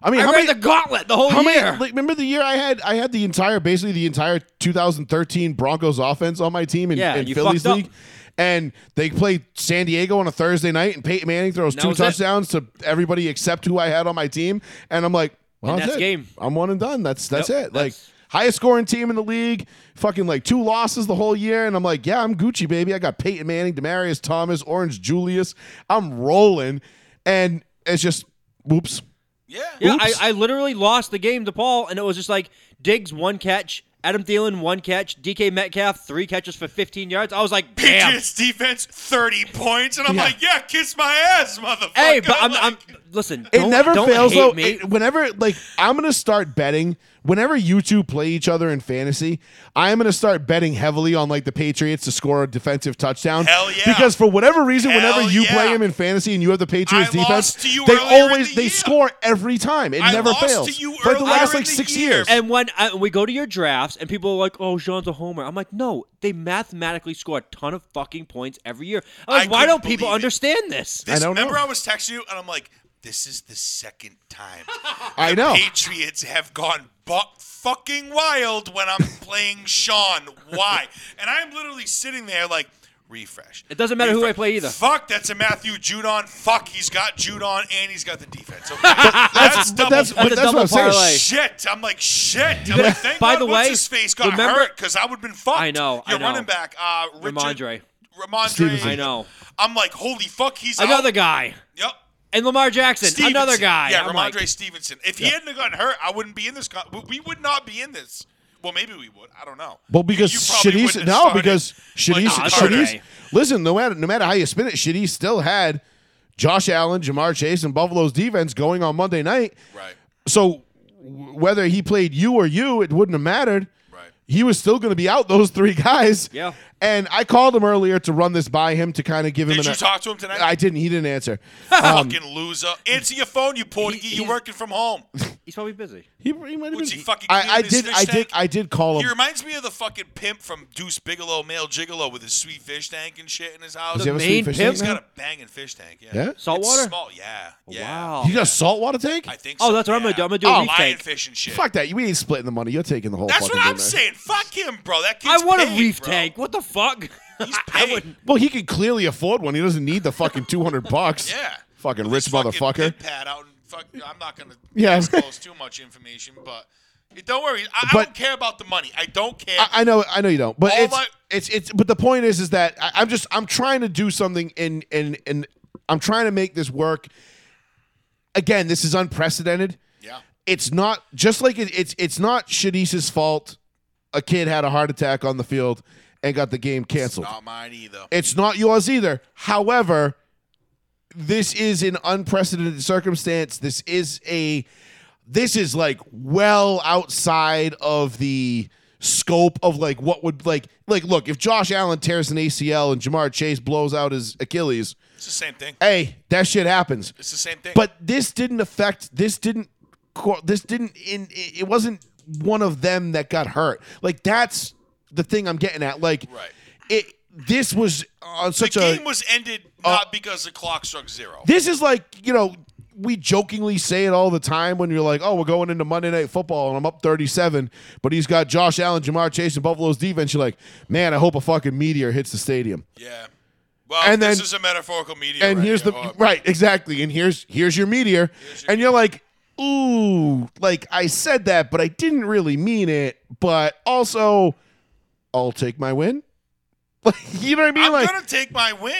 Speaker 1: I mean,
Speaker 3: I
Speaker 1: how
Speaker 3: ran
Speaker 1: many
Speaker 3: the gauntlet the whole
Speaker 1: How
Speaker 3: year.
Speaker 1: many? Like, remember the year I had I had the entire basically the entire 2013 Broncos offense on my team in,
Speaker 3: Yeah,
Speaker 1: in
Speaker 3: and you
Speaker 1: Phillies
Speaker 3: fucked up.
Speaker 1: league, and they played San Diego on a Thursday night, and Peyton Manning throws
Speaker 3: That
Speaker 1: two
Speaker 3: was it.
Speaker 1: touchdowns to everybody except who I had on my team, and I'm like, well,
Speaker 3: And
Speaker 1: that's,
Speaker 3: that's
Speaker 1: it.
Speaker 3: game.
Speaker 1: I'm one and done. That's that's
Speaker 3: Yep,
Speaker 1: it. Like
Speaker 3: that's-
Speaker 1: highest scoring team in the league, fucking like two losses the whole year, and I'm like, yeah, I'm Gucci baby. I got Peyton Manning, Demarius Thomas, Orange Julius. I'm rolling, and it's just whoops.
Speaker 7: Yeah.
Speaker 3: Yeah, I,
Speaker 1: Oops.
Speaker 3: I literally lost the game to Paul, and it was just like Diggs one catch, Adam Thielen one catch, DK Metcalf three catches for 15 yards. I was like, damn.
Speaker 7: Patriots defense, thirty points, and I'm
Speaker 1: Yeah.
Speaker 7: like, yeah, kiss my ass, motherfucker.
Speaker 3: Hey, but I'm,
Speaker 7: like,
Speaker 3: I'm listen.
Speaker 1: It
Speaker 3: don't-
Speaker 1: never
Speaker 3: don't
Speaker 1: fails
Speaker 3: hate
Speaker 1: though.
Speaker 3: Me.
Speaker 1: It- whenever like I'm gonna start betting. Whenever you two play each other in fantasy, I am gonna start betting heavily on like the Patriots to score a defensive touchdown.
Speaker 7: Hell yeah.
Speaker 1: Because for whatever reason, whenever
Speaker 7: Hell
Speaker 1: you
Speaker 7: yeah.
Speaker 1: play him in fantasy and you have the Patriots
Speaker 7: I lost
Speaker 1: defense,
Speaker 7: to you
Speaker 1: they
Speaker 7: earlier in
Speaker 1: always
Speaker 7: the
Speaker 1: they
Speaker 7: year.
Speaker 1: score every time. It
Speaker 7: I
Speaker 1: never
Speaker 7: lost to
Speaker 1: fails.
Speaker 7: you
Speaker 1: for the
Speaker 7: earlier
Speaker 1: last
Speaker 7: in
Speaker 1: like
Speaker 7: the
Speaker 1: six
Speaker 7: year.
Speaker 1: years.
Speaker 3: And when I, we go to your drafts, and people are like, "Oh, Sean's a homer," I'm like, "No, they mathematically score a ton of fucking points every year." I'm like,
Speaker 7: I
Speaker 3: "Why
Speaker 7: couldn't
Speaker 3: don't people
Speaker 7: believe it.
Speaker 3: understand this?"
Speaker 7: This,
Speaker 1: I don't
Speaker 7: remember
Speaker 1: know.
Speaker 7: I was texting you, and I'm like, this is the second time
Speaker 1: I know.
Speaker 7: Patriots have gone buck fucking wild when I'm playing Sean. Why? And I'm literally sitting there like, refresh.
Speaker 3: It doesn't matter who
Speaker 7: refresh.
Speaker 3: I play either.
Speaker 7: Fuck, that's a Matthew Judon. Fuck, he's got Judon and he's got the defense. Okay. that's
Speaker 1: But
Speaker 7: double.
Speaker 1: that's,
Speaker 3: That's a
Speaker 1: but that's what
Speaker 3: double
Speaker 1: I'm saying.
Speaker 3: parlay.
Speaker 7: Shit! I'm like shit. I'm like, thank
Speaker 3: By
Speaker 7: God
Speaker 3: the
Speaker 7: what's
Speaker 3: way,
Speaker 7: his face got
Speaker 3: remember-
Speaker 7: hurt because I would have been fucked.
Speaker 3: I know, I
Speaker 7: Your
Speaker 3: know.
Speaker 7: running back, uh, Richard,
Speaker 3: Ramondre.
Speaker 7: Ramondre.
Speaker 1: Stevenson.
Speaker 3: I know.
Speaker 7: I'm like, holy fuck, he's
Speaker 3: Another
Speaker 7: out.
Speaker 3: guy.
Speaker 7: Yep.
Speaker 3: And Lamar Jackson,
Speaker 7: Stevenson.
Speaker 3: another guy.
Speaker 7: Yeah,
Speaker 3: I'm
Speaker 7: Ramondre
Speaker 3: like,
Speaker 7: Stevenson. If he hadn't have gotten hurt, I wouldn't be in this. Con- we would not be in this. Well, maybe we would. I don't know.
Speaker 1: Well, because
Speaker 7: You probably
Speaker 1: Shadis,
Speaker 7: wouldn't have
Speaker 1: no,
Speaker 7: started,
Speaker 1: because Shadis,
Speaker 7: like,
Speaker 3: that's
Speaker 7: Carter.
Speaker 1: Shadis,
Speaker 3: okay.
Speaker 1: listen, no matter no matter how you spin it, Shadis still had Josh Allen, Jamar Chase, and Buffalo's defense going on Monday night.
Speaker 7: Right.
Speaker 1: So w- whether he played you or you, it wouldn't have mattered.
Speaker 7: Right.
Speaker 1: He was still going to be out those three guys.
Speaker 3: Yeah.
Speaker 1: And I called him earlier to run this by him to kind of give him.
Speaker 7: Did
Speaker 1: an,
Speaker 7: you talk to him tonight?
Speaker 1: I didn't. He didn't answer. Um,
Speaker 7: fucking loser. Answer your phone, you Portuguese.
Speaker 3: He-
Speaker 7: you
Speaker 3: he's-
Speaker 7: working from home.
Speaker 3: he's probably busy.
Speaker 1: He, he might have
Speaker 7: Was
Speaker 1: been-
Speaker 7: he fucking
Speaker 1: I, I
Speaker 7: cleaning his
Speaker 1: did.
Speaker 7: fish
Speaker 1: I did.
Speaker 7: tank?
Speaker 1: I did call
Speaker 7: He
Speaker 1: him.
Speaker 7: reminds me of the fucking pimp from Deuce Bigelow, Male Gigolo, with his sweet fish tank and shit in his house.
Speaker 1: Does he have a
Speaker 3: The
Speaker 1: sweet
Speaker 3: main
Speaker 1: fish
Speaker 3: pimp?
Speaker 1: tank
Speaker 7: He's
Speaker 1: now?
Speaker 7: got a banging fish tank. Yeah.
Speaker 1: Yeah?
Speaker 7: It's
Speaker 3: Saltwater?
Speaker 7: small. Yeah. Yeah.
Speaker 3: Wow.
Speaker 1: He got a saltwater tank.
Speaker 7: I think.
Speaker 3: Oh,
Speaker 7: so,
Speaker 3: that's what I'm gonna
Speaker 7: yeah.
Speaker 3: do. I'm gonna do a
Speaker 1: Oh,
Speaker 3: reef tank.
Speaker 7: lionfish and shit.
Speaker 1: Fuck that. We ain't splitting the money. You're taking the whole.
Speaker 7: That's
Speaker 1: fucking
Speaker 7: what I'm
Speaker 1: dinner.
Speaker 7: saying. Fuck him, bro. That kid's
Speaker 3: I want a
Speaker 7: paid,
Speaker 3: reef
Speaker 7: bro.
Speaker 3: tank. What the fuck?
Speaker 7: He's
Speaker 3: I
Speaker 7: paid.
Speaker 3: wouldn't.
Speaker 1: Well, he can clearly afford one. He doesn't need the fucking two hundred bucks.
Speaker 7: Yeah.
Speaker 1: Fucking
Speaker 7: Well,
Speaker 1: rich
Speaker 7: this fucking
Speaker 1: motherfucker.
Speaker 7: pimp Pad out and fuck, I'm not gonna
Speaker 1: Yeah.
Speaker 7: disclose too much information, but it- don't worry. I, I
Speaker 1: But-
Speaker 7: don't care about the money. I don't care.
Speaker 1: I, I know. I know you don't. But
Speaker 7: All
Speaker 1: it's,
Speaker 7: I-
Speaker 1: it's it's But the point is, is that I, I'm just I'm trying to do something and and and I'm trying to make this work. Again, this is unprecedented.
Speaker 7: yeah.
Speaker 1: it's not just like it, it's it's not Shadice's fault. A kid had a heart attack on the field and got the game canceled.
Speaker 7: Not mine either.
Speaker 1: It's not yours either. However, this is an unprecedented circumstance. This is a this is like well outside of the scope of like what would like like look if Josh Allen tears an ACL and Jamar Chase blows out his Achilles.
Speaker 7: It's the same thing.
Speaker 1: Hey, that shit happens.
Speaker 7: It's the same thing.
Speaker 1: But this didn't affect. This didn't. co- This didn't. In it it wasn't one of them that got hurt. Like that's the thing I'm getting at. Like
Speaker 7: Right.
Speaker 1: it. This was on
Speaker 7: the
Speaker 1: such a. Oh.
Speaker 7: game was ended not because the clock struck zero.
Speaker 1: this is like you know we jokingly say it all the time when you're like, oh, we're going into Monday Night Football and I'm up 37, but he's got Josh Allen, Jamar Chase, and Buffalo's defense. You're like, man, I hope a fucking meteor hits the stadium.
Speaker 7: yeah. Well,
Speaker 1: And
Speaker 7: this
Speaker 1: then-
Speaker 7: is a metaphorical media.
Speaker 1: and
Speaker 7: right
Speaker 1: here's
Speaker 7: here.
Speaker 1: the
Speaker 7: Oh,
Speaker 1: right exactly and here's here's your meteor and you're like ooh like i said that but i didn't really mean it but also i'll take my win like you know what i mean
Speaker 7: I'm
Speaker 1: like
Speaker 7: gonna take my win.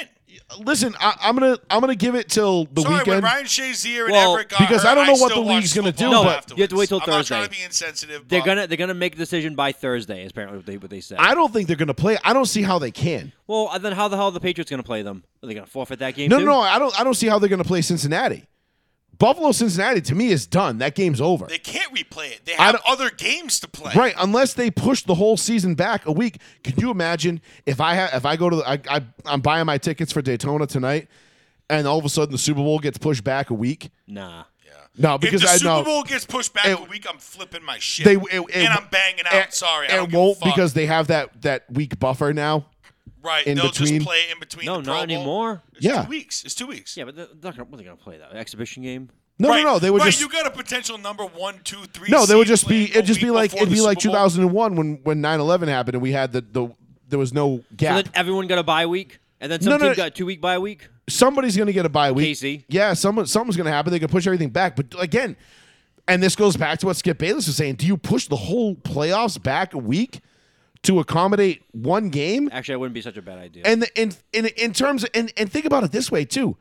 Speaker 1: listen I, i'm gonna i'm gonna give it till the
Speaker 7: Sorry, when
Speaker 1: weekend
Speaker 7: Ryan Shazier and
Speaker 3: Well,
Speaker 7: Everett got
Speaker 1: because
Speaker 7: hurt,
Speaker 1: I don't know what
Speaker 7: still
Speaker 1: the league's
Speaker 7: watched
Speaker 1: gonna do,
Speaker 7: football
Speaker 1: but-
Speaker 7: afterwards.
Speaker 3: You have to wait till
Speaker 7: I'm not trying to
Speaker 3: Thursday.
Speaker 7: be insensitive.
Speaker 3: They're
Speaker 7: but-
Speaker 3: gonna they're gonna make a decision by Thursday. Is apparently what they, what they said.
Speaker 1: i don't think they're gonna play i don't see how they can
Speaker 3: well, then how the hell are the Patriots gonna play them? Are they gonna forfeit that game?
Speaker 1: no
Speaker 3: too?
Speaker 1: no no i don't i don't see how they're gonna play cincinnati buffalo cincinnati to me is done that game's over
Speaker 7: They can't replay it. They
Speaker 1: I
Speaker 7: have
Speaker 1: don't-
Speaker 7: other games to play.
Speaker 1: Right, unless they push the whole season back a week. Can you imagine if I have if I go to the, I, I I'm buying my tickets for Daytona tonight, and all of a sudden the Super Bowl gets pushed back a week?
Speaker 3: Nah.
Speaker 1: No,
Speaker 7: if
Speaker 1: because
Speaker 7: the
Speaker 1: I
Speaker 7: Super
Speaker 1: know
Speaker 7: Bowl gets pushed back
Speaker 1: It-
Speaker 7: a week, I'm flipping my shit.
Speaker 1: they it- it-
Speaker 7: and I'm banging out.
Speaker 1: it-
Speaker 7: Sorry,
Speaker 1: it
Speaker 7: I don't give a
Speaker 1: won't
Speaker 7: fuck.
Speaker 1: because they have that that week buffer now.
Speaker 7: right,
Speaker 1: in
Speaker 7: they'll
Speaker 1: between-
Speaker 7: just play in between.
Speaker 3: No,
Speaker 7: the Pro
Speaker 3: not
Speaker 7: Bowl.
Speaker 3: anymore.
Speaker 7: It's
Speaker 1: Yeah.
Speaker 7: two weeks. It's two weeks.
Speaker 3: Yeah, but they're not gonna, what are they gonna play that exhibition game?
Speaker 1: No,
Speaker 7: right.
Speaker 1: no, no. They would
Speaker 7: right,
Speaker 1: just
Speaker 7: You got a potential number one, two, three.
Speaker 1: no. They would
Speaker 7: seed
Speaker 1: just be
Speaker 7: playing a
Speaker 1: it'd just be
Speaker 7: week
Speaker 1: like
Speaker 7: before
Speaker 1: it'd be
Speaker 7: the
Speaker 1: like
Speaker 7: Super Bowl.
Speaker 1: 2001 when when 9/11 happened and we had the the there was no
Speaker 3: So
Speaker 1: gap.
Speaker 3: then everyone got a bye week, and then some
Speaker 1: No, no,
Speaker 3: team
Speaker 1: no.
Speaker 3: got a two week bye week.
Speaker 1: somebody's going to get a bye week.
Speaker 3: Casey.
Speaker 1: Yeah, someone something's going to happen. They can push everything back. But again, and this goes back to what Skip Bayless was saying. Do you push the whole playoffs back a week to accommodate one game?
Speaker 3: Actually, that wouldn't be such a bad idea.
Speaker 1: And the, in, in in terms of, and and think about it this way too.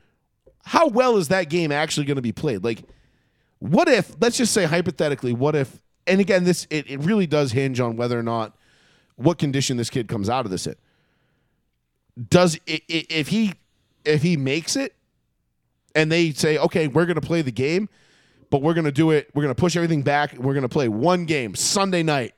Speaker 1: How well is that game actually going to be played? Like, what if? Let's just say hypothetically, what if? And again, this it, it really does hinge on whether or not what condition this kid comes out of this in. Does i- i- if he if he makes it, and they say, okay, we're going to play the game, but we're going to do it. We're going to push everything back. We're going to play one game Sunday night.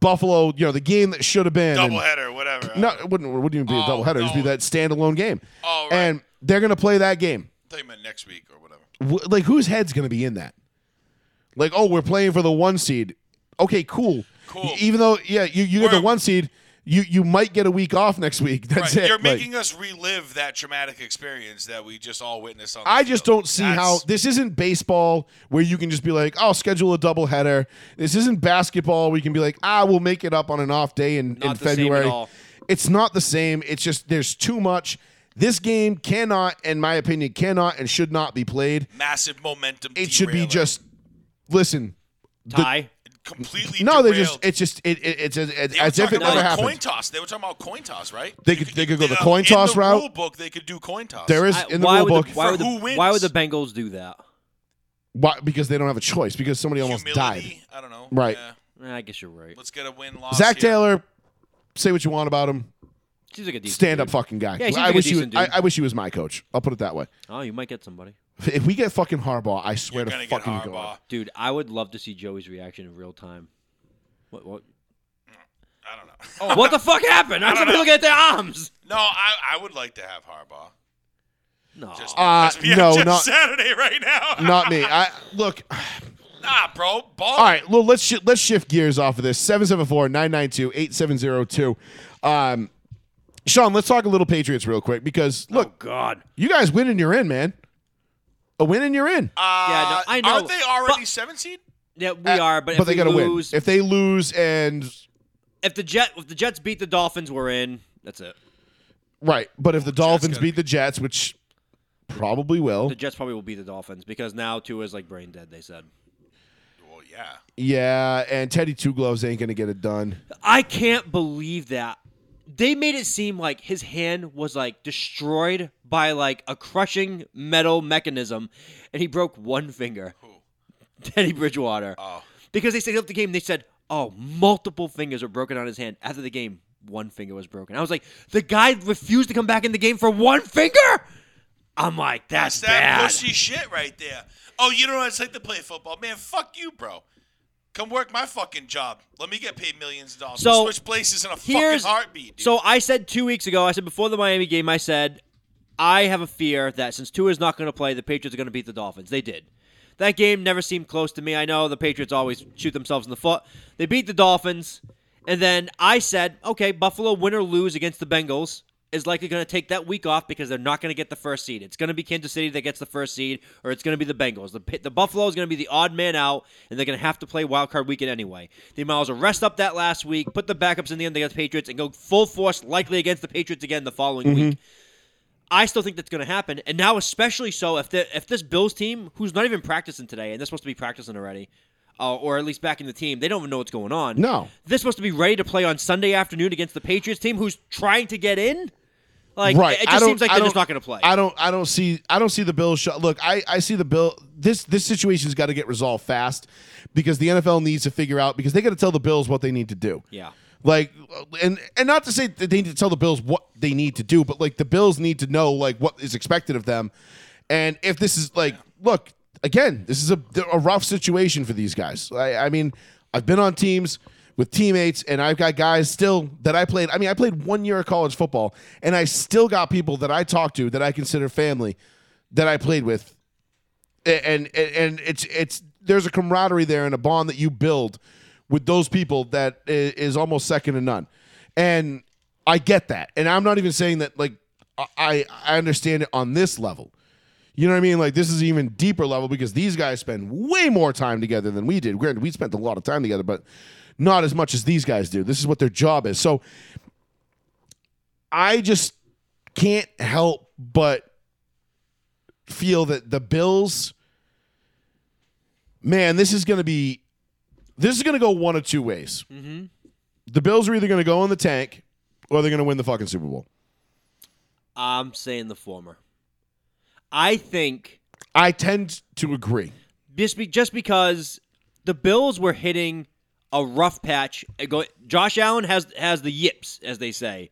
Speaker 1: Buffalo, you know, the game that should have been and-
Speaker 7: doubleheader, watever.
Speaker 1: no, it wouldn't. It wouldn't even be a
Speaker 7: Oh,
Speaker 1: doubleheader. It'd just be
Speaker 7: no.
Speaker 1: that standalone game.
Speaker 7: Oh, right.
Speaker 1: And they're gonna play that game.
Speaker 7: I thought you meant next week or whatever.
Speaker 1: W- like, whose head's gonna be in that? Like, oh, we're playing for the one seed. Okay, cool.
Speaker 7: Cool.
Speaker 1: Y- even though, yeah, you you get the
Speaker 7: We're-
Speaker 1: one seed. You you might get a week off next week. That's
Speaker 7: right.
Speaker 1: it.
Speaker 7: You're
Speaker 1: Like,
Speaker 7: making us relive that traumatic experience that we just all witnessed on. The
Speaker 1: I just
Speaker 7: field.
Speaker 1: don't see
Speaker 7: That's-
Speaker 1: how this isn't baseball where you can just be like, "I'll schedule a doubleheader." This isn't basketball where you can be like, "Ah, we'll make it up on an off day in, in
Speaker 3: Not the same at
Speaker 1: February."
Speaker 3: all.
Speaker 1: It's not the same. It's just there's too much. This game cannot, in my opinion, cannot and should not be played.
Speaker 7: massive momentum.
Speaker 1: It should be
Speaker 7: derailer.
Speaker 1: just listen.
Speaker 3: Tie.
Speaker 7: completely
Speaker 1: No, they
Speaker 7: derailed.
Speaker 1: just it's just it, it it's as,
Speaker 7: They were
Speaker 1: as if
Speaker 7: talking
Speaker 1: it never
Speaker 7: about
Speaker 1: happened.
Speaker 7: Coin toss. They were talking about coin toss, right?
Speaker 1: They could- they could go the coin
Speaker 7: uh, in
Speaker 1: toss
Speaker 7: the
Speaker 1: route.
Speaker 7: Rule book, they could do coin toss.
Speaker 1: There is
Speaker 3: I-
Speaker 1: in the
Speaker 3: why
Speaker 1: rule
Speaker 3: would
Speaker 1: book
Speaker 3: why,
Speaker 7: For
Speaker 3: would
Speaker 7: who
Speaker 3: the,
Speaker 7: wins?
Speaker 3: why would the Bengals do that?
Speaker 1: why, because they don't have a choice because somebody almost died.
Speaker 7: Humility? I don't know.
Speaker 1: Right.
Speaker 7: Yeah.
Speaker 3: Eh, I guess you're right.
Speaker 7: Let's get a win loss.
Speaker 1: Zach
Speaker 7: here.
Speaker 1: Taylor, say what you want about him,
Speaker 3: Seems like a decent
Speaker 1: stand up
Speaker 3: dude.
Speaker 1: fucking guy.
Speaker 3: Yeah, he seems
Speaker 1: I
Speaker 3: like a
Speaker 1: wish he was,
Speaker 3: decent
Speaker 1: I,
Speaker 3: dude.
Speaker 1: I wish he was my coach. I'll put it that way.
Speaker 3: Oh, you might get somebody,
Speaker 1: If we get fucking Harbaugh, I
Speaker 7: You're
Speaker 1: swear to
Speaker 7: gonna get
Speaker 1: fucking
Speaker 7: Harbaugh.
Speaker 1: God.
Speaker 3: dude. I would love to see Joey's reaction in real time. What? What?
Speaker 7: I don't know.
Speaker 3: what the fuck happened? Oh. I people get their arms.
Speaker 7: No, I, I would like to have Harbaugh.
Speaker 3: No.
Speaker 7: Just,
Speaker 1: Uh,
Speaker 7: just- yeah,
Speaker 1: no,
Speaker 7: just
Speaker 1: not-
Speaker 7: Saturday right now.
Speaker 1: Not me. I look.
Speaker 7: Nah, bro. Ball.
Speaker 1: All right, well, let's sh- let's shift gears off of this. 774-992-8702. Um Sean, let's talk a little Patriots real quick because look,
Speaker 3: oh God.
Speaker 1: you guys win and you're in, man. A win and you're in.
Speaker 7: Uh,
Speaker 3: Yeah, no, I know,
Speaker 7: Aren't they already
Speaker 3: but-
Speaker 7: seven seed?
Speaker 3: Yeah, we are. But, if
Speaker 1: they
Speaker 3: we
Speaker 1: gotta
Speaker 3: lose,
Speaker 1: win. If they lose and
Speaker 3: if the Jet if the Jets beat the Dolphins, we're in. That's it.
Speaker 1: right, but if the Dolphins
Speaker 7: gotta
Speaker 1: beat the Jets, which probably will,
Speaker 3: The Jets probably will beat the Dolphins because now Tua is like brain dead. They said.
Speaker 7: Well, yeah.
Speaker 1: yeah, and Teddy Two Gloves ain't gonna get it done.
Speaker 3: I can't believe that. They made it seem like his hand was like destroyed by like a crushing metal mechanism and he broke one finger. Teddy Bridgewater.
Speaker 7: Oh.
Speaker 3: Because they said up the game, they said, oh, multiple fingers were broken on his hand. After the game, one finger was broken. I was like, the guy refused to come back in the game for one finger? I'm like, that's,
Speaker 7: That's that
Speaker 3: bad.
Speaker 7: pussy shit right there. Oh, you don't know what it's like to play football, man. Fuck you, bro. Come work my fucking job. Let me get paid millions of dollars.
Speaker 3: So,
Speaker 7: switch places in a fucking
Speaker 3: Here's-
Speaker 7: heartbeat. Dude.
Speaker 3: So I said two weeks ago, I said before the Miami game, I said, I have a fear that since Tua is not going to play, the Patriots are going to beat the Dolphins. They did. That game never seemed close to me. I know the Patriots always shoot themselves in the foot. They beat the Dolphins. And then I said, okay, Buffalo win or lose against the Bengals is likely going to take that week off because they're not going to get the first seed. It's going to be Kansas City that gets the first seed, or it's going to be the Bengals. The, P- the Buffalo is going to be the odd man out, and they're going to have to play wild card weekend anyway. They might as well rest up that last week, put the backups in the end against the Patriots, and go full force likely against the Patriots again the following week. I still think that's going to happen, and now especially so if the, if this Bills team, who's not even practicing today, and they're supposed to be practicing already, uh, or at least back in the team, they don't even know what's going on.
Speaker 1: No.
Speaker 3: they're supposed to be ready to play on Sunday afternoon against the Patriots team, who's trying to get in. Like,
Speaker 1: right.
Speaker 3: it
Speaker 1: I
Speaker 3: just
Speaker 1: don't-
Speaker 3: seems like
Speaker 1: I
Speaker 3: they're just
Speaker 1: don't-
Speaker 3: not going to play.
Speaker 1: I don't. I don't see. I don't see the bill. Sh- Look, I. I see the bill. This this situation's got to get resolved fast because the NFL needs to figure out because they got to tell the Bills what they need to do.
Speaker 3: Yeah.
Speaker 1: Like, and and not to say that they need to tell the Bills what they need to do, but like the Bills need to know like what is expected of them, and if this is like, look again, this is a a rough situation for these guys. I, I mean, I've been on teams with teammates and I've got guys still that I played. I mean, I played one year of college football and I still got people that I talk to that I consider family that I played with. A- And and, and it's it's there's a camaraderie there and a bond that you build with those people that i- is almost second to none. And I get that. And I'm not even saying that like I I understand it on this level. You know what I mean? Like this is even deeper level because these guys spend way more time together than we did. Granted, we spent a lot of time together, but not as much as these guys do. This is what their job is. So I just can't help but feel that the Bills, man, this is going to be, this is going to go one of two ways. The Bills are either going to go in the tank or they're going to win the fucking Super Bowl.
Speaker 3: I'm saying the former. I think
Speaker 1: I tend to agree.
Speaker 3: just be, just because the Bills were hitting a rough patch. uh, Go- Josh Allen has has the yips, as they say.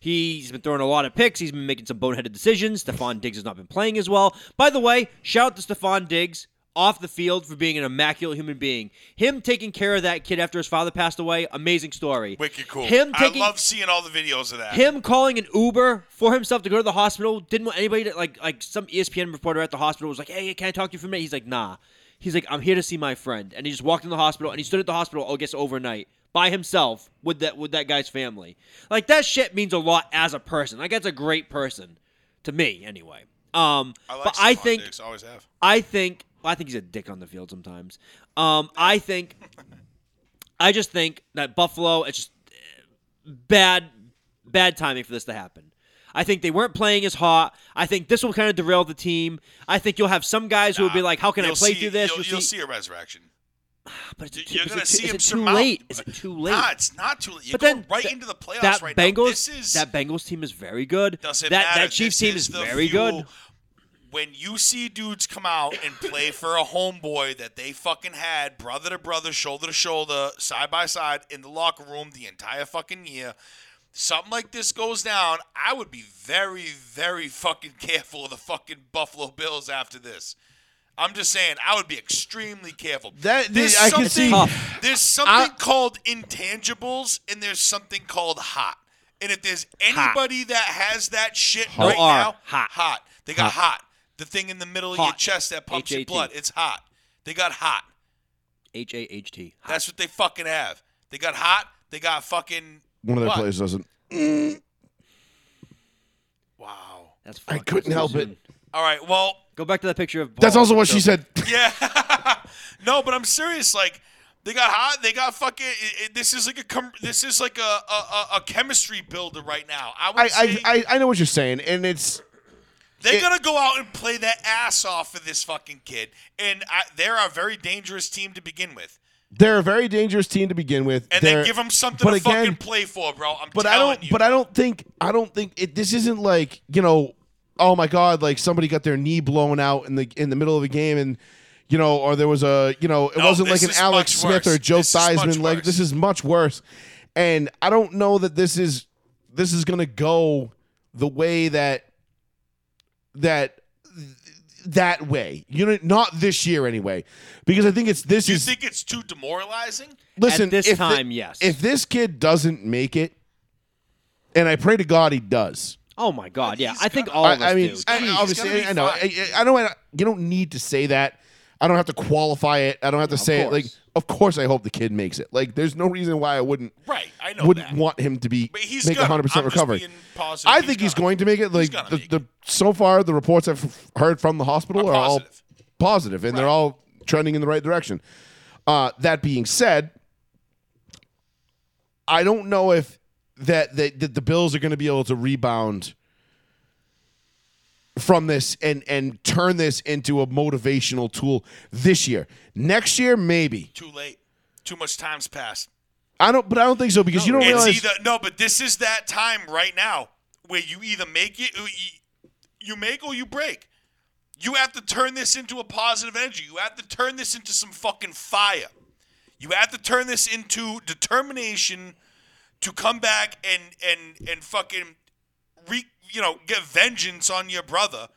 Speaker 3: He's been throwing a lot of picks. He's been making some boneheaded decisions. Stephon Diggs has not been playing as well. By the way, shout out to Stephon Diggs off the field for being an immaculate human being. Him taking care of that kid after his father passed away, amazing story.
Speaker 7: wicked cool.
Speaker 3: Him taking
Speaker 7: I love seeing all the videos of that.
Speaker 3: him calling an Uber for himself to go to the hospital didn't want anybody to like like some E ESPN reporter at the hospital was like, "Hey, can I talk to you for a minute?" He's like, "Nah." He's like, "I'm here to see my friend," and he just walked in the hospital and he stood at the hospital, I guess, overnight by himself with that with that guy's family. Like that shit means a lot as a person. Like that's a great person to me, anyway. Um,
Speaker 7: I like
Speaker 3: but I
Speaker 7: Stephon
Speaker 3: think
Speaker 7: Diggs, always have.
Speaker 3: I think well, I think he's a dick on the field sometimes. Um, I think I just think that Buffalo it's just eh, bad bad timing for this to happen. I think they weren't playing as hot. I think this will kind of derail the team. I think you'll have some guys who will be like, "How can I
Speaker 7: You'll
Speaker 3: play
Speaker 7: see-
Speaker 3: through this?"
Speaker 7: You'll,
Speaker 3: You'll
Speaker 7: you'll see a resurrection.
Speaker 3: But is it too,
Speaker 7: You're
Speaker 3: is
Speaker 7: gonna
Speaker 3: it too,
Speaker 7: see
Speaker 3: is
Speaker 7: him
Speaker 3: it too
Speaker 7: surmount.
Speaker 3: late? Is it too late?
Speaker 7: Nah, it's not too late. You're
Speaker 3: but
Speaker 7: going
Speaker 3: then
Speaker 7: right
Speaker 3: th-
Speaker 7: into the playoffs
Speaker 3: that
Speaker 7: right
Speaker 3: Bengals,
Speaker 7: now. This is
Speaker 3: that Bengals team is very good.
Speaker 7: doesn't
Speaker 3: that
Speaker 7: matter.
Speaker 3: that Chiefs
Speaker 7: This
Speaker 3: team is,
Speaker 7: the
Speaker 3: very
Speaker 7: fuel.
Speaker 3: good.
Speaker 7: When you see dudes come out and play for a homeboy that they fucking had brother to brother, shoulder to shoulder, side by side in the locker room the entire fucking year, something like this goes down, I would be very, very fucking careful of the fucking Buffalo Bills after this. I'm just saying, I would be extremely careful.
Speaker 1: That-
Speaker 7: there's
Speaker 1: I can
Speaker 7: something-
Speaker 1: see-
Speaker 3: Tough.
Speaker 7: There's something
Speaker 1: I-
Speaker 7: called intangibles, and there's something called hot. And if there's anybody that has that shit
Speaker 3: Hot.
Speaker 7: right
Speaker 3: No R.
Speaker 7: now,
Speaker 3: Hot.
Speaker 7: hot. They got hot. The thing in the middle of your
Speaker 3: Hot.
Speaker 7: chest that pumps your
Speaker 3: H A T.
Speaker 7: blood, it's hot. They got hot.
Speaker 3: H A H T.
Speaker 7: That's what they fucking have. They got hot. They got fucking.
Speaker 1: One of their
Speaker 7: what?
Speaker 1: players doesn't.
Speaker 7: Wow.
Speaker 3: That's
Speaker 1: I
Speaker 3: fucking
Speaker 1: couldn't
Speaker 3: so
Speaker 1: help it.
Speaker 3: soon.
Speaker 7: All right. Well,
Speaker 3: Go back to that picture of.
Speaker 1: That's
Speaker 3: Paul.
Speaker 1: also what she
Speaker 3: So-
Speaker 1: said.
Speaker 7: Yeah. no, but I'm serious. Like they got hot. They got fucking. It, it, this is like a. Com- this is like a, a a- a chemistry builder right now. I would
Speaker 1: I,
Speaker 7: say
Speaker 1: I, I, I know what you're saying, and it's
Speaker 7: they're
Speaker 1: it-
Speaker 7: gonna go out and play their ass off for this fucking kid, and I, they're a very dangerous team to begin with.
Speaker 1: they're a very dangerous team to begin with.
Speaker 7: And then
Speaker 1: They're-
Speaker 7: give them something
Speaker 1: but
Speaker 7: to
Speaker 1: again,
Speaker 7: fucking play for, bro. I'm
Speaker 1: But I
Speaker 7: telling
Speaker 1: don't.
Speaker 7: you.
Speaker 1: But I don't think. I don't think it, this isn't like you know. Oh my God! Like somebody got their knee blown out in the in the middle of a game, and you know, or there was a you know, it
Speaker 7: No,
Speaker 1: wasn't
Speaker 7: this
Speaker 1: like an
Speaker 7: is
Speaker 1: Alex
Speaker 7: much
Speaker 1: Smith
Speaker 7: worse.
Speaker 1: or Joe
Speaker 7: This is much
Speaker 1: Theismann. Like
Speaker 7: worse.
Speaker 1: this is much worse. And I don't know that this is this is gonna go the way that that that way. You know, not this year anyway, because I think it's this
Speaker 7: Do you
Speaker 1: is
Speaker 7: think it's too demoralizing?
Speaker 1: Listen,
Speaker 3: At this
Speaker 1: if the-
Speaker 3: time, yes.
Speaker 1: If this kid doesn't make it, and I pray to God he does.
Speaker 3: Oh my God! Yeah,
Speaker 7: He's
Speaker 3: I think
Speaker 7: gonna-
Speaker 3: all of
Speaker 1: I, I
Speaker 3: us
Speaker 1: mean,
Speaker 3: do.
Speaker 1: I-
Speaker 7: Jeez, he's
Speaker 1: obviously,
Speaker 7: gonna
Speaker 1: I,
Speaker 7: be
Speaker 1: know. I, I know. I, you don't need to say that. I don't have to qualify it. I don't have to say it. Like,
Speaker 3: course.
Speaker 1: of course, I hope the kid makes it. Like, there's no reason why I wouldn't.
Speaker 7: Right, I know
Speaker 1: Wouldn't
Speaker 7: that.
Speaker 1: want him to be
Speaker 7: But he's
Speaker 1: make
Speaker 7: gonna.
Speaker 1: 100 percent
Speaker 7: I'm just
Speaker 1: recovery.
Speaker 7: being positive
Speaker 1: I
Speaker 7: he's
Speaker 1: think he's
Speaker 7: gonna.
Speaker 1: going to make it. Like
Speaker 7: gonna
Speaker 1: the,
Speaker 7: make
Speaker 1: the so far, the reports I've f- heard from the hospital
Speaker 7: Are
Speaker 1: are, all
Speaker 7: positive.
Speaker 1: positive, and they're
Speaker 7: Right.
Speaker 1: all trending in the right direction. Uh, that being said, I don't know if that that, that the Bills are going to be able to rebound from this and and turn this into a motivational tool this year. Next year, maybe
Speaker 7: Too late. Too much time's passed.
Speaker 1: I don't, but I don't think so because you don't
Speaker 7: It's
Speaker 1: realize.
Speaker 7: either no, but this is that time right now where you either make it, or you- you make or you break. You have to turn this into a positive energy. You have to turn this into some fucking fire. You have to turn this into determination to come back and and and fucking re, you know get vengeance on your brother.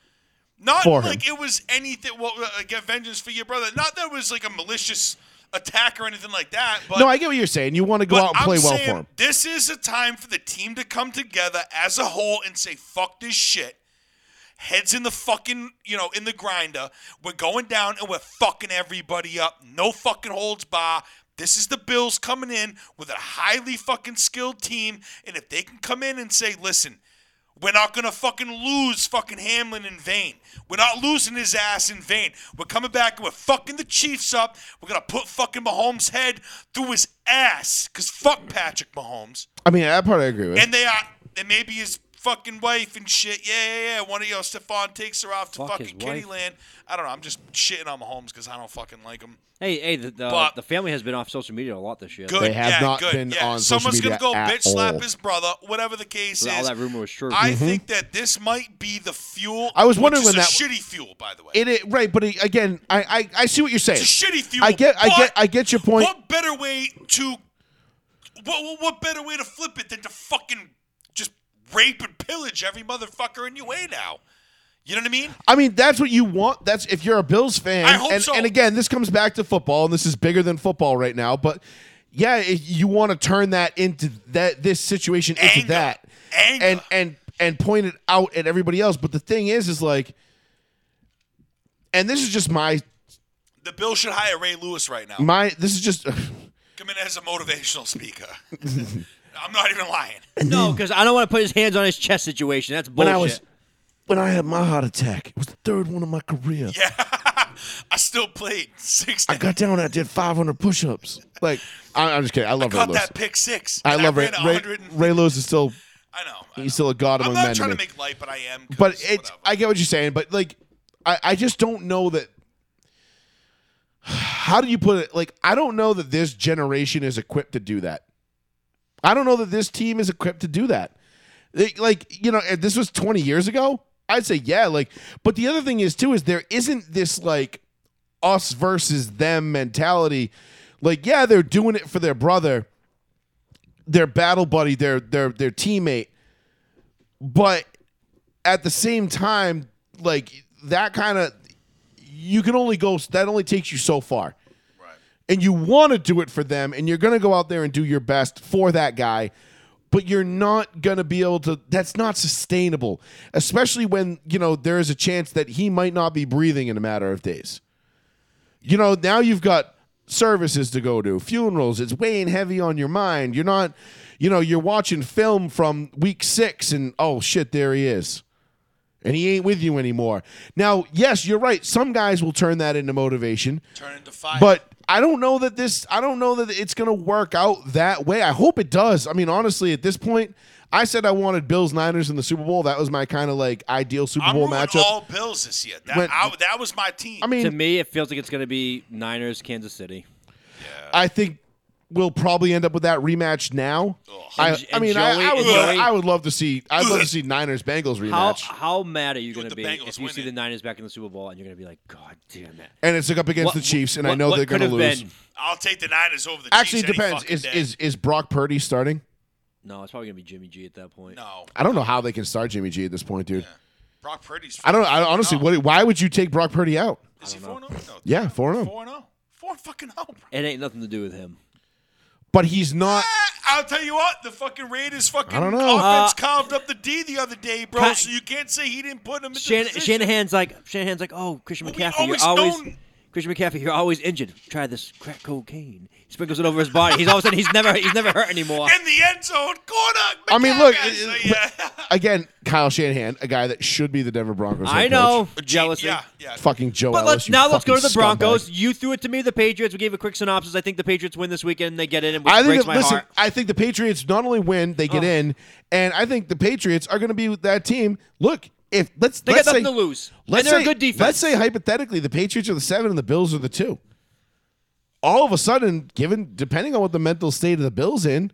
Speaker 7: Not
Speaker 1: For him.
Speaker 7: like it was anything. Well, uh, get vengeance for your brother. Not that it was like a malicious attack or anything like that. But
Speaker 1: no, I get what you're saying. You want to go
Speaker 7: but
Speaker 1: out and
Speaker 7: I'm
Speaker 1: play well
Speaker 7: saying
Speaker 1: for him.
Speaker 7: This is a time for the team to come together as a whole and say, fuck this shit. Heads in the fucking, you know, in the grinder. We're going down and we're fucking everybody up. No fucking holds bar. This is the Bills coming in with a highly fucking skilled team. And if they can come in and say, listen, we're not gonna fucking lose fucking Hamlin in vain. We're not losing his ass in vain. We're coming back and we're fucking the Chiefs up. We're gonna put fucking Mahomes' head through his ass. Cause fuck Patrick Mahomes.
Speaker 1: I mean, that part I agree with.
Speaker 7: And they are and maybe his fucking wife and shit. Yeah, yeah, yeah. One of you know, Stefan takes her off to
Speaker 3: Fuck his
Speaker 7: fucking kitty
Speaker 3: wife.
Speaker 7: land. I don't know, I'm just shitting on Mahomes because I don't fucking like him.
Speaker 3: Hey, hey, the the,
Speaker 7: But-
Speaker 3: the family has been off social media a lot this year.
Speaker 7: Good.
Speaker 1: They have
Speaker 7: yeah,
Speaker 1: not
Speaker 7: good,
Speaker 1: been
Speaker 7: yeah.
Speaker 1: on social
Speaker 7: Someone's
Speaker 1: media
Speaker 7: gonna go
Speaker 1: at
Speaker 7: bitch slap
Speaker 1: all.
Speaker 7: his brother, whatever the case
Speaker 3: All
Speaker 7: is.
Speaker 3: that rumor was true.
Speaker 7: I think that this might be the fuel.
Speaker 1: Mm-hmm. I was
Speaker 7: which
Speaker 1: wondering
Speaker 7: is
Speaker 1: when
Speaker 7: a
Speaker 1: that-
Speaker 7: shitty fuel, by the way.
Speaker 1: It, it right, but it- again, I, I I see what you're saying.
Speaker 7: it's a shitty fuel.
Speaker 1: I get I
Speaker 7: but
Speaker 1: get I get your point.
Speaker 7: What better way to what, what what better way to flip it than to fucking just rape and pillage every motherfucker in your way now? You know what I mean?
Speaker 1: I mean, that's what you want. That's if you're a Bills fan.
Speaker 7: I hope
Speaker 1: and,
Speaker 7: so.
Speaker 1: and again, this comes back to football, and this is bigger than football right now. But yeah, it, you want to turn that into that this situation
Speaker 7: Anger.
Speaker 1: into that,
Speaker 7: Anger.
Speaker 1: and and and point it out at everybody else. But the thing is, is like, and this is just my
Speaker 7: The Bill should hire Ray Lewis right now.
Speaker 1: my. This is just.
Speaker 7: Come in as a motivational speaker. I'm not even lying.
Speaker 3: no, because I don't want to put his hands on his chest situation. That's bullshit.
Speaker 1: When I was when I had my heart attack, it was the third one of my career.
Speaker 7: Yeah, I still played six.
Speaker 1: I got down and I did 500 push-ups. Like I, I'm just kidding. I love Ray
Speaker 7: caught
Speaker 1: Lewis.
Speaker 7: that pick six.
Speaker 1: I
Speaker 7: and
Speaker 1: love Ray,
Speaker 7: ran a
Speaker 1: Ray.
Speaker 7: hundred and-
Speaker 1: Ray Lewis is still
Speaker 7: I know. I know.
Speaker 1: he's still a god
Speaker 7: I'm
Speaker 1: among
Speaker 7: not
Speaker 1: men.
Speaker 7: trying
Speaker 1: To
Speaker 7: to
Speaker 1: me.
Speaker 7: make light, but I am. 'cause
Speaker 1: But it's
Speaker 7: whatever.
Speaker 1: I get what you're saying. But like I, I just don't know that. how do you put it? Like, I don't know that this generation is equipped to do that. I don't know that this team is equipped to do that. Like- Like, you know, if this was 20 years ago, I'd say, yeah. Like, but the other thing is, too, is there isn't this like us versus them mentality. Like, yeah, they're doing it for their brother, their battle buddy, their their their teammate. But at the same time, like that kind of you can only go that only takes you so far. And you want to do it for them and you're going to go out there and do your best for that guy, but you're not going to be able to that's not sustainable, especially when, you know, there is a chance that he might not be breathing in a matter of days. You know, now you've got services to go to, funerals. It's weighing heavy on your mind. You're not, you know, you're watching film from week six and oh shit, there he is. And he ain't with you anymore. Now, yes, you're right. Some guys will turn that into motivation,
Speaker 7: Turn into fire.
Speaker 1: but I don't know that this, I don't know that it's going to work out that way. I hope it does. I mean, honestly, at this point, I said I wanted Bills Niners in the Super Bowl. That was my kind of like ideal Super
Speaker 7: I'm
Speaker 1: Bowl
Speaker 7: rooting
Speaker 1: matchup.
Speaker 7: all Bills this year. That,
Speaker 1: When-
Speaker 7: I, that was my team.
Speaker 1: I mean,
Speaker 3: To me, it feels like it's going to be Niners, Kansas City.
Speaker 1: I think we'll probably end up with that rematch now. I,
Speaker 7: Oh,
Speaker 3: And-
Speaker 1: I
Speaker 3: and
Speaker 1: mean, I,
Speaker 3: Joey-
Speaker 1: I would
Speaker 3: and
Speaker 1: love,
Speaker 3: Joey-
Speaker 1: I would love to see I'd love to see Niners Bengals
Speaker 3: How
Speaker 1: rematch,
Speaker 3: how mad are you going
Speaker 7: With
Speaker 3: to
Speaker 7: the
Speaker 3: be
Speaker 7: Bengals
Speaker 3: if you see
Speaker 7: winning.
Speaker 3: the Niners back in the Super Bowl and you're going to be like, God damn it!
Speaker 1: and it's like up
Speaker 3: What-
Speaker 1: against the Chiefs, and I
Speaker 3: what-
Speaker 1: know
Speaker 3: what
Speaker 1: they're going to
Speaker 3: could have
Speaker 1: lose.
Speaker 3: been?
Speaker 7: I'll take the Niners over the
Speaker 1: Actually, it
Speaker 7: Chiefs. any
Speaker 1: depends.
Speaker 7: fucking
Speaker 1: Is,
Speaker 7: day.
Speaker 1: is is Brock Purdy starting?
Speaker 3: No, it's probably going to be Jimmy G at that point.
Speaker 7: no.
Speaker 1: I don't know how they can start Jimmy G at this point, dude.
Speaker 7: Brock Purdy's.
Speaker 1: I don't. I honestly,
Speaker 7: No.
Speaker 1: what, why would you take Brock Purdy out?
Speaker 7: Is he 4 0? No.
Speaker 1: Yeah, oh. 4-0.
Speaker 7: 4 0. 4 fucking oh, 0.
Speaker 3: It ain't nothing to do with him.
Speaker 1: But he's not.
Speaker 7: Eh, I'll tell you what, the fucking Raiders fucking
Speaker 1: I don't know.
Speaker 7: offense
Speaker 3: Uh,
Speaker 7: carved up the D the other day, bro.
Speaker 3: Pat-
Speaker 7: so you can't say he didn't put him in
Speaker 3: Shan-
Speaker 7: the position.
Speaker 3: Shanahan's like Shanahan's like, oh, Christian
Speaker 7: But we
Speaker 3: McCaffrey,
Speaker 7: always
Speaker 3: you're always
Speaker 7: known-
Speaker 3: Christian McCaffrey, you're always injured. Try this crack cocaine. He sprinkles it over his body. He's all of a sudden he's never he's never hurt anymore.
Speaker 7: in the end zone corner.
Speaker 1: I mean, look,
Speaker 7: McCaffrey.
Speaker 1: it-
Speaker 7: So, yeah.
Speaker 1: Again, Kyle Shanahan, a guy that should be the Denver Broncos.
Speaker 3: I
Speaker 1: head
Speaker 3: know
Speaker 1: coach.
Speaker 3: jealousy.
Speaker 7: yeah, yeah.
Speaker 1: Fucking Joe.
Speaker 3: But let's,
Speaker 1: Ellis, you
Speaker 3: now let's go to
Speaker 1: fucking
Speaker 3: the Broncos.
Speaker 1: scumbag.
Speaker 3: You threw it to me, the Patriots. We gave a quick synopsis. I think the Patriots win this weekend. They get in, and which
Speaker 1: I think
Speaker 3: breaks
Speaker 1: that-
Speaker 3: my
Speaker 1: listen,
Speaker 3: heart.
Speaker 1: I think the Patriots not only win, they get
Speaker 3: Oh.
Speaker 1: in, and I think the Patriots are going to be with that team. Look, if let's
Speaker 3: They got
Speaker 1: let's
Speaker 3: nothing
Speaker 1: say,
Speaker 3: to lose. And
Speaker 1: Let's
Speaker 3: they're a
Speaker 1: say,
Speaker 3: good defense.
Speaker 1: Let's say hypothetically, the Patriots are the seven and the Bills are the two. All of a sudden, given depending on what the mental state of the Bills in,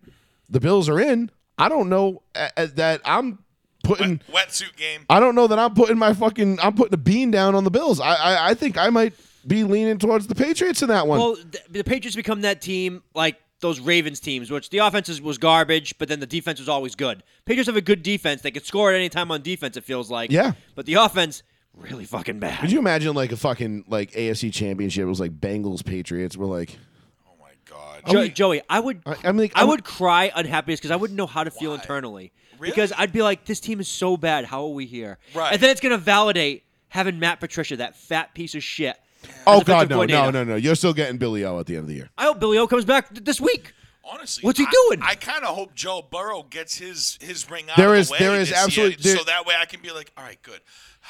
Speaker 1: the Bills are in. I don't know uh, uh, that I'm putting.
Speaker 7: Wetsuit game.
Speaker 1: I don't know that I'm putting my fucking. I'm putting a bean down on the Bills. I I, I think I might be leaning towards the Patriots in that one.
Speaker 3: Well, th- the Patriots become that team like those Ravens teams, which the offense is- was garbage, but then the defense was always good. Patriots have a good defense; they could score at any time on defense. It feels like,
Speaker 1: Yeah.
Speaker 3: but the offense really fucking bad.
Speaker 1: Could you imagine like a fucking like AFC championship? It was like Bengals Patriots. We're like,
Speaker 7: Oh my god.
Speaker 3: Jo- Joey, I would,
Speaker 1: I-
Speaker 3: I,
Speaker 1: I'm like- I'm-
Speaker 3: would cry unhappiness because I wouldn't know how to feel internally. Because I'd be like, this team is so bad. How are we here?
Speaker 7: Right.
Speaker 3: And then it's gonna validate having Matt Patricia, that fat piece of shit.
Speaker 1: oh
Speaker 3: defensive
Speaker 1: god, no, no,
Speaker 3: coordinator.
Speaker 1: no, no. You're still getting Billy O at the end of the year.
Speaker 3: I hope Billy O comes back th- this week.
Speaker 7: Honestly,
Speaker 3: What's he
Speaker 7: I-
Speaker 3: doing?
Speaker 7: I, kind of hope Joe Burrow gets his his ring out.
Speaker 1: There
Speaker 7: of
Speaker 1: is-
Speaker 7: the way
Speaker 1: there is
Speaker 7: this year,
Speaker 1: absolutely- there-
Speaker 7: so that way I can be like, all right, good.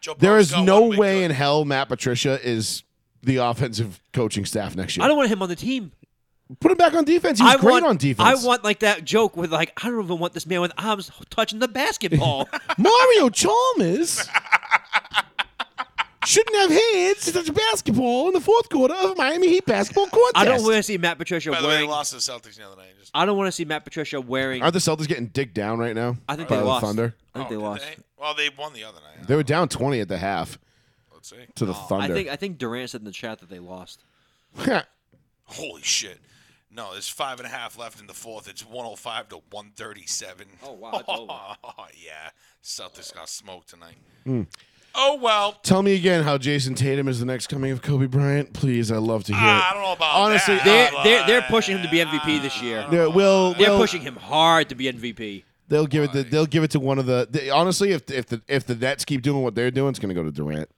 Speaker 7: Joe
Speaker 1: There
Speaker 7: Burrow's
Speaker 1: is
Speaker 7: got
Speaker 1: no
Speaker 7: one
Speaker 1: way
Speaker 7: good.
Speaker 1: in hell Matt Patricia is the offensive coaching staff next year.
Speaker 3: I don't want him on the team.
Speaker 1: Put him back on defense. He was
Speaker 3: I
Speaker 1: great
Speaker 3: want,
Speaker 1: on defense.
Speaker 3: I want like that joke with like I don't even want this man with arms touching the basketball.
Speaker 1: Mario Chalmers. Shouldn't have hands to touch a basketball in the fourth quarter of Miami Heat basketball contest.
Speaker 3: I don't want to see Matt Patricia
Speaker 7: By the way, they
Speaker 3: wearing.
Speaker 7: lost to the Celtics the other night. Just,
Speaker 3: I don't want to see Matt Patricia wearing.
Speaker 1: Aren't the Celtics getting dicked down right now?
Speaker 3: I think
Speaker 1: by
Speaker 3: they
Speaker 1: the
Speaker 3: lost.
Speaker 1: Thunder.
Speaker 3: I think
Speaker 7: Oh,
Speaker 3: they
Speaker 7: did
Speaker 3: lost.
Speaker 7: Well, they won the other night.
Speaker 1: They were down twenty at the half
Speaker 7: Let's see.
Speaker 1: to the
Speaker 3: Oh, I
Speaker 1: Thunder.
Speaker 3: think I think Durant said in the chat that they lost.
Speaker 7: Holy shit. No, there's five and a half left in the fourth. It's 105 to 137.
Speaker 3: Oh, wow, it's over.
Speaker 7: yeah. Celtics got smoked tonight.
Speaker 3: Hmm.
Speaker 7: Oh, well.
Speaker 1: Tell me again how Jason Tatum is the next coming of Kobe Bryant, please. I love to hear.
Speaker 7: Ah,
Speaker 1: it.
Speaker 7: I don't know about
Speaker 1: Honestly,
Speaker 7: that.
Speaker 3: They're,
Speaker 7: but-
Speaker 3: they're, they're pushing him to be MVP this year.
Speaker 1: Yeah, will
Speaker 3: They're
Speaker 1: will-
Speaker 3: pushing him hard to be MVP.
Speaker 1: They'll give it. The, they'll give it to one of the. They, honestly, if if the if the Nets keep doing what they're doing, it's going to go to Durant.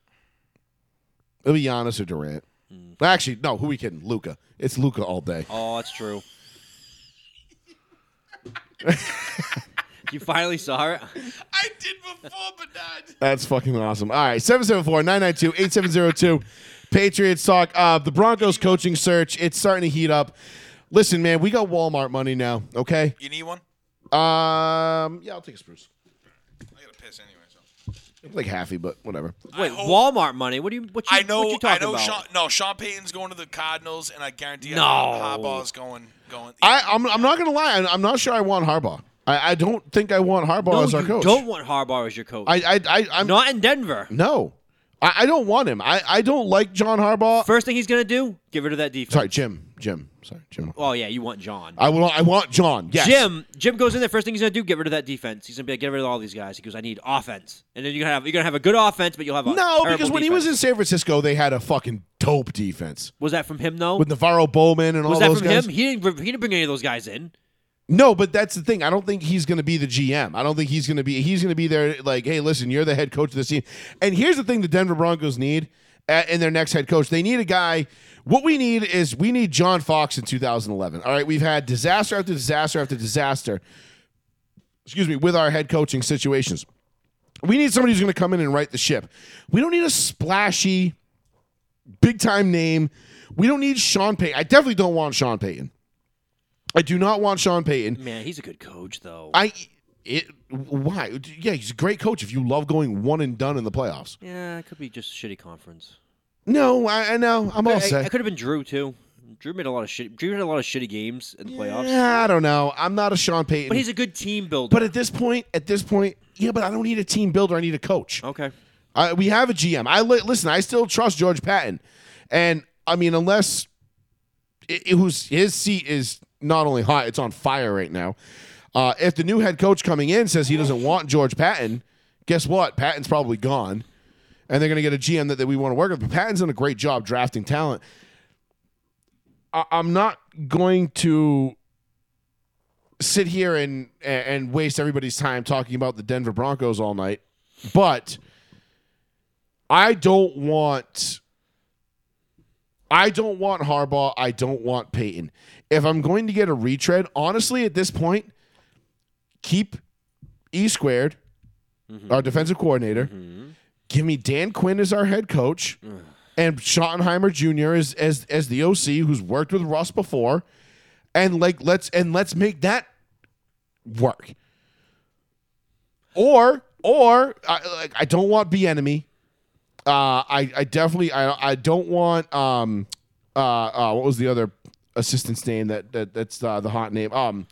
Speaker 1: It'll be Giannis or Durant.
Speaker 3: Mm.
Speaker 1: Actually, no. Who we kidding? Luca. It's Luca all day.
Speaker 3: Oh, that's true. you finally saw it.
Speaker 7: I did before, but not.
Speaker 1: That's fucking awesome. All right, 774-992-8702. Patriots talk. Uh, the Broncos coaching search. It's starting to heat up. Listen, man, we got Walmart money now. Okay.
Speaker 7: You need one?
Speaker 1: Um. Yeah, I'll take a spruce.
Speaker 7: I got to piss anyway. So.
Speaker 1: Like halfy, but whatever.
Speaker 3: Wait,
Speaker 7: hope-
Speaker 3: Walmart money? What do you? What you?
Speaker 7: I know.
Speaker 3: What you
Speaker 7: I
Speaker 3: talking
Speaker 7: know.
Speaker 3: about?
Speaker 7: Sean, no, Sean Payton's going to the Cardinals, and I guarantee
Speaker 3: No.
Speaker 7: Harbaugh's going. Going.
Speaker 1: I, I'm, I'm not going to lie. I'm, I'm not sure I want Harbaugh. I, I don't think I want Harbaugh
Speaker 3: no,
Speaker 1: Oh, as our
Speaker 3: you
Speaker 1: coach.
Speaker 3: don't want Harbaugh as your coach.
Speaker 1: I, I, I, I'm
Speaker 3: Not in Denver.
Speaker 1: no. I, I don't want him. I, I don't like John Harbaugh.
Speaker 3: First thing he's gonna do, get rid of that defense.
Speaker 1: Sorry, Jim. Jim. Sorry, Jim.
Speaker 3: Oh yeah, you want John.
Speaker 1: I want. I want John. Yes.
Speaker 3: Jim, Jim goes in there. First thing he's gonna do, get rid of that defense. He's gonna be like, get rid of all these guys. He goes, I need offense, and then you're gonna have you're gonna have a good offense, but you'll have a
Speaker 1: No,
Speaker 3: terrible
Speaker 1: because when he
Speaker 3: defense.
Speaker 1: was in San Francisco, they had a fucking dope defense
Speaker 3: was that from him though?
Speaker 1: with Navarro Bowman and
Speaker 3: was
Speaker 1: all
Speaker 3: that
Speaker 1: those
Speaker 3: from
Speaker 1: guys.
Speaker 3: him? He didn't he didn't bring any of those guys in.
Speaker 1: No, but that's the thing. I don't think he's going to be the GM. I don't think he's going to be. He's going to be there. Like, hey, listen, you're the head coach of this team. And here's the thing: the Denver Broncos need uh, in their next head coach. They need a guy. What we need is we need John Fox in 2011. All right, we've had disaster after disaster after disaster. Excuse me, with our head coaching situations. We need somebody who's going to come in and right the ship. We don't need a splashy, big time name. We don't need Sean Payton. I definitely don't want Sean Payton. I do not want Sean Payton.
Speaker 3: Man, he's a good coach though.
Speaker 1: I it why? Yeah, he's a great coach if you love going one and done in the playoffs.
Speaker 3: yeah, it could be just a shitty conference.
Speaker 1: No, I, I know. I'm all
Speaker 3: I,
Speaker 1: set.
Speaker 3: could have been Drew too. Drew made a lot of shit. Drew had a lot of shitty games in the playoffs.
Speaker 1: Yeah, I don't know. I'm not a Sean Payton.
Speaker 3: But he's a good team builder.
Speaker 1: But at this point, at this point, yeah, but I don't need a team builder. I need a coach.
Speaker 3: okay.
Speaker 1: I, we have a GM. I li- listen. I still trust George Patton, and I mean, unless it, it was his seat is not only hot, it's on fire right now. Uh, if the new head coach coming in says he doesn't want George Patton, guess what? Patton's probably gone, and they're going to get a GM that, that we want to work with. But Patton's done a great job drafting talent. I, I'm not going to sit here and and waste everybody's time talking about the Denver Broncos all night, but. I don't want I don't want Harbaugh. I don't want Peyton. If I'm going to get a retread, honestly, at this point, keep E squared, our defensive coordinator. Give me Dan Quinn as our head coach and Schottenheimer Jr. as as as the OC who's worked with Russ before. And like let's and let's make that work. Or or I, like I don't want B enemy. Uh, I I definitely I I don't want um uh, uh what was the other assistant's name that, that that's uh, the hot name um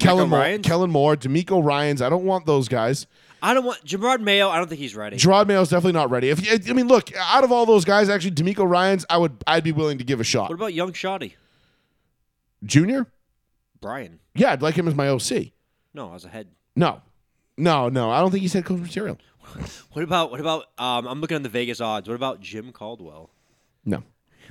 Speaker 1: Kellen Moore,
Speaker 3: Ryan.
Speaker 1: Kellen Moore, D'Amico Ryan's. I don't want those guys.
Speaker 3: I don't want Gerard Mayo. I don't think he's ready.
Speaker 1: Gerard Mayo's definitely not ready. If I mean, look, out of all those guys, actually, D'Amico Ryan's, I would, I'd be willing to give a shot.
Speaker 3: what about young Shoddy?
Speaker 1: Junior,
Speaker 3: Brian.
Speaker 1: yeah, I'd like him as my OC.
Speaker 3: No, I was ahead.
Speaker 1: No, no, no, I don't think he's head coach material.
Speaker 3: What about what about um I'm looking at the Vegas odds. What about Jim Caldwell?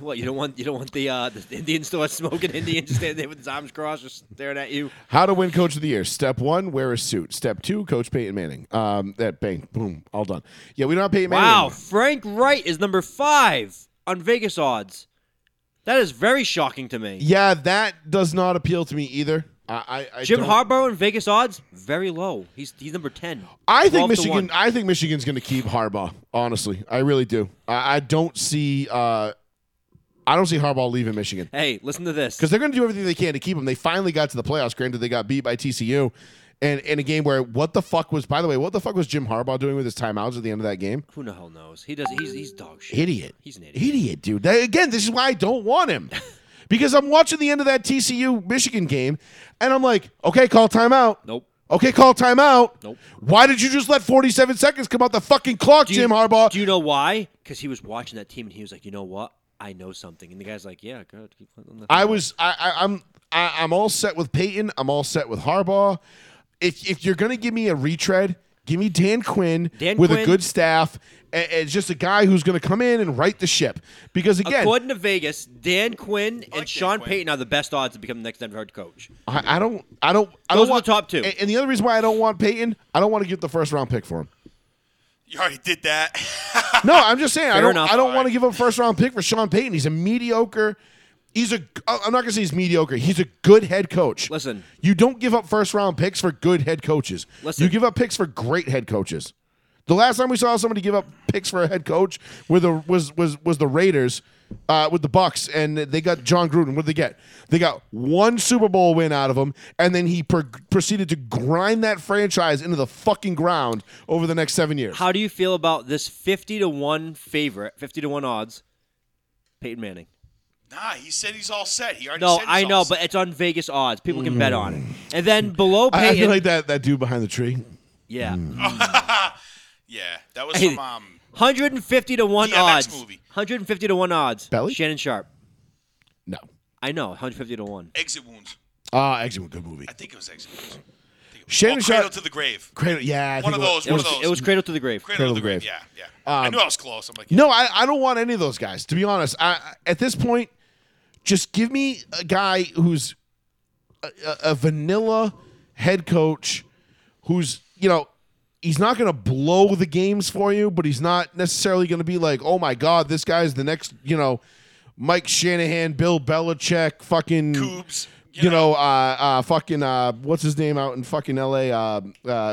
Speaker 1: No,
Speaker 3: What you don't want you don't want the uh the Indians to smoking Indian just standing there with his arms crossed just staring at you.
Speaker 1: how to win coach of the year. Step one, wear a suit. Step two, coach Peyton Manning. Um, that bang, boom, all done. Yeah, we don't have Peyton Manning.
Speaker 3: Wow,
Speaker 1: anymore.
Speaker 3: Frank Wright is number five on Vegas odds. That is very shocking to me.
Speaker 1: Yeah, that does not appeal to me either. I, I, I
Speaker 3: Jim
Speaker 1: don't-
Speaker 3: Harbaugh in Vegas odds very low. He's he's number ten.
Speaker 1: I
Speaker 3: 12
Speaker 1: think
Speaker 3: to
Speaker 1: Michigan.
Speaker 3: one.
Speaker 1: I think Michigan's going to keep Harbaugh. Honestly, I really do. I, I don't see. Uh, I don't see Harbaugh leaving Michigan
Speaker 3: Hey, listen to this.
Speaker 1: because they're going to do everything they can to keep him. They finally got to the playoffs. Granted, they got beat by TCU, and in a game where what the fuck was? By the way, what the fuck was Jim Harbaugh doing with his timeouts at the end of that game?
Speaker 3: Who the hell knows? He does. He's he's dog shit.
Speaker 1: Idiot.
Speaker 3: He's an idiot.
Speaker 1: Idiot, dude. That- again, this is why I don't want him. Because I'm watching the end of that TCU Michigan game, and I'm like, okay, call timeout.
Speaker 3: Nope.
Speaker 1: Okay, call timeout.
Speaker 3: Nope.
Speaker 1: Why did you just let 47 seconds come out the fucking clock,
Speaker 3: Do you-
Speaker 1: Jim Harbaugh?
Speaker 3: Do you know why? Because he was watching that team and he was like, you know what? I know something. And the guy's like, yeah, good. Keep putting the
Speaker 1: I was. I, I, I'm. I, I'm all set with Peyton. I'm all set with Harbaugh. If if you're gonna give me a retread, give me Dan Quinn
Speaker 3: Dan
Speaker 1: with a
Speaker 3: Quinn.
Speaker 1: good staff and, and just a guy who's gonna come in and right the ship. Because again,
Speaker 3: According to Vegas, Dan Quinn and
Speaker 7: Dan
Speaker 3: Sean
Speaker 7: Quinn.
Speaker 3: Payton are the best odds to become the next Denver head coach.
Speaker 1: I, I don't. I don't. I
Speaker 3: Those
Speaker 1: don't
Speaker 3: are
Speaker 1: want
Speaker 3: the top two.
Speaker 1: And, and the other reason why I don't want Peyton, I don't want to get the first round pick for him.
Speaker 7: You already did that.
Speaker 1: No, I'm just saying. I
Speaker 3: Fair
Speaker 1: don't.
Speaker 3: enough.
Speaker 1: I don't want to give up first round pick for Sean Payton. He's a mediocre. He's a. uh, I'm not gonna say he's mediocre. He's a good head coach.
Speaker 3: Listen.
Speaker 1: you don't give up first round picks for good head coaches.
Speaker 3: Listen.
Speaker 1: you give up picks for great head coaches. The last time we saw somebody give up picks for a head coach were the was was was the Raiders uh, with the Bucks, and they got John Gruden. What did they get? They got one Super Bowl win out of him, and then he pro- proceeded to grind that franchise into the fucking ground over the next seven years.
Speaker 3: How do you feel about this 50 to 1 favorite, 50 to 1 odds, Peyton Manning?
Speaker 7: Nah, he said he's all set. He already
Speaker 3: No,
Speaker 7: said he's
Speaker 3: I
Speaker 7: all
Speaker 3: know,
Speaker 7: set.
Speaker 3: but it's on Vegas odds. People can bet on it. And then below
Speaker 1: Mm. I, I
Speaker 3: Peyton.
Speaker 1: feel like Mm. that that dude behind the tree.
Speaker 3: yeah.
Speaker 7: yeah, that was
Speaker 3: Hey.
Speaker 7: from um,
Speaker 3: 150 to 1
Speaker 7: DMX
Speaker 3: odds.
Speaker 7: movie.
Speaker 3: 150 to 1 odds.
Speaker 1: Belly?
Speaker 3: Shannon Sharp.
Speaker 1: No,
Speaker 3: I know, 150 to 1.
Speaker 7: Exit Wounds.
Speaker 1: ah, actually, a good movie.
Speaker 7: I think it was Exit Wounds. I think it was-
Speaker 1: Shannon
Speaker 7: oh, Cradle
Speaker 1: Sharp-
Speaker 7: to the Grave.
Speaker 1: Cradle, yeah, I
Speaker 7: One
Speaker 1: think
Speaker 7: of
Speaker 1: it wa-
Speaker 7: those.
Speaker 3: It
Speaker 7: One
Speaker 3: was
Speaker 7: of those.
Speaker 3: it was Cradle to the Grave.
Speaker 7: Cradle to the Grave.
Speaker 1: Grave. Um,
Speaker 7: Yeah, yeah. I knew I was close. I'm like,
Speaker 1: No, I, I don't want any of those guys. To be honest, I, I- at this point, just give me a guy who's a, a, a vanilla head coach, who's you know, he's not going to blow the games for you, but he's not necessarily going to be like, oh my god, this guy's the next you know, Mike Shanahan, Bill Belichick, fucking
Speaker 7: Coobs.
Speaker 1: you know, uh, uh, fucking, uh, what's his name out in fucking L.A. Uh, uh,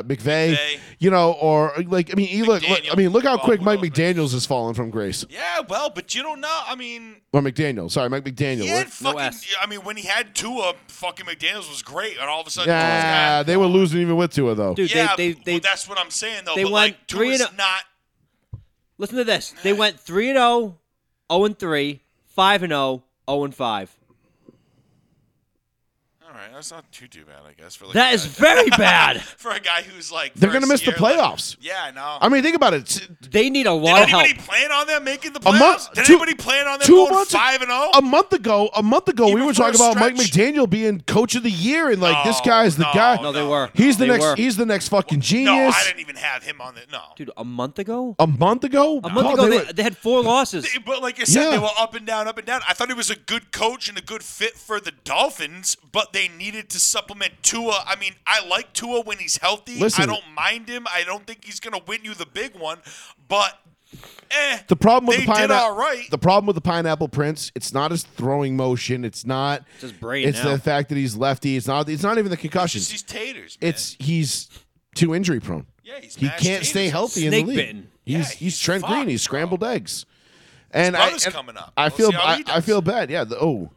Speaker 1: McVeigh,
Speaker 7: McVay.
Speaker 1: you know, or like, I mean, he look, look, I
Speaker 7: McDaniel.
Speaker 1: mean, look how
Speaker 7: Oh,
Speaker 1: quick
Speaker 7: who
Speaker 1: Mike
Speaker 7: knows?
Speaker 1: McDaniel's has fallen from grace,
Speaker 7: Yeah, well, but you don't know. I mean,
Speaker 1: or McDaniel, sorry, Mike McDaniel.
Speaker 7: he had
Speaker 1: What-
Speaker 7: fucking.
Speaker 3: S.
Speaker 7: I mean, when he had Tua, fucking McDaniel's was great, and all of a sudden, Tua's
Speaker 1: yeah,
Speaker 7: got-
Speaker 1: they were losing even with Tua though.
Speaker 3: Dude,
Speaker 7: yeah,
Speaker 3: they, they, they,
Speaker 7: well, that's what I'm saying though.
Speaker 3: they
Speaker 7: but
Speaker 3: went
Speaker 7: like,
Speaker 3: three
Speaker 7: Tua's
Speaker 3: and a-
Speaker 7: not.
Speaker 3: Listen to this. They went 3 and 0, 0 and 3, 5 and 0, 0 and 5.
Speaker 7: All right, that's not too too bad, I guess. For like
Speaker 3: That
Speaker 7: a
Speaker 3: is
Speaker 7: guy-
Speaker 3: very bad.
Speaker 7: for a guy who's like
Speaker 1: They're
Speaker 7: going
Speaker 1: gonna miss
Speaker 7: to
Speaker 1: the playoffs.
Speaker 7: yeah, I know.
Speaker 1: I mean, think about it. It's-
Speaker 3: They need a
Speaker 7: Did
Speaker 3: lot of help.
Speaker 7: anybody plan on them making the
Speaker 1: A
Speaker 7: playoffs?
Speaker 1: month,
Speaker 7: Did
Speaker 1: two-
Speaker 7: anybody plan on them
Speaker 1: two
Speaker 7: going
Speaker 1: months,
Speaker 7: five and oh? zero?
Speaker 1: a month ago, a month ago, we
Speaker 7: Even
Speaker 1: were
Speaker 7: for a
Speaker 1: talking about Mike
Speaker 7: stretch?
Speaker 1: McDaniel being coach of the year, and like this
Speaker 7: No,
Speaker 1: guy's the
Speaker 7: no,
Speaker 1: guy.
Speaker 3: No, they were.
Speaker 1: He's the
Speaker 3: They
Speaker 1: next.
Speaker 3: were.
Speaker 1: He's the next fucking
Speaker 7: No,
Speaker 1: genius.
Speaker 7: I didn't even have him on the no.
Speaker 3: Dude, a month ago?
Speaker 1: a month ago,
Speaker 3: A month ago, they, they had four losses.
Speaker 7: They- But like I said,
Speaker 1: Yeah.
Speaker 7: they were up and down, up and down. I thought he was a good coach and a good fit for the Dolphins, but they needed to supplement Tua. I mean, I like Tua when he's healthy.
Speaker 1: Listen.
Speaker 7: I don't mind him. I don't think he's going to win you the big one, but eh.
Speaker 1: The problem with
Speaker 7: they
Speaker 1: the pineapple,
Speaker 7: did all right.
Speaker 1: the problem with the pineapple prince, it's not his throwing motion. It's not
Speaker 3: It's his brain
Speaker 1: It's
Speaker 3: now.
Speaker 1: the fact that he's lefty. It's not. It's not even the concussions.
Speaker 7: It's these taters. Man.
Speaker 1: it's he's too injury prone.
Speaker 7: Yeah, he's
Speaker 1: he
Speaker 7: mashed
Speaker 1: can't stay
Speaker 7: taters.
Speaker 1: healthy in
Speaker 3: Snake
Speaker 1: the league.
Speaker 3: bitten.
Speaker 1: He's
Speaker 7: Yeah,
Speaker 1: he's,
Speaker 7: he's
Speaker 1: Trent Green.
Speaker 7: fucked,
Speaker 1: He's scrambled eggs. And I
Speaker 7: brother's
Speaker 1: and
Speaker 7: coming up.
Speaker 1: I
Speaker 7: We'll
Speaker 1: feel
Speaker 7: see how
Speaker 1: I,
Speaker 7: he
Speaker 1: I
Speaker 7: does.
Speaker 1: feel bad. Yeah. The, oh,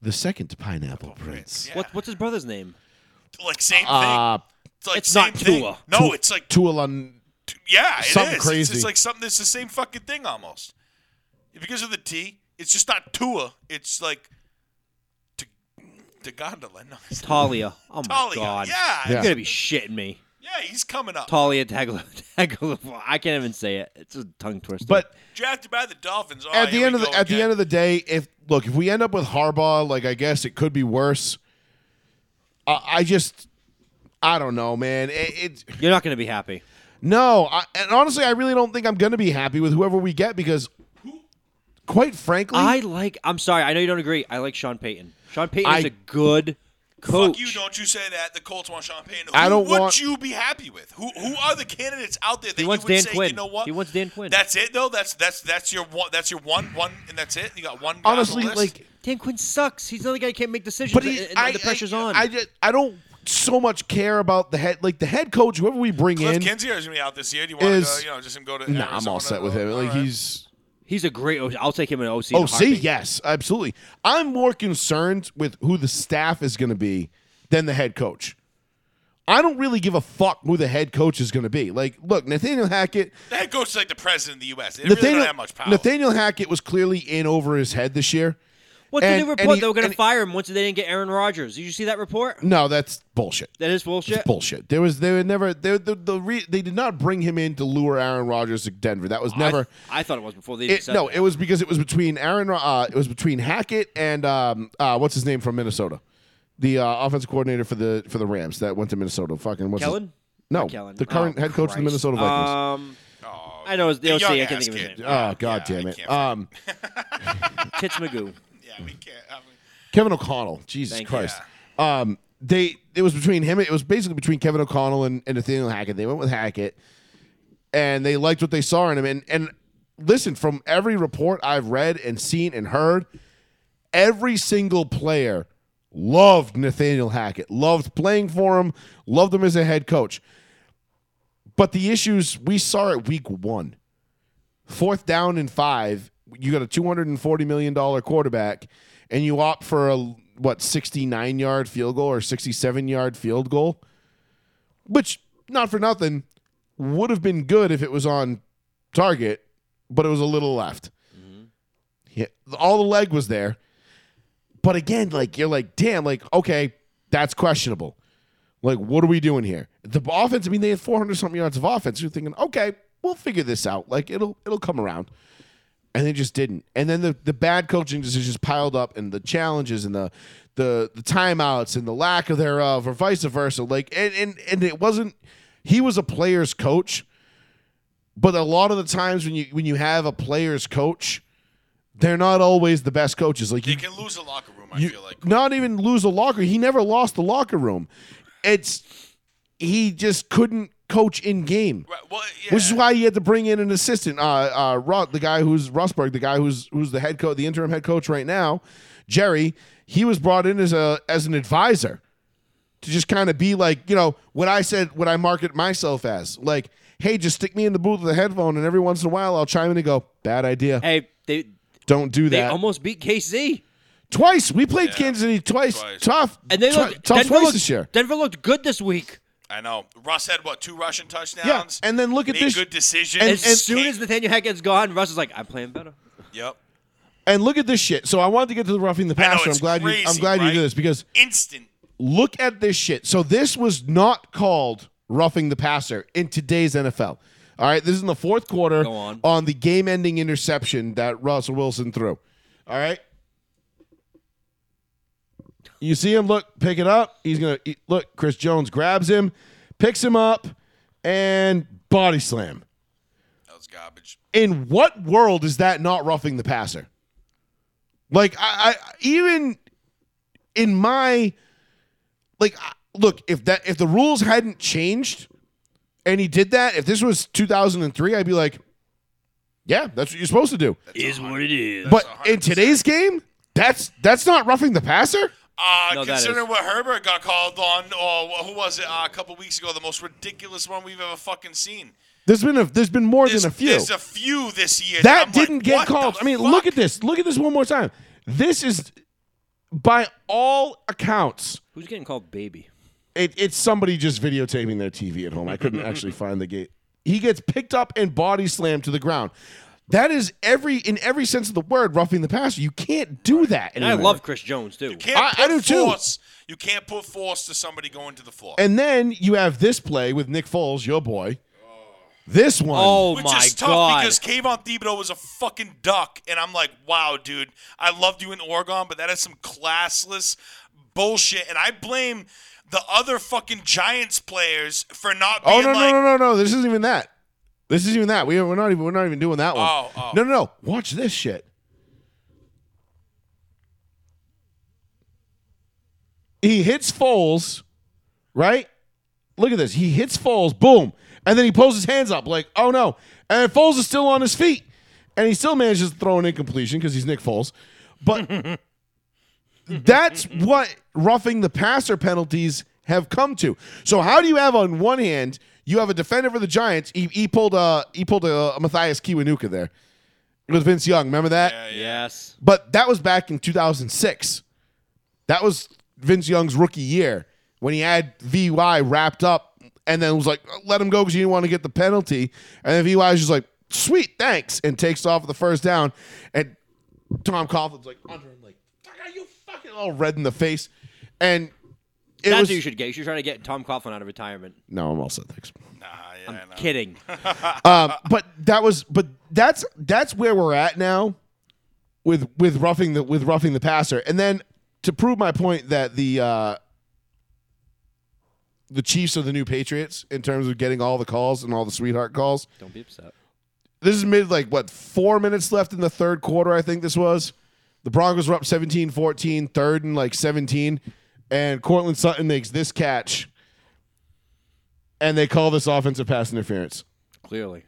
Speaker 1: the second pineapple prince.
Speaker 7: Yeah.
Speaker 3: What, what's his brother's name?
Speaker 7: like same thing.
Speaker 1: Uh,
Speaker 7: it's like
Speaker 3: it's
Speaker 7: same
Speaker 3: not
Speaker 7: thing.
Speaker 3: Tua.
Speaker 7: No, it's like
Speaker 1: Tuolun.
Speaker 7: Yeah, it is.
Speaker 1: Something
Speaker 7: It's- It's,
Speaker 1: crazy.
Speaker 7: like something that's the same fucking thing almost. Because of the T, it's just not Tua. It's like to to gondola. No, it's
Speaker 3: Talia. Oh my
Speaker 7: Talia.
Speaker 3: god.
Speaker 7: Yeah,
Speaker 1: Yeah.
Speaker 3: You're gonna be shitting me.
Speaker 7: yeah, he's coming up.
Speaker 3: Talia Tagal- Tagal- I can't even say it. It's a tongue twister.
Speaker 1: But
Speaker 7: Drafted by the Dolphins. Oh,
Speaker 1: at
Speaker 7: here
Speaker 1: the
Speaker 7: we
Speaker 1: end of the
Speaker 7: go
Speaker 1: at the
Speaker 7: again.
Speaker 1: end of the day, if look, if we end up with Harbaugh, like I guess it could be worse. I, I just, I don't know, man. It, it
Speaker 3: you're not gonna be happy.
Speaker 1: no, I, and honestly, I really don't think I'm gonna be happy with whoever we get because, quite frankly,
Speaker 3: I like I'm sorry, I know you don't agree. I like Sean Payton. Sean Payton is
Speaker 1: I-
Speaker 3: a good coach.
Speaker 7: Fuck you! Don't you say that. The Colts want Sean Payton. Who
Speaker 1: I don't
Speaker 7: would
Speaker 1: want-
Speaker 7: you be happy with? Who Who are the candidates out there that
Speaker 3: he wants
Speaker 7: you would
Speaker 3: Dan
Speaker 7: say
Speaker 3: Quinn.
Speaker 7: you know what?
Speaker 3: He wants Dan Quinn.
Speaker 7: That's it though. That's that's that's your one. That's your one one, and that's it. You got one. guy on the
Speaker 1: honestly
Speaker 7: list?
Speaker 1: like,
Speaker 3: Dan Quinn sucks. He's the only guy who can't make decisions
Speaker 1: but he,
Speaker 3: and- and
Speaker 1: I,
Speaker 3: the pressure's
Speaker 1: I,
Speaker 3: on.
Speaker 1: I just, I don't so much care about the head, like the head coach, whoever we bring
Speaker 7: Cliff
Speaker 1: in.
Speaker 7: Kinsey is gonna be out this year. Do you want
Speaker 1: is-
Speaker 7: to you know just him go to?
Speaker 1: Nah, I'm all
Speaker 7: Arizona?
Speaker 1: set with him.
Speaker 7: All
Speaker 1: Like
Speaker 7: right.
Speaker 1: he's
Speaker 3: He's a great OC. I'll take him an OC. in a
Speaker 1: Oh, see,
Speaker 3: heartbeat.
Speaker 1: yes, absolutely. I'm more concerned with who the staff is going to be than the head coach. I don't really give a fuck who the head coach is going to be. Like, look, Nathaniel Hackett.
Speaker 7: The head coach is like the president of the U.S. They
Speaker 1: Nathaniel,
Speaker 7: really don't have much power.
Speaker 1: Nathaniel Hackett was clearly in over his head this year.
Speaker 3: What did
Speaker 1: And-
Speaker 3: they
Speaker 1: and
Speaker 3: report?
Speaker 1: he-
Speaker 3: they were gonna
Speaker 1: and-
Speaker 3: fire him once they didn't get Aaron Rodgers. Did you see that report?
Speaker 1: No, that's bullshit.
Speaker 3: That is bullshit.
Speaker 1: It's bullshit. There was they were never they the, the re, they did not bring him in to lure Aaron Rodgers to Denver. That was never.
Speaker 3: I, I thought it was before they even
Speaker 1: It,
Speaker 3: said
Speaker 1: no,
Speaker 3: that.
Speaker 1: it was because it was between Aaron. Ro- Uh, it was between Hackett and um, uh, what's his name from Minnesota, the uh, offensive coordinator for the for the Rams that went to Minnesota. Fucking what's his-
Speaker 3: Kellen?
Speaker 1: no,
Speaker 3: Not Kellen.
Speaker 1: the current
Speaker 3: Oh,
Speaker 1: head coach of the
Speaker 3: Christ.
Speaker 1: Minnesota Vikings.
Speaker 3: Um,
Speaker 7: Oh,
Speaker 3: I know it's the
Speaker 7: the
Speaker 3: OC.
Speaker 7: young
Speaker 3: I can't
Speaker 7: ass
Speaker 3: think of his
Speaker 7: kid.
Speaker 3: name.
Speaker 1: oh god
Speaker 7: yeah,
Speaker 1: damn
Speaker 7: I
Speaker 1: it!
Speaker 7: can't
Speaker 1: Um,
Speaker 3: Tits Magoo.
Speaker 7: yeah, we can't. I mean,
Speaker 1: Kevin O'Connell. Jesus
Speaker 3: Thank you.
Speaker 1: Christ. Um, they it was between him. It was basically between Kevin O'Connell and, and Nathaniel Hackett. They went with Hackett, and they liked what they saw in him. And and listen, from every report I've read and seen and heard, every single player loved Nathaniel Hackett, loved playing for him, loved him as a head coach. But the issues we saw at week one, fourth down and five, you got a two hundred and forty million dollar quarterback, and you opt for a what sixty nine yard field goal or sixty seven yard field goal, which not for nothing would have been good if it was on target, but it was a little left. Yeah, all the leg was there, but again, like you're like, damn, like okay, that's questionable. Like, what are we doing here? The offense, I mean, they had 400 something yards of offense. You're thinking, okay, we'll figure this out. Like, it'll it'll come around. And they just didn't. And then the, the bad coaching decisions piled up and the challenges and the the the timeouts and the lack of thereof or vice versa. Like and, and, and it wasn't he was a player's coach. But a lot of the times when you when you have a player's coach, they're not always the best coaches. Like
Speaker 7: They
Speaker 1: you
Speaker 7: can lose a locker room. I
Speaker 1: you-
Speaker 7: feel like
Speaker 1: not even lose the locker. He never lost the locker room. It's he just couldn't coach in game,
Speaker 7: Right, well, yeah.
Speaker 1: which is why he had to bring in an assistant. Uh, uh, Rod, the guy who's Rustberg, the guy who's who's the head coach, the interim head coach right now, Jerry. He was brought in as a as an advisor to just kind of be like, you know, what I said, what I market myself as, like. Hey, just stick me in the booth with a headphone, and every once in a while I'll chime in and go, "Bad idea.
Speaker 3: Hey, they
Speaker 1: Don't do
Speaker 3: they
Speaker 1: that."
Speaker 3: almost beat KC.
Speaker 1: twice we played Kansas City twice.
Speaker 7: Twice.
Speaker 1: Tough,
Speaker 3: And they
Speaker 1: twi-
Speaker 3: looked,
Speaker 1: tough
Speaker 3: Denver,
Speaker 1: twice
Speaker 3: looked,
Speaker 1: this year.
Speaker 3: Denver looked good this week.
Speaker 7: I know Russ had what two Russian
Speaker 1: Yeah,
Speaker 7: touchdowns.
Speaker 1: and then look at
Speaker 7: made
Speaker 1: this,
Speaker 7: good decisions.
Speaker 1: And-
Speaker 3: As
Speaker 1: and-
Speaker 3: soon as Nathaniel Hackett's gone, Russ is like, I'm playing better.
Speaker 7: yep,
Speaker 1: and look at this shit. So I wanted to get to the roughing the
Speaker 7: I know,
Speaker 1: passer. I'm
Speaker 7: it's
Speaker 1: glad you. I'm
Speaker 7: crazy,
Speaker 1: glad you
Speaker 7: right?
Speaker 1: did this because
Speaker 7: instant.
Speaker 1: look at this shit. So this was not called roughing the passer in today's NFL. All right, this is in the fourth quarter
Speaker 3: Go on.
Speaker 1: the game-ending interception that Russell Wilson threw. All right. You see him look, pick it up. He's gonna he- look. Chris Jones grabs him, picks him up, and body slam.
Speaker 7: That was garbage.
Speaker 1: in what world is that not roughing the passer? Like I, I even in my like I- look if that if the rules hadn't changed and he did that if this was 2003 I'd be like yeah that's what you're supposed to do
Speaker 3: Is what it is.
Speaker 1: but in
Speaker 7: 100%.
Speaker 1: today's game that's that's not roughing the passer
Speaker 7: Uh,
Speaker 3: No, that
Speaker 7: considering
Speaker 3: is-
Speaker 7: what Herbert got called on, or wh- who was it uh, a couple weeks ago? The most ridiculous one we've ever fucking seen.
Speaker 1: there's been a there's been more
Speaker 7: There's
Speaker 1: than a few
Speaker 7: There's a few this year.
Speaker 1: that
Speaker 7: I'm like,
Speaker 1: didn't get
Speaker 7: what the
Speaker 1: called. I mean, look
Speaker 7: fuck?
Speaker 1: at this. Look at this one more time. This is, by all accounts,
Speaker 3: Who's getting called baby?
Speaker 1: it, it's somebody just videotaping their TV at home. I couldn't actually find the gate. He gets picked up and body slammed to the ground. That is every in every sense of the word roughing the passer. You can't do that.
Speaker 3: And I
Speaker 1: anymore.
Speaker 3: love Chris Jones, too.
Speaker 7: You can't
Speaker 1: I-
Speaker 7: put
Speaker 1: I do too.
Speaker 7: force, You can't put force to somebody going to the floor.
Speaker 1: And then you have this play with Nick Foles, your boy. This one.
Speaker 3: Oh,
Speaker 7: Which
Speaker 3: my
Speaker 7: is tough
Speaker 3: God.
Speaker 7: because Kayvon Thibodeau was a fucking duck, and I'm like, wow, dude, I loved you in Oregon, but that is some classless bullshit, and I blame the other fucking Giants players for not being
Speaker 1: Oh no,
Speaker 7: like,
Speaker 1: no, no, no, no! This isn't even that. This isn't even that. We, we're not even we're not even doing that one.
Speaker 7: Oh, oh.
Speaker 1: No, no, no! Watch this shit. He hits Foles, right? Look at this. He hits Foles, boom, and then he pulls his hands up like, "Oh no!" And Foles is still on his feet, and he still manages to throw an incompletion because he's Nick Foles. But that's what roughing the passer penalties have come to. So how do you have on one hand you have a defender for the Giants? He, he pulled a he pulled a, Matthias Kiwanuka there. It was Vince Young. Remember that?
Speaker 3: Yes.
Speaker 1: But that was back in 2006. That was Vince Young's rookie year when he had VY wrapped up and then was like, let him go because you didn't want to get the penalty. And then VY is just like, sweet, thanks, and takes off with the first down. And Tom Coughlin's like, under him, like, "Fuck, are you fucking all red in the face? And it
Speaker 3: That's
Speaker 1: was.
Speaker 3: what you should get. You should try to get Tom Coughlin out of retirement.
Speaker 1: no, I'm all set, thanks.
Speaker 7: Nah, Ah, yeah, I know.
Speaker 3: Kidding.
Speaker 1: Um, but that was, but that's that's where we're at now, with with roughing the with roughing the passer, and then to prove my point that the uh, the Chiefs are the new Patriots in terms of getting all the calls and all the sweetheart calls.
Speaker 3: Don't be upset.
Speaker 1: This is mid like what four minutes left in the third quarter. I think this was. The Broncos were up 17-14, third and like 17, and Cortland Sutton makes this catch, and they call this offensive pass interference.
Speaker 3: Clearly.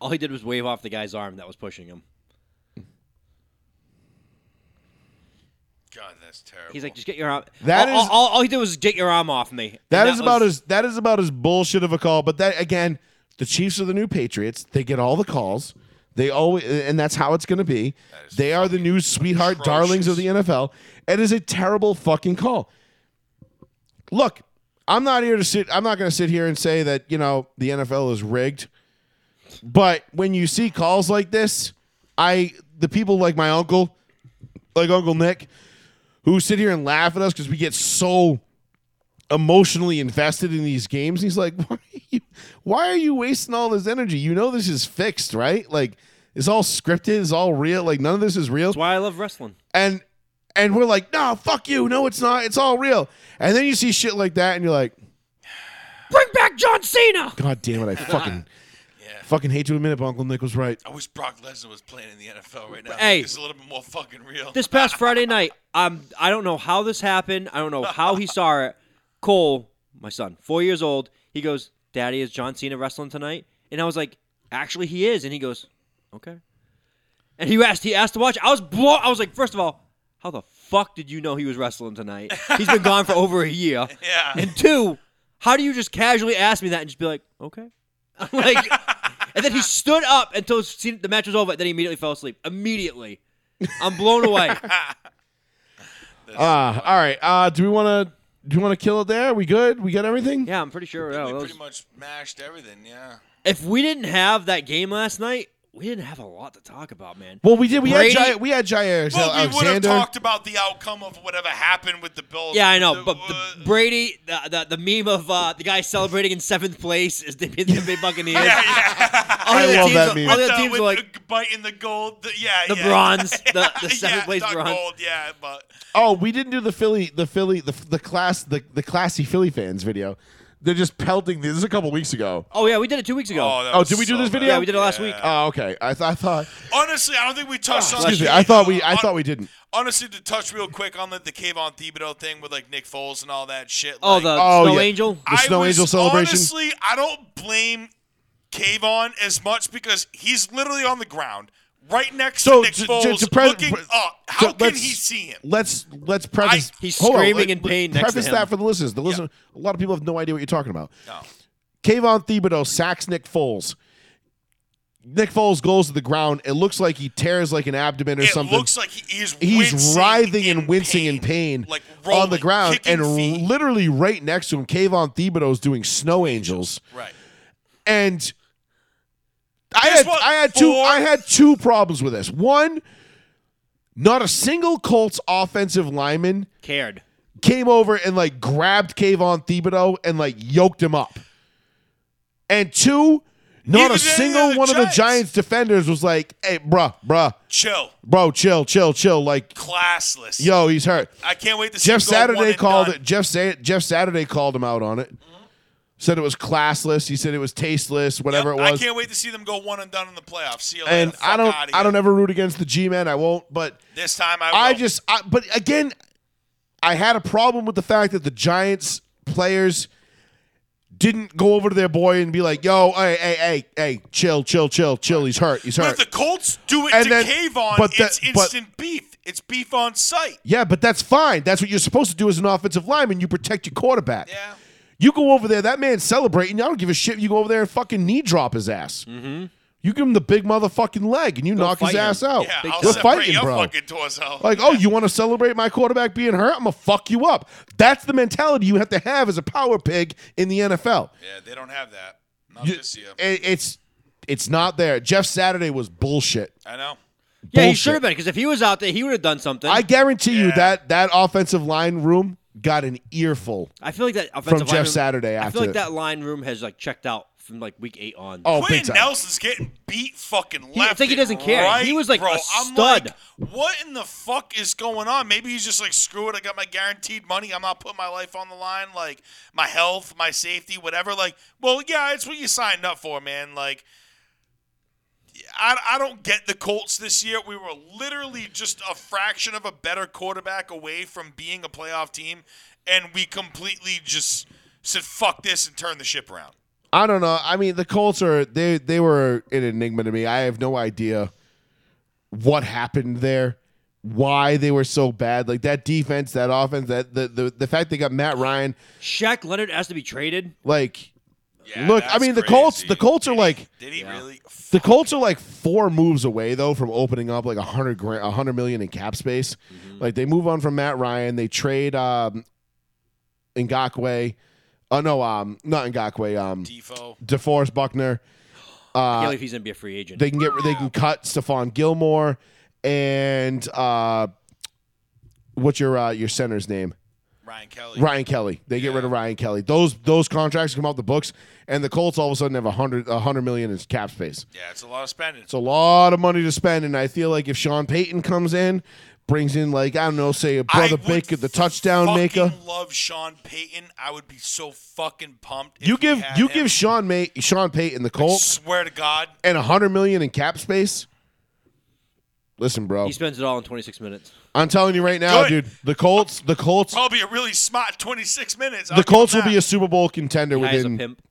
Speaker 3: All he did was wave off the guy's arm that was pushing him.
Speaker 7: God, that's terrible.
Speaker 3: He's like, just get your arm.
Speaker 1: That
Speaker 3: That all,
Speaker 1: is-
Speaker 3: all, all he did was get your arm off me.
Speaker 1: That is about
Speaker 3: his.
Speaker 1: as that is about as bullshit of a call. But that again, The Chiefs are the new Patriots. They get all the calls. They always, and that's how it's going to be. They are the new sweetheart darlings of the NFL. It is a terrible fucking call. Look, I'm not here to sit. I'm not going to sit here and say that you know the NFL is rigged. But when you see calls like this, I the people like my uncle, like Uncle Nick, who sit here and laugh at us because we get so emotionally invested in these games. He's like, why are, you, why are you wasting all this energy? You know this is fixed, right? Like it's all scripted, it's all real. Like none of this is real
Speaker 3: That's why I love wrestling.
Speaker 1: and and we're like, no, fuck you, no, it's not, it's all real. And then you see shit like that, and you're like,
Speaker 3: Bring back John Cena.
Speaker 1: God damn it, I fucking, fucking hate to admit it, but Uncle Nick was right.
Speaker 7: I wish Brock Lesnar was playing in the NFL right now.
Speaker 3: Hey.
Speaker 7: it's a little bit more fucking real.
Speaker 3: This past Friday night, um, I don't know how this happened. I don't know how he saw it. Cole, my son, four years old, he goes, "Daddy, is John Cena wrestling tonight?" And I was like, "Actually, he is." And he goes, "Okay." And he asked, he asked to watch. I was blown. I was like, first of all, how the fuck did you know he was wrestling tonight? He's been gone for over a year.
Speaker 7: Yeah.
Speaker 3: And two, how do you just casually ask me that and just be like, "Okay"? I'm like, and then he stood up until Cena- the match was over. Then he immediately fell asleep. Immediately. I'm blown away.
Speaker 1: Uh, all right, uh, do we want to do you want to kill it there? We good? We got everything?
Speaker 3: Yeah, I'm pretty sure. yeah,
Speaker 7: we
Speaker 3: that
Speaker 7: pretty
Speaker 3: was-
Speaker 7: much mashed everything. Yeah,
Speaker 3: if we didn't have that game last night, we didn't have a lot to talk about, man.
Speaker 1: Well, we did. We
Speaker 3: Brady-
Speaker 1: had Jair, we had Jair uh,
Speaker 7: well, we would have
Speaker 1: Alexander.
Speaker 7: talked about the outcome of whatever happened with the Bills.
Speaker 3: yeah, I know,
Speaker 7: The-
Speaker 3: but the Brady, the, the, the meme of uh, the guy celebrating in seventh place is the Tampa Bay Buccaneers.
Speaker 7: yeah, yeah.
Speaker 3: All the
Speaker 1: I
Speaker 3: other
Speaker 1: love
Speaker 3: teams
Speaker 1: that
Speaker 3: are-
Speaker 1: meme.
Speaker 3: All the other
Speaker 7: The-
Speaker 3: teams
Speaker 7: with
Speaker 3: are like
Speaker 7: the biting the gold. The, yeah,
Speaker 3: the
Speaker 7: yeah.
Speaker 3: bronze, the, the seventh
Speaker 7: yeah,
Speaker 3: place
Speaker 7: not
Speaker 3: bronze.
Speaker 7: gold. Yeah, but
Speaker 1: oh, we didn't do the Philly, the Philly, the the class, the the classy Philly fans video. They're just pelting. This is a couple weeks ago.
Speaker 3: Oh yeah, we did it two weeks ago.
Speaker 7: that
Speaker 1: Oh,
Speaker 7: was
Speaker 1: did we do
Speaker 7: so
Speaker 1: this
Speaker 7: bad.
Speaker 1: video?
Speaker 3: yeah, we did it last week.
Speaker 1: Oh, okay. I, th- I thought.
Speaker 7: Honestly, I don't think we touched on.
Speaker 1: Ah, Excuse
Speaker 7: the- uh,
Speaker 1: me. I thought we. I thought we didn't.
Speaker 7: Honestly, to touch real quick on the, the cave on Thibodeau thing with like Nick Foles and all that shit.
Speaker 3: oh,
Speaker 7: like,
Speaker 3: the
Speaker 1: Oh,
Speaker 3: snow
Speaker 1: yeah.
Speaker 3: angel.
Speaker 1: The Snow Angel celebration?
Speaker 7: Honestly, I don't blame Kayvon as much because he's literally on the ground, right next
Speaker 1: So
Speaker 7: to Nick
Speaker 1: to- to-
Speaker 7: Foles,
Speaker 1: to pres-
Speaker 7: looking
Speaker 1: pre-
Speaker 7: up. How
Speaker 1: so
Speaker 7: can
Speaker 1: let's-
Speaker 7: he see him?
Speaker 1: Let's let's preface.
Speaker 7: I-
Speaker 3: He's
Speaker 1: hold on,
Speaker 3: screaming
Speaker 1: let-
Speaker 3: in
Speaker 1: let-
Speaker 3: pain next to
Speaker 1: Preface that
Speaker 3: him.
Speaker 1: for the listeners. The listener, a lot of people have no idea what you're talking about.
Speaker 7: No.
Speaker 1: Kayvon Thibodeau sacks Nick Foles. Nick Foles goes to the ground. It looks like he tears like an abdomen or
Speaker 7: It
Speaker 1: something.
Speaker 7: looks like he is.
Speaker 1: He's
Speaker 7: wincing
Speaker 1: writhing
Speaker 7: in
Speaker 1: and wincing
Speaker 7: pain.
Speaker 1: in pain
Speaker 7: like
Speaker 1: on the
Speaker 7: rolling,
Speaker 1: ground,
Speaker 7: kicking
Speaker 1: and
Speaker 7: feet.
Speaker 1: literally right next to him, Kayvon Thibodeau's doing snow angels.
Speaker 7: right.
Speaker 1: And I
Speaker 7: Guess
Speaker 1: had,
Speaker 7: what?
Speaker 1: I had two
Speaker 7: Four-
Speaker 1: I had two problems with this. One, not a single Colts offensive lineman
Speaker 3: Cared.
Speaker 1: came over and like grabbed Kayvon Thibodeau and like yoked him up. And two, not
Speaker 7: Neither
Speaker 1: a
Speaker 7: did any
Speaker 1: single
Speaker 7: of the
Speaker 1: one of the
Speaker 7: Giants.
Speaker 1: Giants defenders was like, "Hey, bruh, bruh,
Speaker 7: Chill,
Speaker 1: bro, chill, chill, chill." Like,
Speaker 7: classless.
Speaker 1: yo, he's hurt.
Speaker 7: I can't wait to see
Speaker 1: Jeff
Speaker 7: him go one
Speaker 1: Saturday
Speaker 7: and
Speaker 1: called
Speaker 7: done.
Speaker 1: it. Jeff Sa- Jeff Saturday called him out on it. Said it was classless. He said it was tasteless. Whatever
Speaker 7: Yep,
Speaker 1: it was.
Speaker 7: I can't wait to see them go one and done in the playoffs. See you later.
Speaker 1: and I
Speaker 7: Fuck
Speaker 1: don't
Speaker 7: outta
Speaker 1: I don't
Speaker 7: here.
Speaker 1: ever root against the G men. I won't. But
Speaker 7: This time I.
Speaker 1: I
Speaker 7: will.
Speaker 1: just I, but again, I had a problem with the fact that the Giants players didn't go over to their boy and be like, "Yo, hey, hey, hey, hey, chill, chill, chill, chill. He's hurt. He's
Speaker 7: But if
Speaker 1: hurt."
Speaker 7: the Colts do it
Speaker 1: And
Speaker 7: to
Speaker 1: then-
Speaker 7: Kayvon,
Speaker 1: but the-
Speaker 7: it's
Speaker 1: but-
Speaker 7: instant beef. It's beef on sight.
Speaker 1: yeah, but that's fine. That's what you're supposed to do as an offensive lineman. You protect your quarterback.
Speaker 7: Yeah.
Speaker 1: You go over there, that man's celebrating. I don't give a shit. if You go over there and fucking knee drop his ass.
Speaker 7: Mm-hmm.
Speaker 1: You give him the big motherfucking leg and you knock his
Speaker 3: fight him.
Speaker 1: ass out.
Speaker 7: Yeah,
Speaker 3: Big
Speaker 7: I'll
Speaker 1: We're
Speaker 7: separate
Speaker 1: fighting,
Speaker 7: your
Speaker 1: bro.
Speaker 7: fucking torso.
Speaker 1: Like, oh, you want to celebrate my quarterback being hurt? I'm gonna fuck you up. That's the mentality you have to have as a power pig in the NFL.
Speaker 7: yeah, they don't have that. Not
Speaker 1: You-
Speaker 7: this year.
Speaker 1: it- it's it's not there. Jeff Saturday was bullshit.
Speaker 7: I know.
Speaker 3: Yeah, he
Speaker 1: Bullshit.
Speaker 3: should have been because if he was out there, he would have done something.
Speaker 1: I guarantee you
Speaker 7: Yeah.
Speaker 1: that that offensive line room got an earful.
Speaker 3: I feel like that offensive
Speaker 1: Jeff
Speaker 3: line room-
Speaker 1: Saturday
Speaker 3: I
Speaker 1: after
Speaker 3: feel
Speaker 1: it.
Speaker 3: like that line room has like checked out from like week eight on.
Speaker 1: Oh, big
Speaker 7: Quentin
Speaker 1: time.
Speaker 7: Nelson's getting beat fucking
Speaker 3: He-
Speaker 7: left.
Speaker 3: it's like he
Speaker 7: and
Speaker 3: doesn't care.
Speaker 7: right,
Speaker 3: He was like
Speaker 7: bro.
Speaker 3: a
Speaker 7: I'm
Speaker 3: stud.
Speaker 7: like, what in the fuck is going on? Maybe he's just like, screw it. I got my guaranteed money. I'm not putting my life on the line. Like my health, my safety, whatever. Like, well, yeah, it's what you signed up for, man. Like. I, I don't get the Colts this year. We were literally just a fraction of a better quarterback away from being a playoff team, and we completely just said, fuck this and turn the ship around.
Speaker 1: I don't know. I mean, the Colts are they they were an enigma to me. I have no idea what happened there, why they were so bad. Like that defense, that offense, that the the, the fact they got Matt Ryan,
Speaker 3: Shaq Leonard has to be traded.
Speaker 1: like
Speaker 7: Yeah,
Speaker 1: Look, I
Speaker 7: that's
Speaker 1: mean, the Colts-
Speaker 7: crazy.
Speaker 1: the Colts are
Speaker 7: Did he-
Speaker 1: like-
Speaker 7: Did he really?
Speaker 1: The Colts are like four moves away though from opening up like a hundred grand, a hundred million in cap space. Like they move on from Matt Ryan, they trade um, Ngakwe. Oh no, um, not Ngakwe. Um,
Speaker 7: Defoe.
Speaker 1: DeForest Buckner.
Speaker 3: I can't believe he's gonna be a free agent.
Speaker 1: Uh, They can get they can cut Stephon Gilmore and uh, what's your uh, your center's name?
Speaker 7: Ryan Kelly.
Speaker 1: Ryan Kelly. They get rid of Ryan Kelly. Those those contracts come out the books, and the Colts all of a sudden have a hundred a hundred million in cap space.
Speaker 7: Yeah, it's a lot of spending.
Speaker 1: It's a lot of money to spend, and I feel like if Sean Payton comes in, brings in like I don't know, say a
Speaker 7: I
Speaker 1: brother
Speaker 7: would
Speaker 1: Baker, the touchdown
Speaker 7: fucking
Speaker 1: maker.
Speaker 7: Love Sean Payton. I would be so fucking pumped. if
Speaker 1: You
Speaker 7: we
Speaker 1: give
Speaker 7: had
Speaker 1: you
Speaker 7: him.
Speaker 1: give Sean May Sean Payton the
Speaker 7: I
Speaker 1: Colts
Speaker 7: Swear to God,
Speaker 1: and a hundred million in cap space. Listen, bro.
Speaker 3: he spends it all in 26 minutes.
Speaker 1: I'm telling you right now,
Speaker 7: Good.
Speaker 1: dude. The Colts, the Colts,
Speaker 7: probably a really smart 26 minutes. I'll
Speaker 1: the
Speaker 7: give him
Speaker 1: Colts will
Speaker 7: that.
Speaker 1: be a Super Bowl contender
Speaker 3: He hires a
Speaker 1: within
Speaker 3: pimp.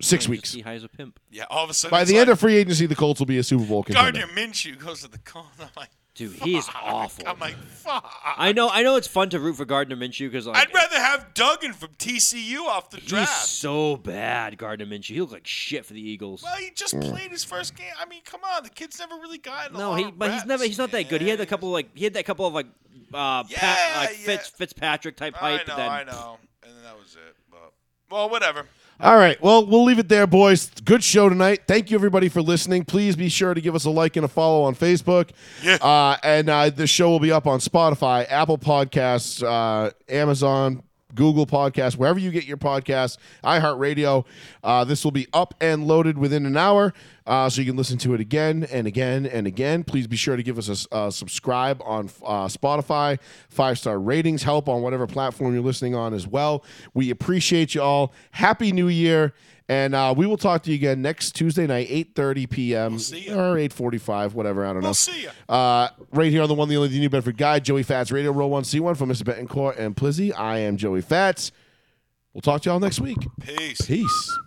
Speaker 1: six
Speaker 3: Just
Speaker 1: weeks.
Speaker 3: He hires a pimp.
Speaker 7: yeah. All of a sudden,
Speaker 1: By
Speaker 7: it's
Speaker 1: the end
Speaker 7: like,
Speaker 1: of free agency, the Colts will be a Super Bowl
Speaker 7: Gardner
Speaker 1: contender.
Speaker 7: Minshew goes to the Colts. I'm like,
Speaker 3: Dude, he is awful.
Speaker 7: I'm like, fuck.
Speaker 3: I know. I know it's fun to root for Gardner Minshew because like,
Speaker 7: I'd rather have Duggan from TCU off the
Speaker 3: he's
Speaker 7: draft.
Speaker 3: so bad. Gardner Minshew. He looked like shit for the Eagles.
Speaker 7: well, he just played his first game. I mean, come on, the kid's never really gotten. a
Speaker 3: No,
Speaker 7: lot
Speaker 3: he
Speaker 7: of
Speaker 3: but he's
Speaker 7: reps,
Speaker 3: never he's not that good. He had a
Speaker 7: man.
Speaker 3: couple of, like he had that couple of like uh
Speaker 7: Yeah,
Speaker 3: Pat, like
Speaker 7: yeah.
Speaker 3: Fitz Fitzpatrick type
Speaker 7: I
Speaker 3: hype.
Speaker 7: know,
Speaker 3: but then
Speaker 7: I know, and then that was it. But well, whatever.
Speaker 1: All right. Well, we'll leave it there, boys. Good show tonight. Thank you, everybody, for listening. Please be sure to give us a like and a follow on Facebook.
Speaker 7: Yeah.
Speaker 1: Uh, and uh, the show will be up on Spotify, Apple Podcasts, uh, Amazon, Google Podcasts, wherever you get your podcasts, iHeartRadio. Uh, this will be up and loaded within an hour, uh, so you can listen to it again and again and again. Please be sure to give us a s- uh, subscribe on uh, Spotify, five star ratings, help on whatever platform you're listening on as well. We appreciate you all. Happy New Year. And uh, we will talk to you again next Tuesday night, 8.30 p.m.
Speaker 7: see ya.
Speaker 1: or 8.45, whatever, I don't know.
Speaker 7: We'll see ya.
Speaker 1: Uh, right here on the one, the only, the New Bedford guy, Joey Fats, Radio Row 1C1 from Mr. Betancourt and Plizzy. I am Joey Fats. We'll talk to y'all next week.
Speaker 7: Peace.
Speaker 1: Peace.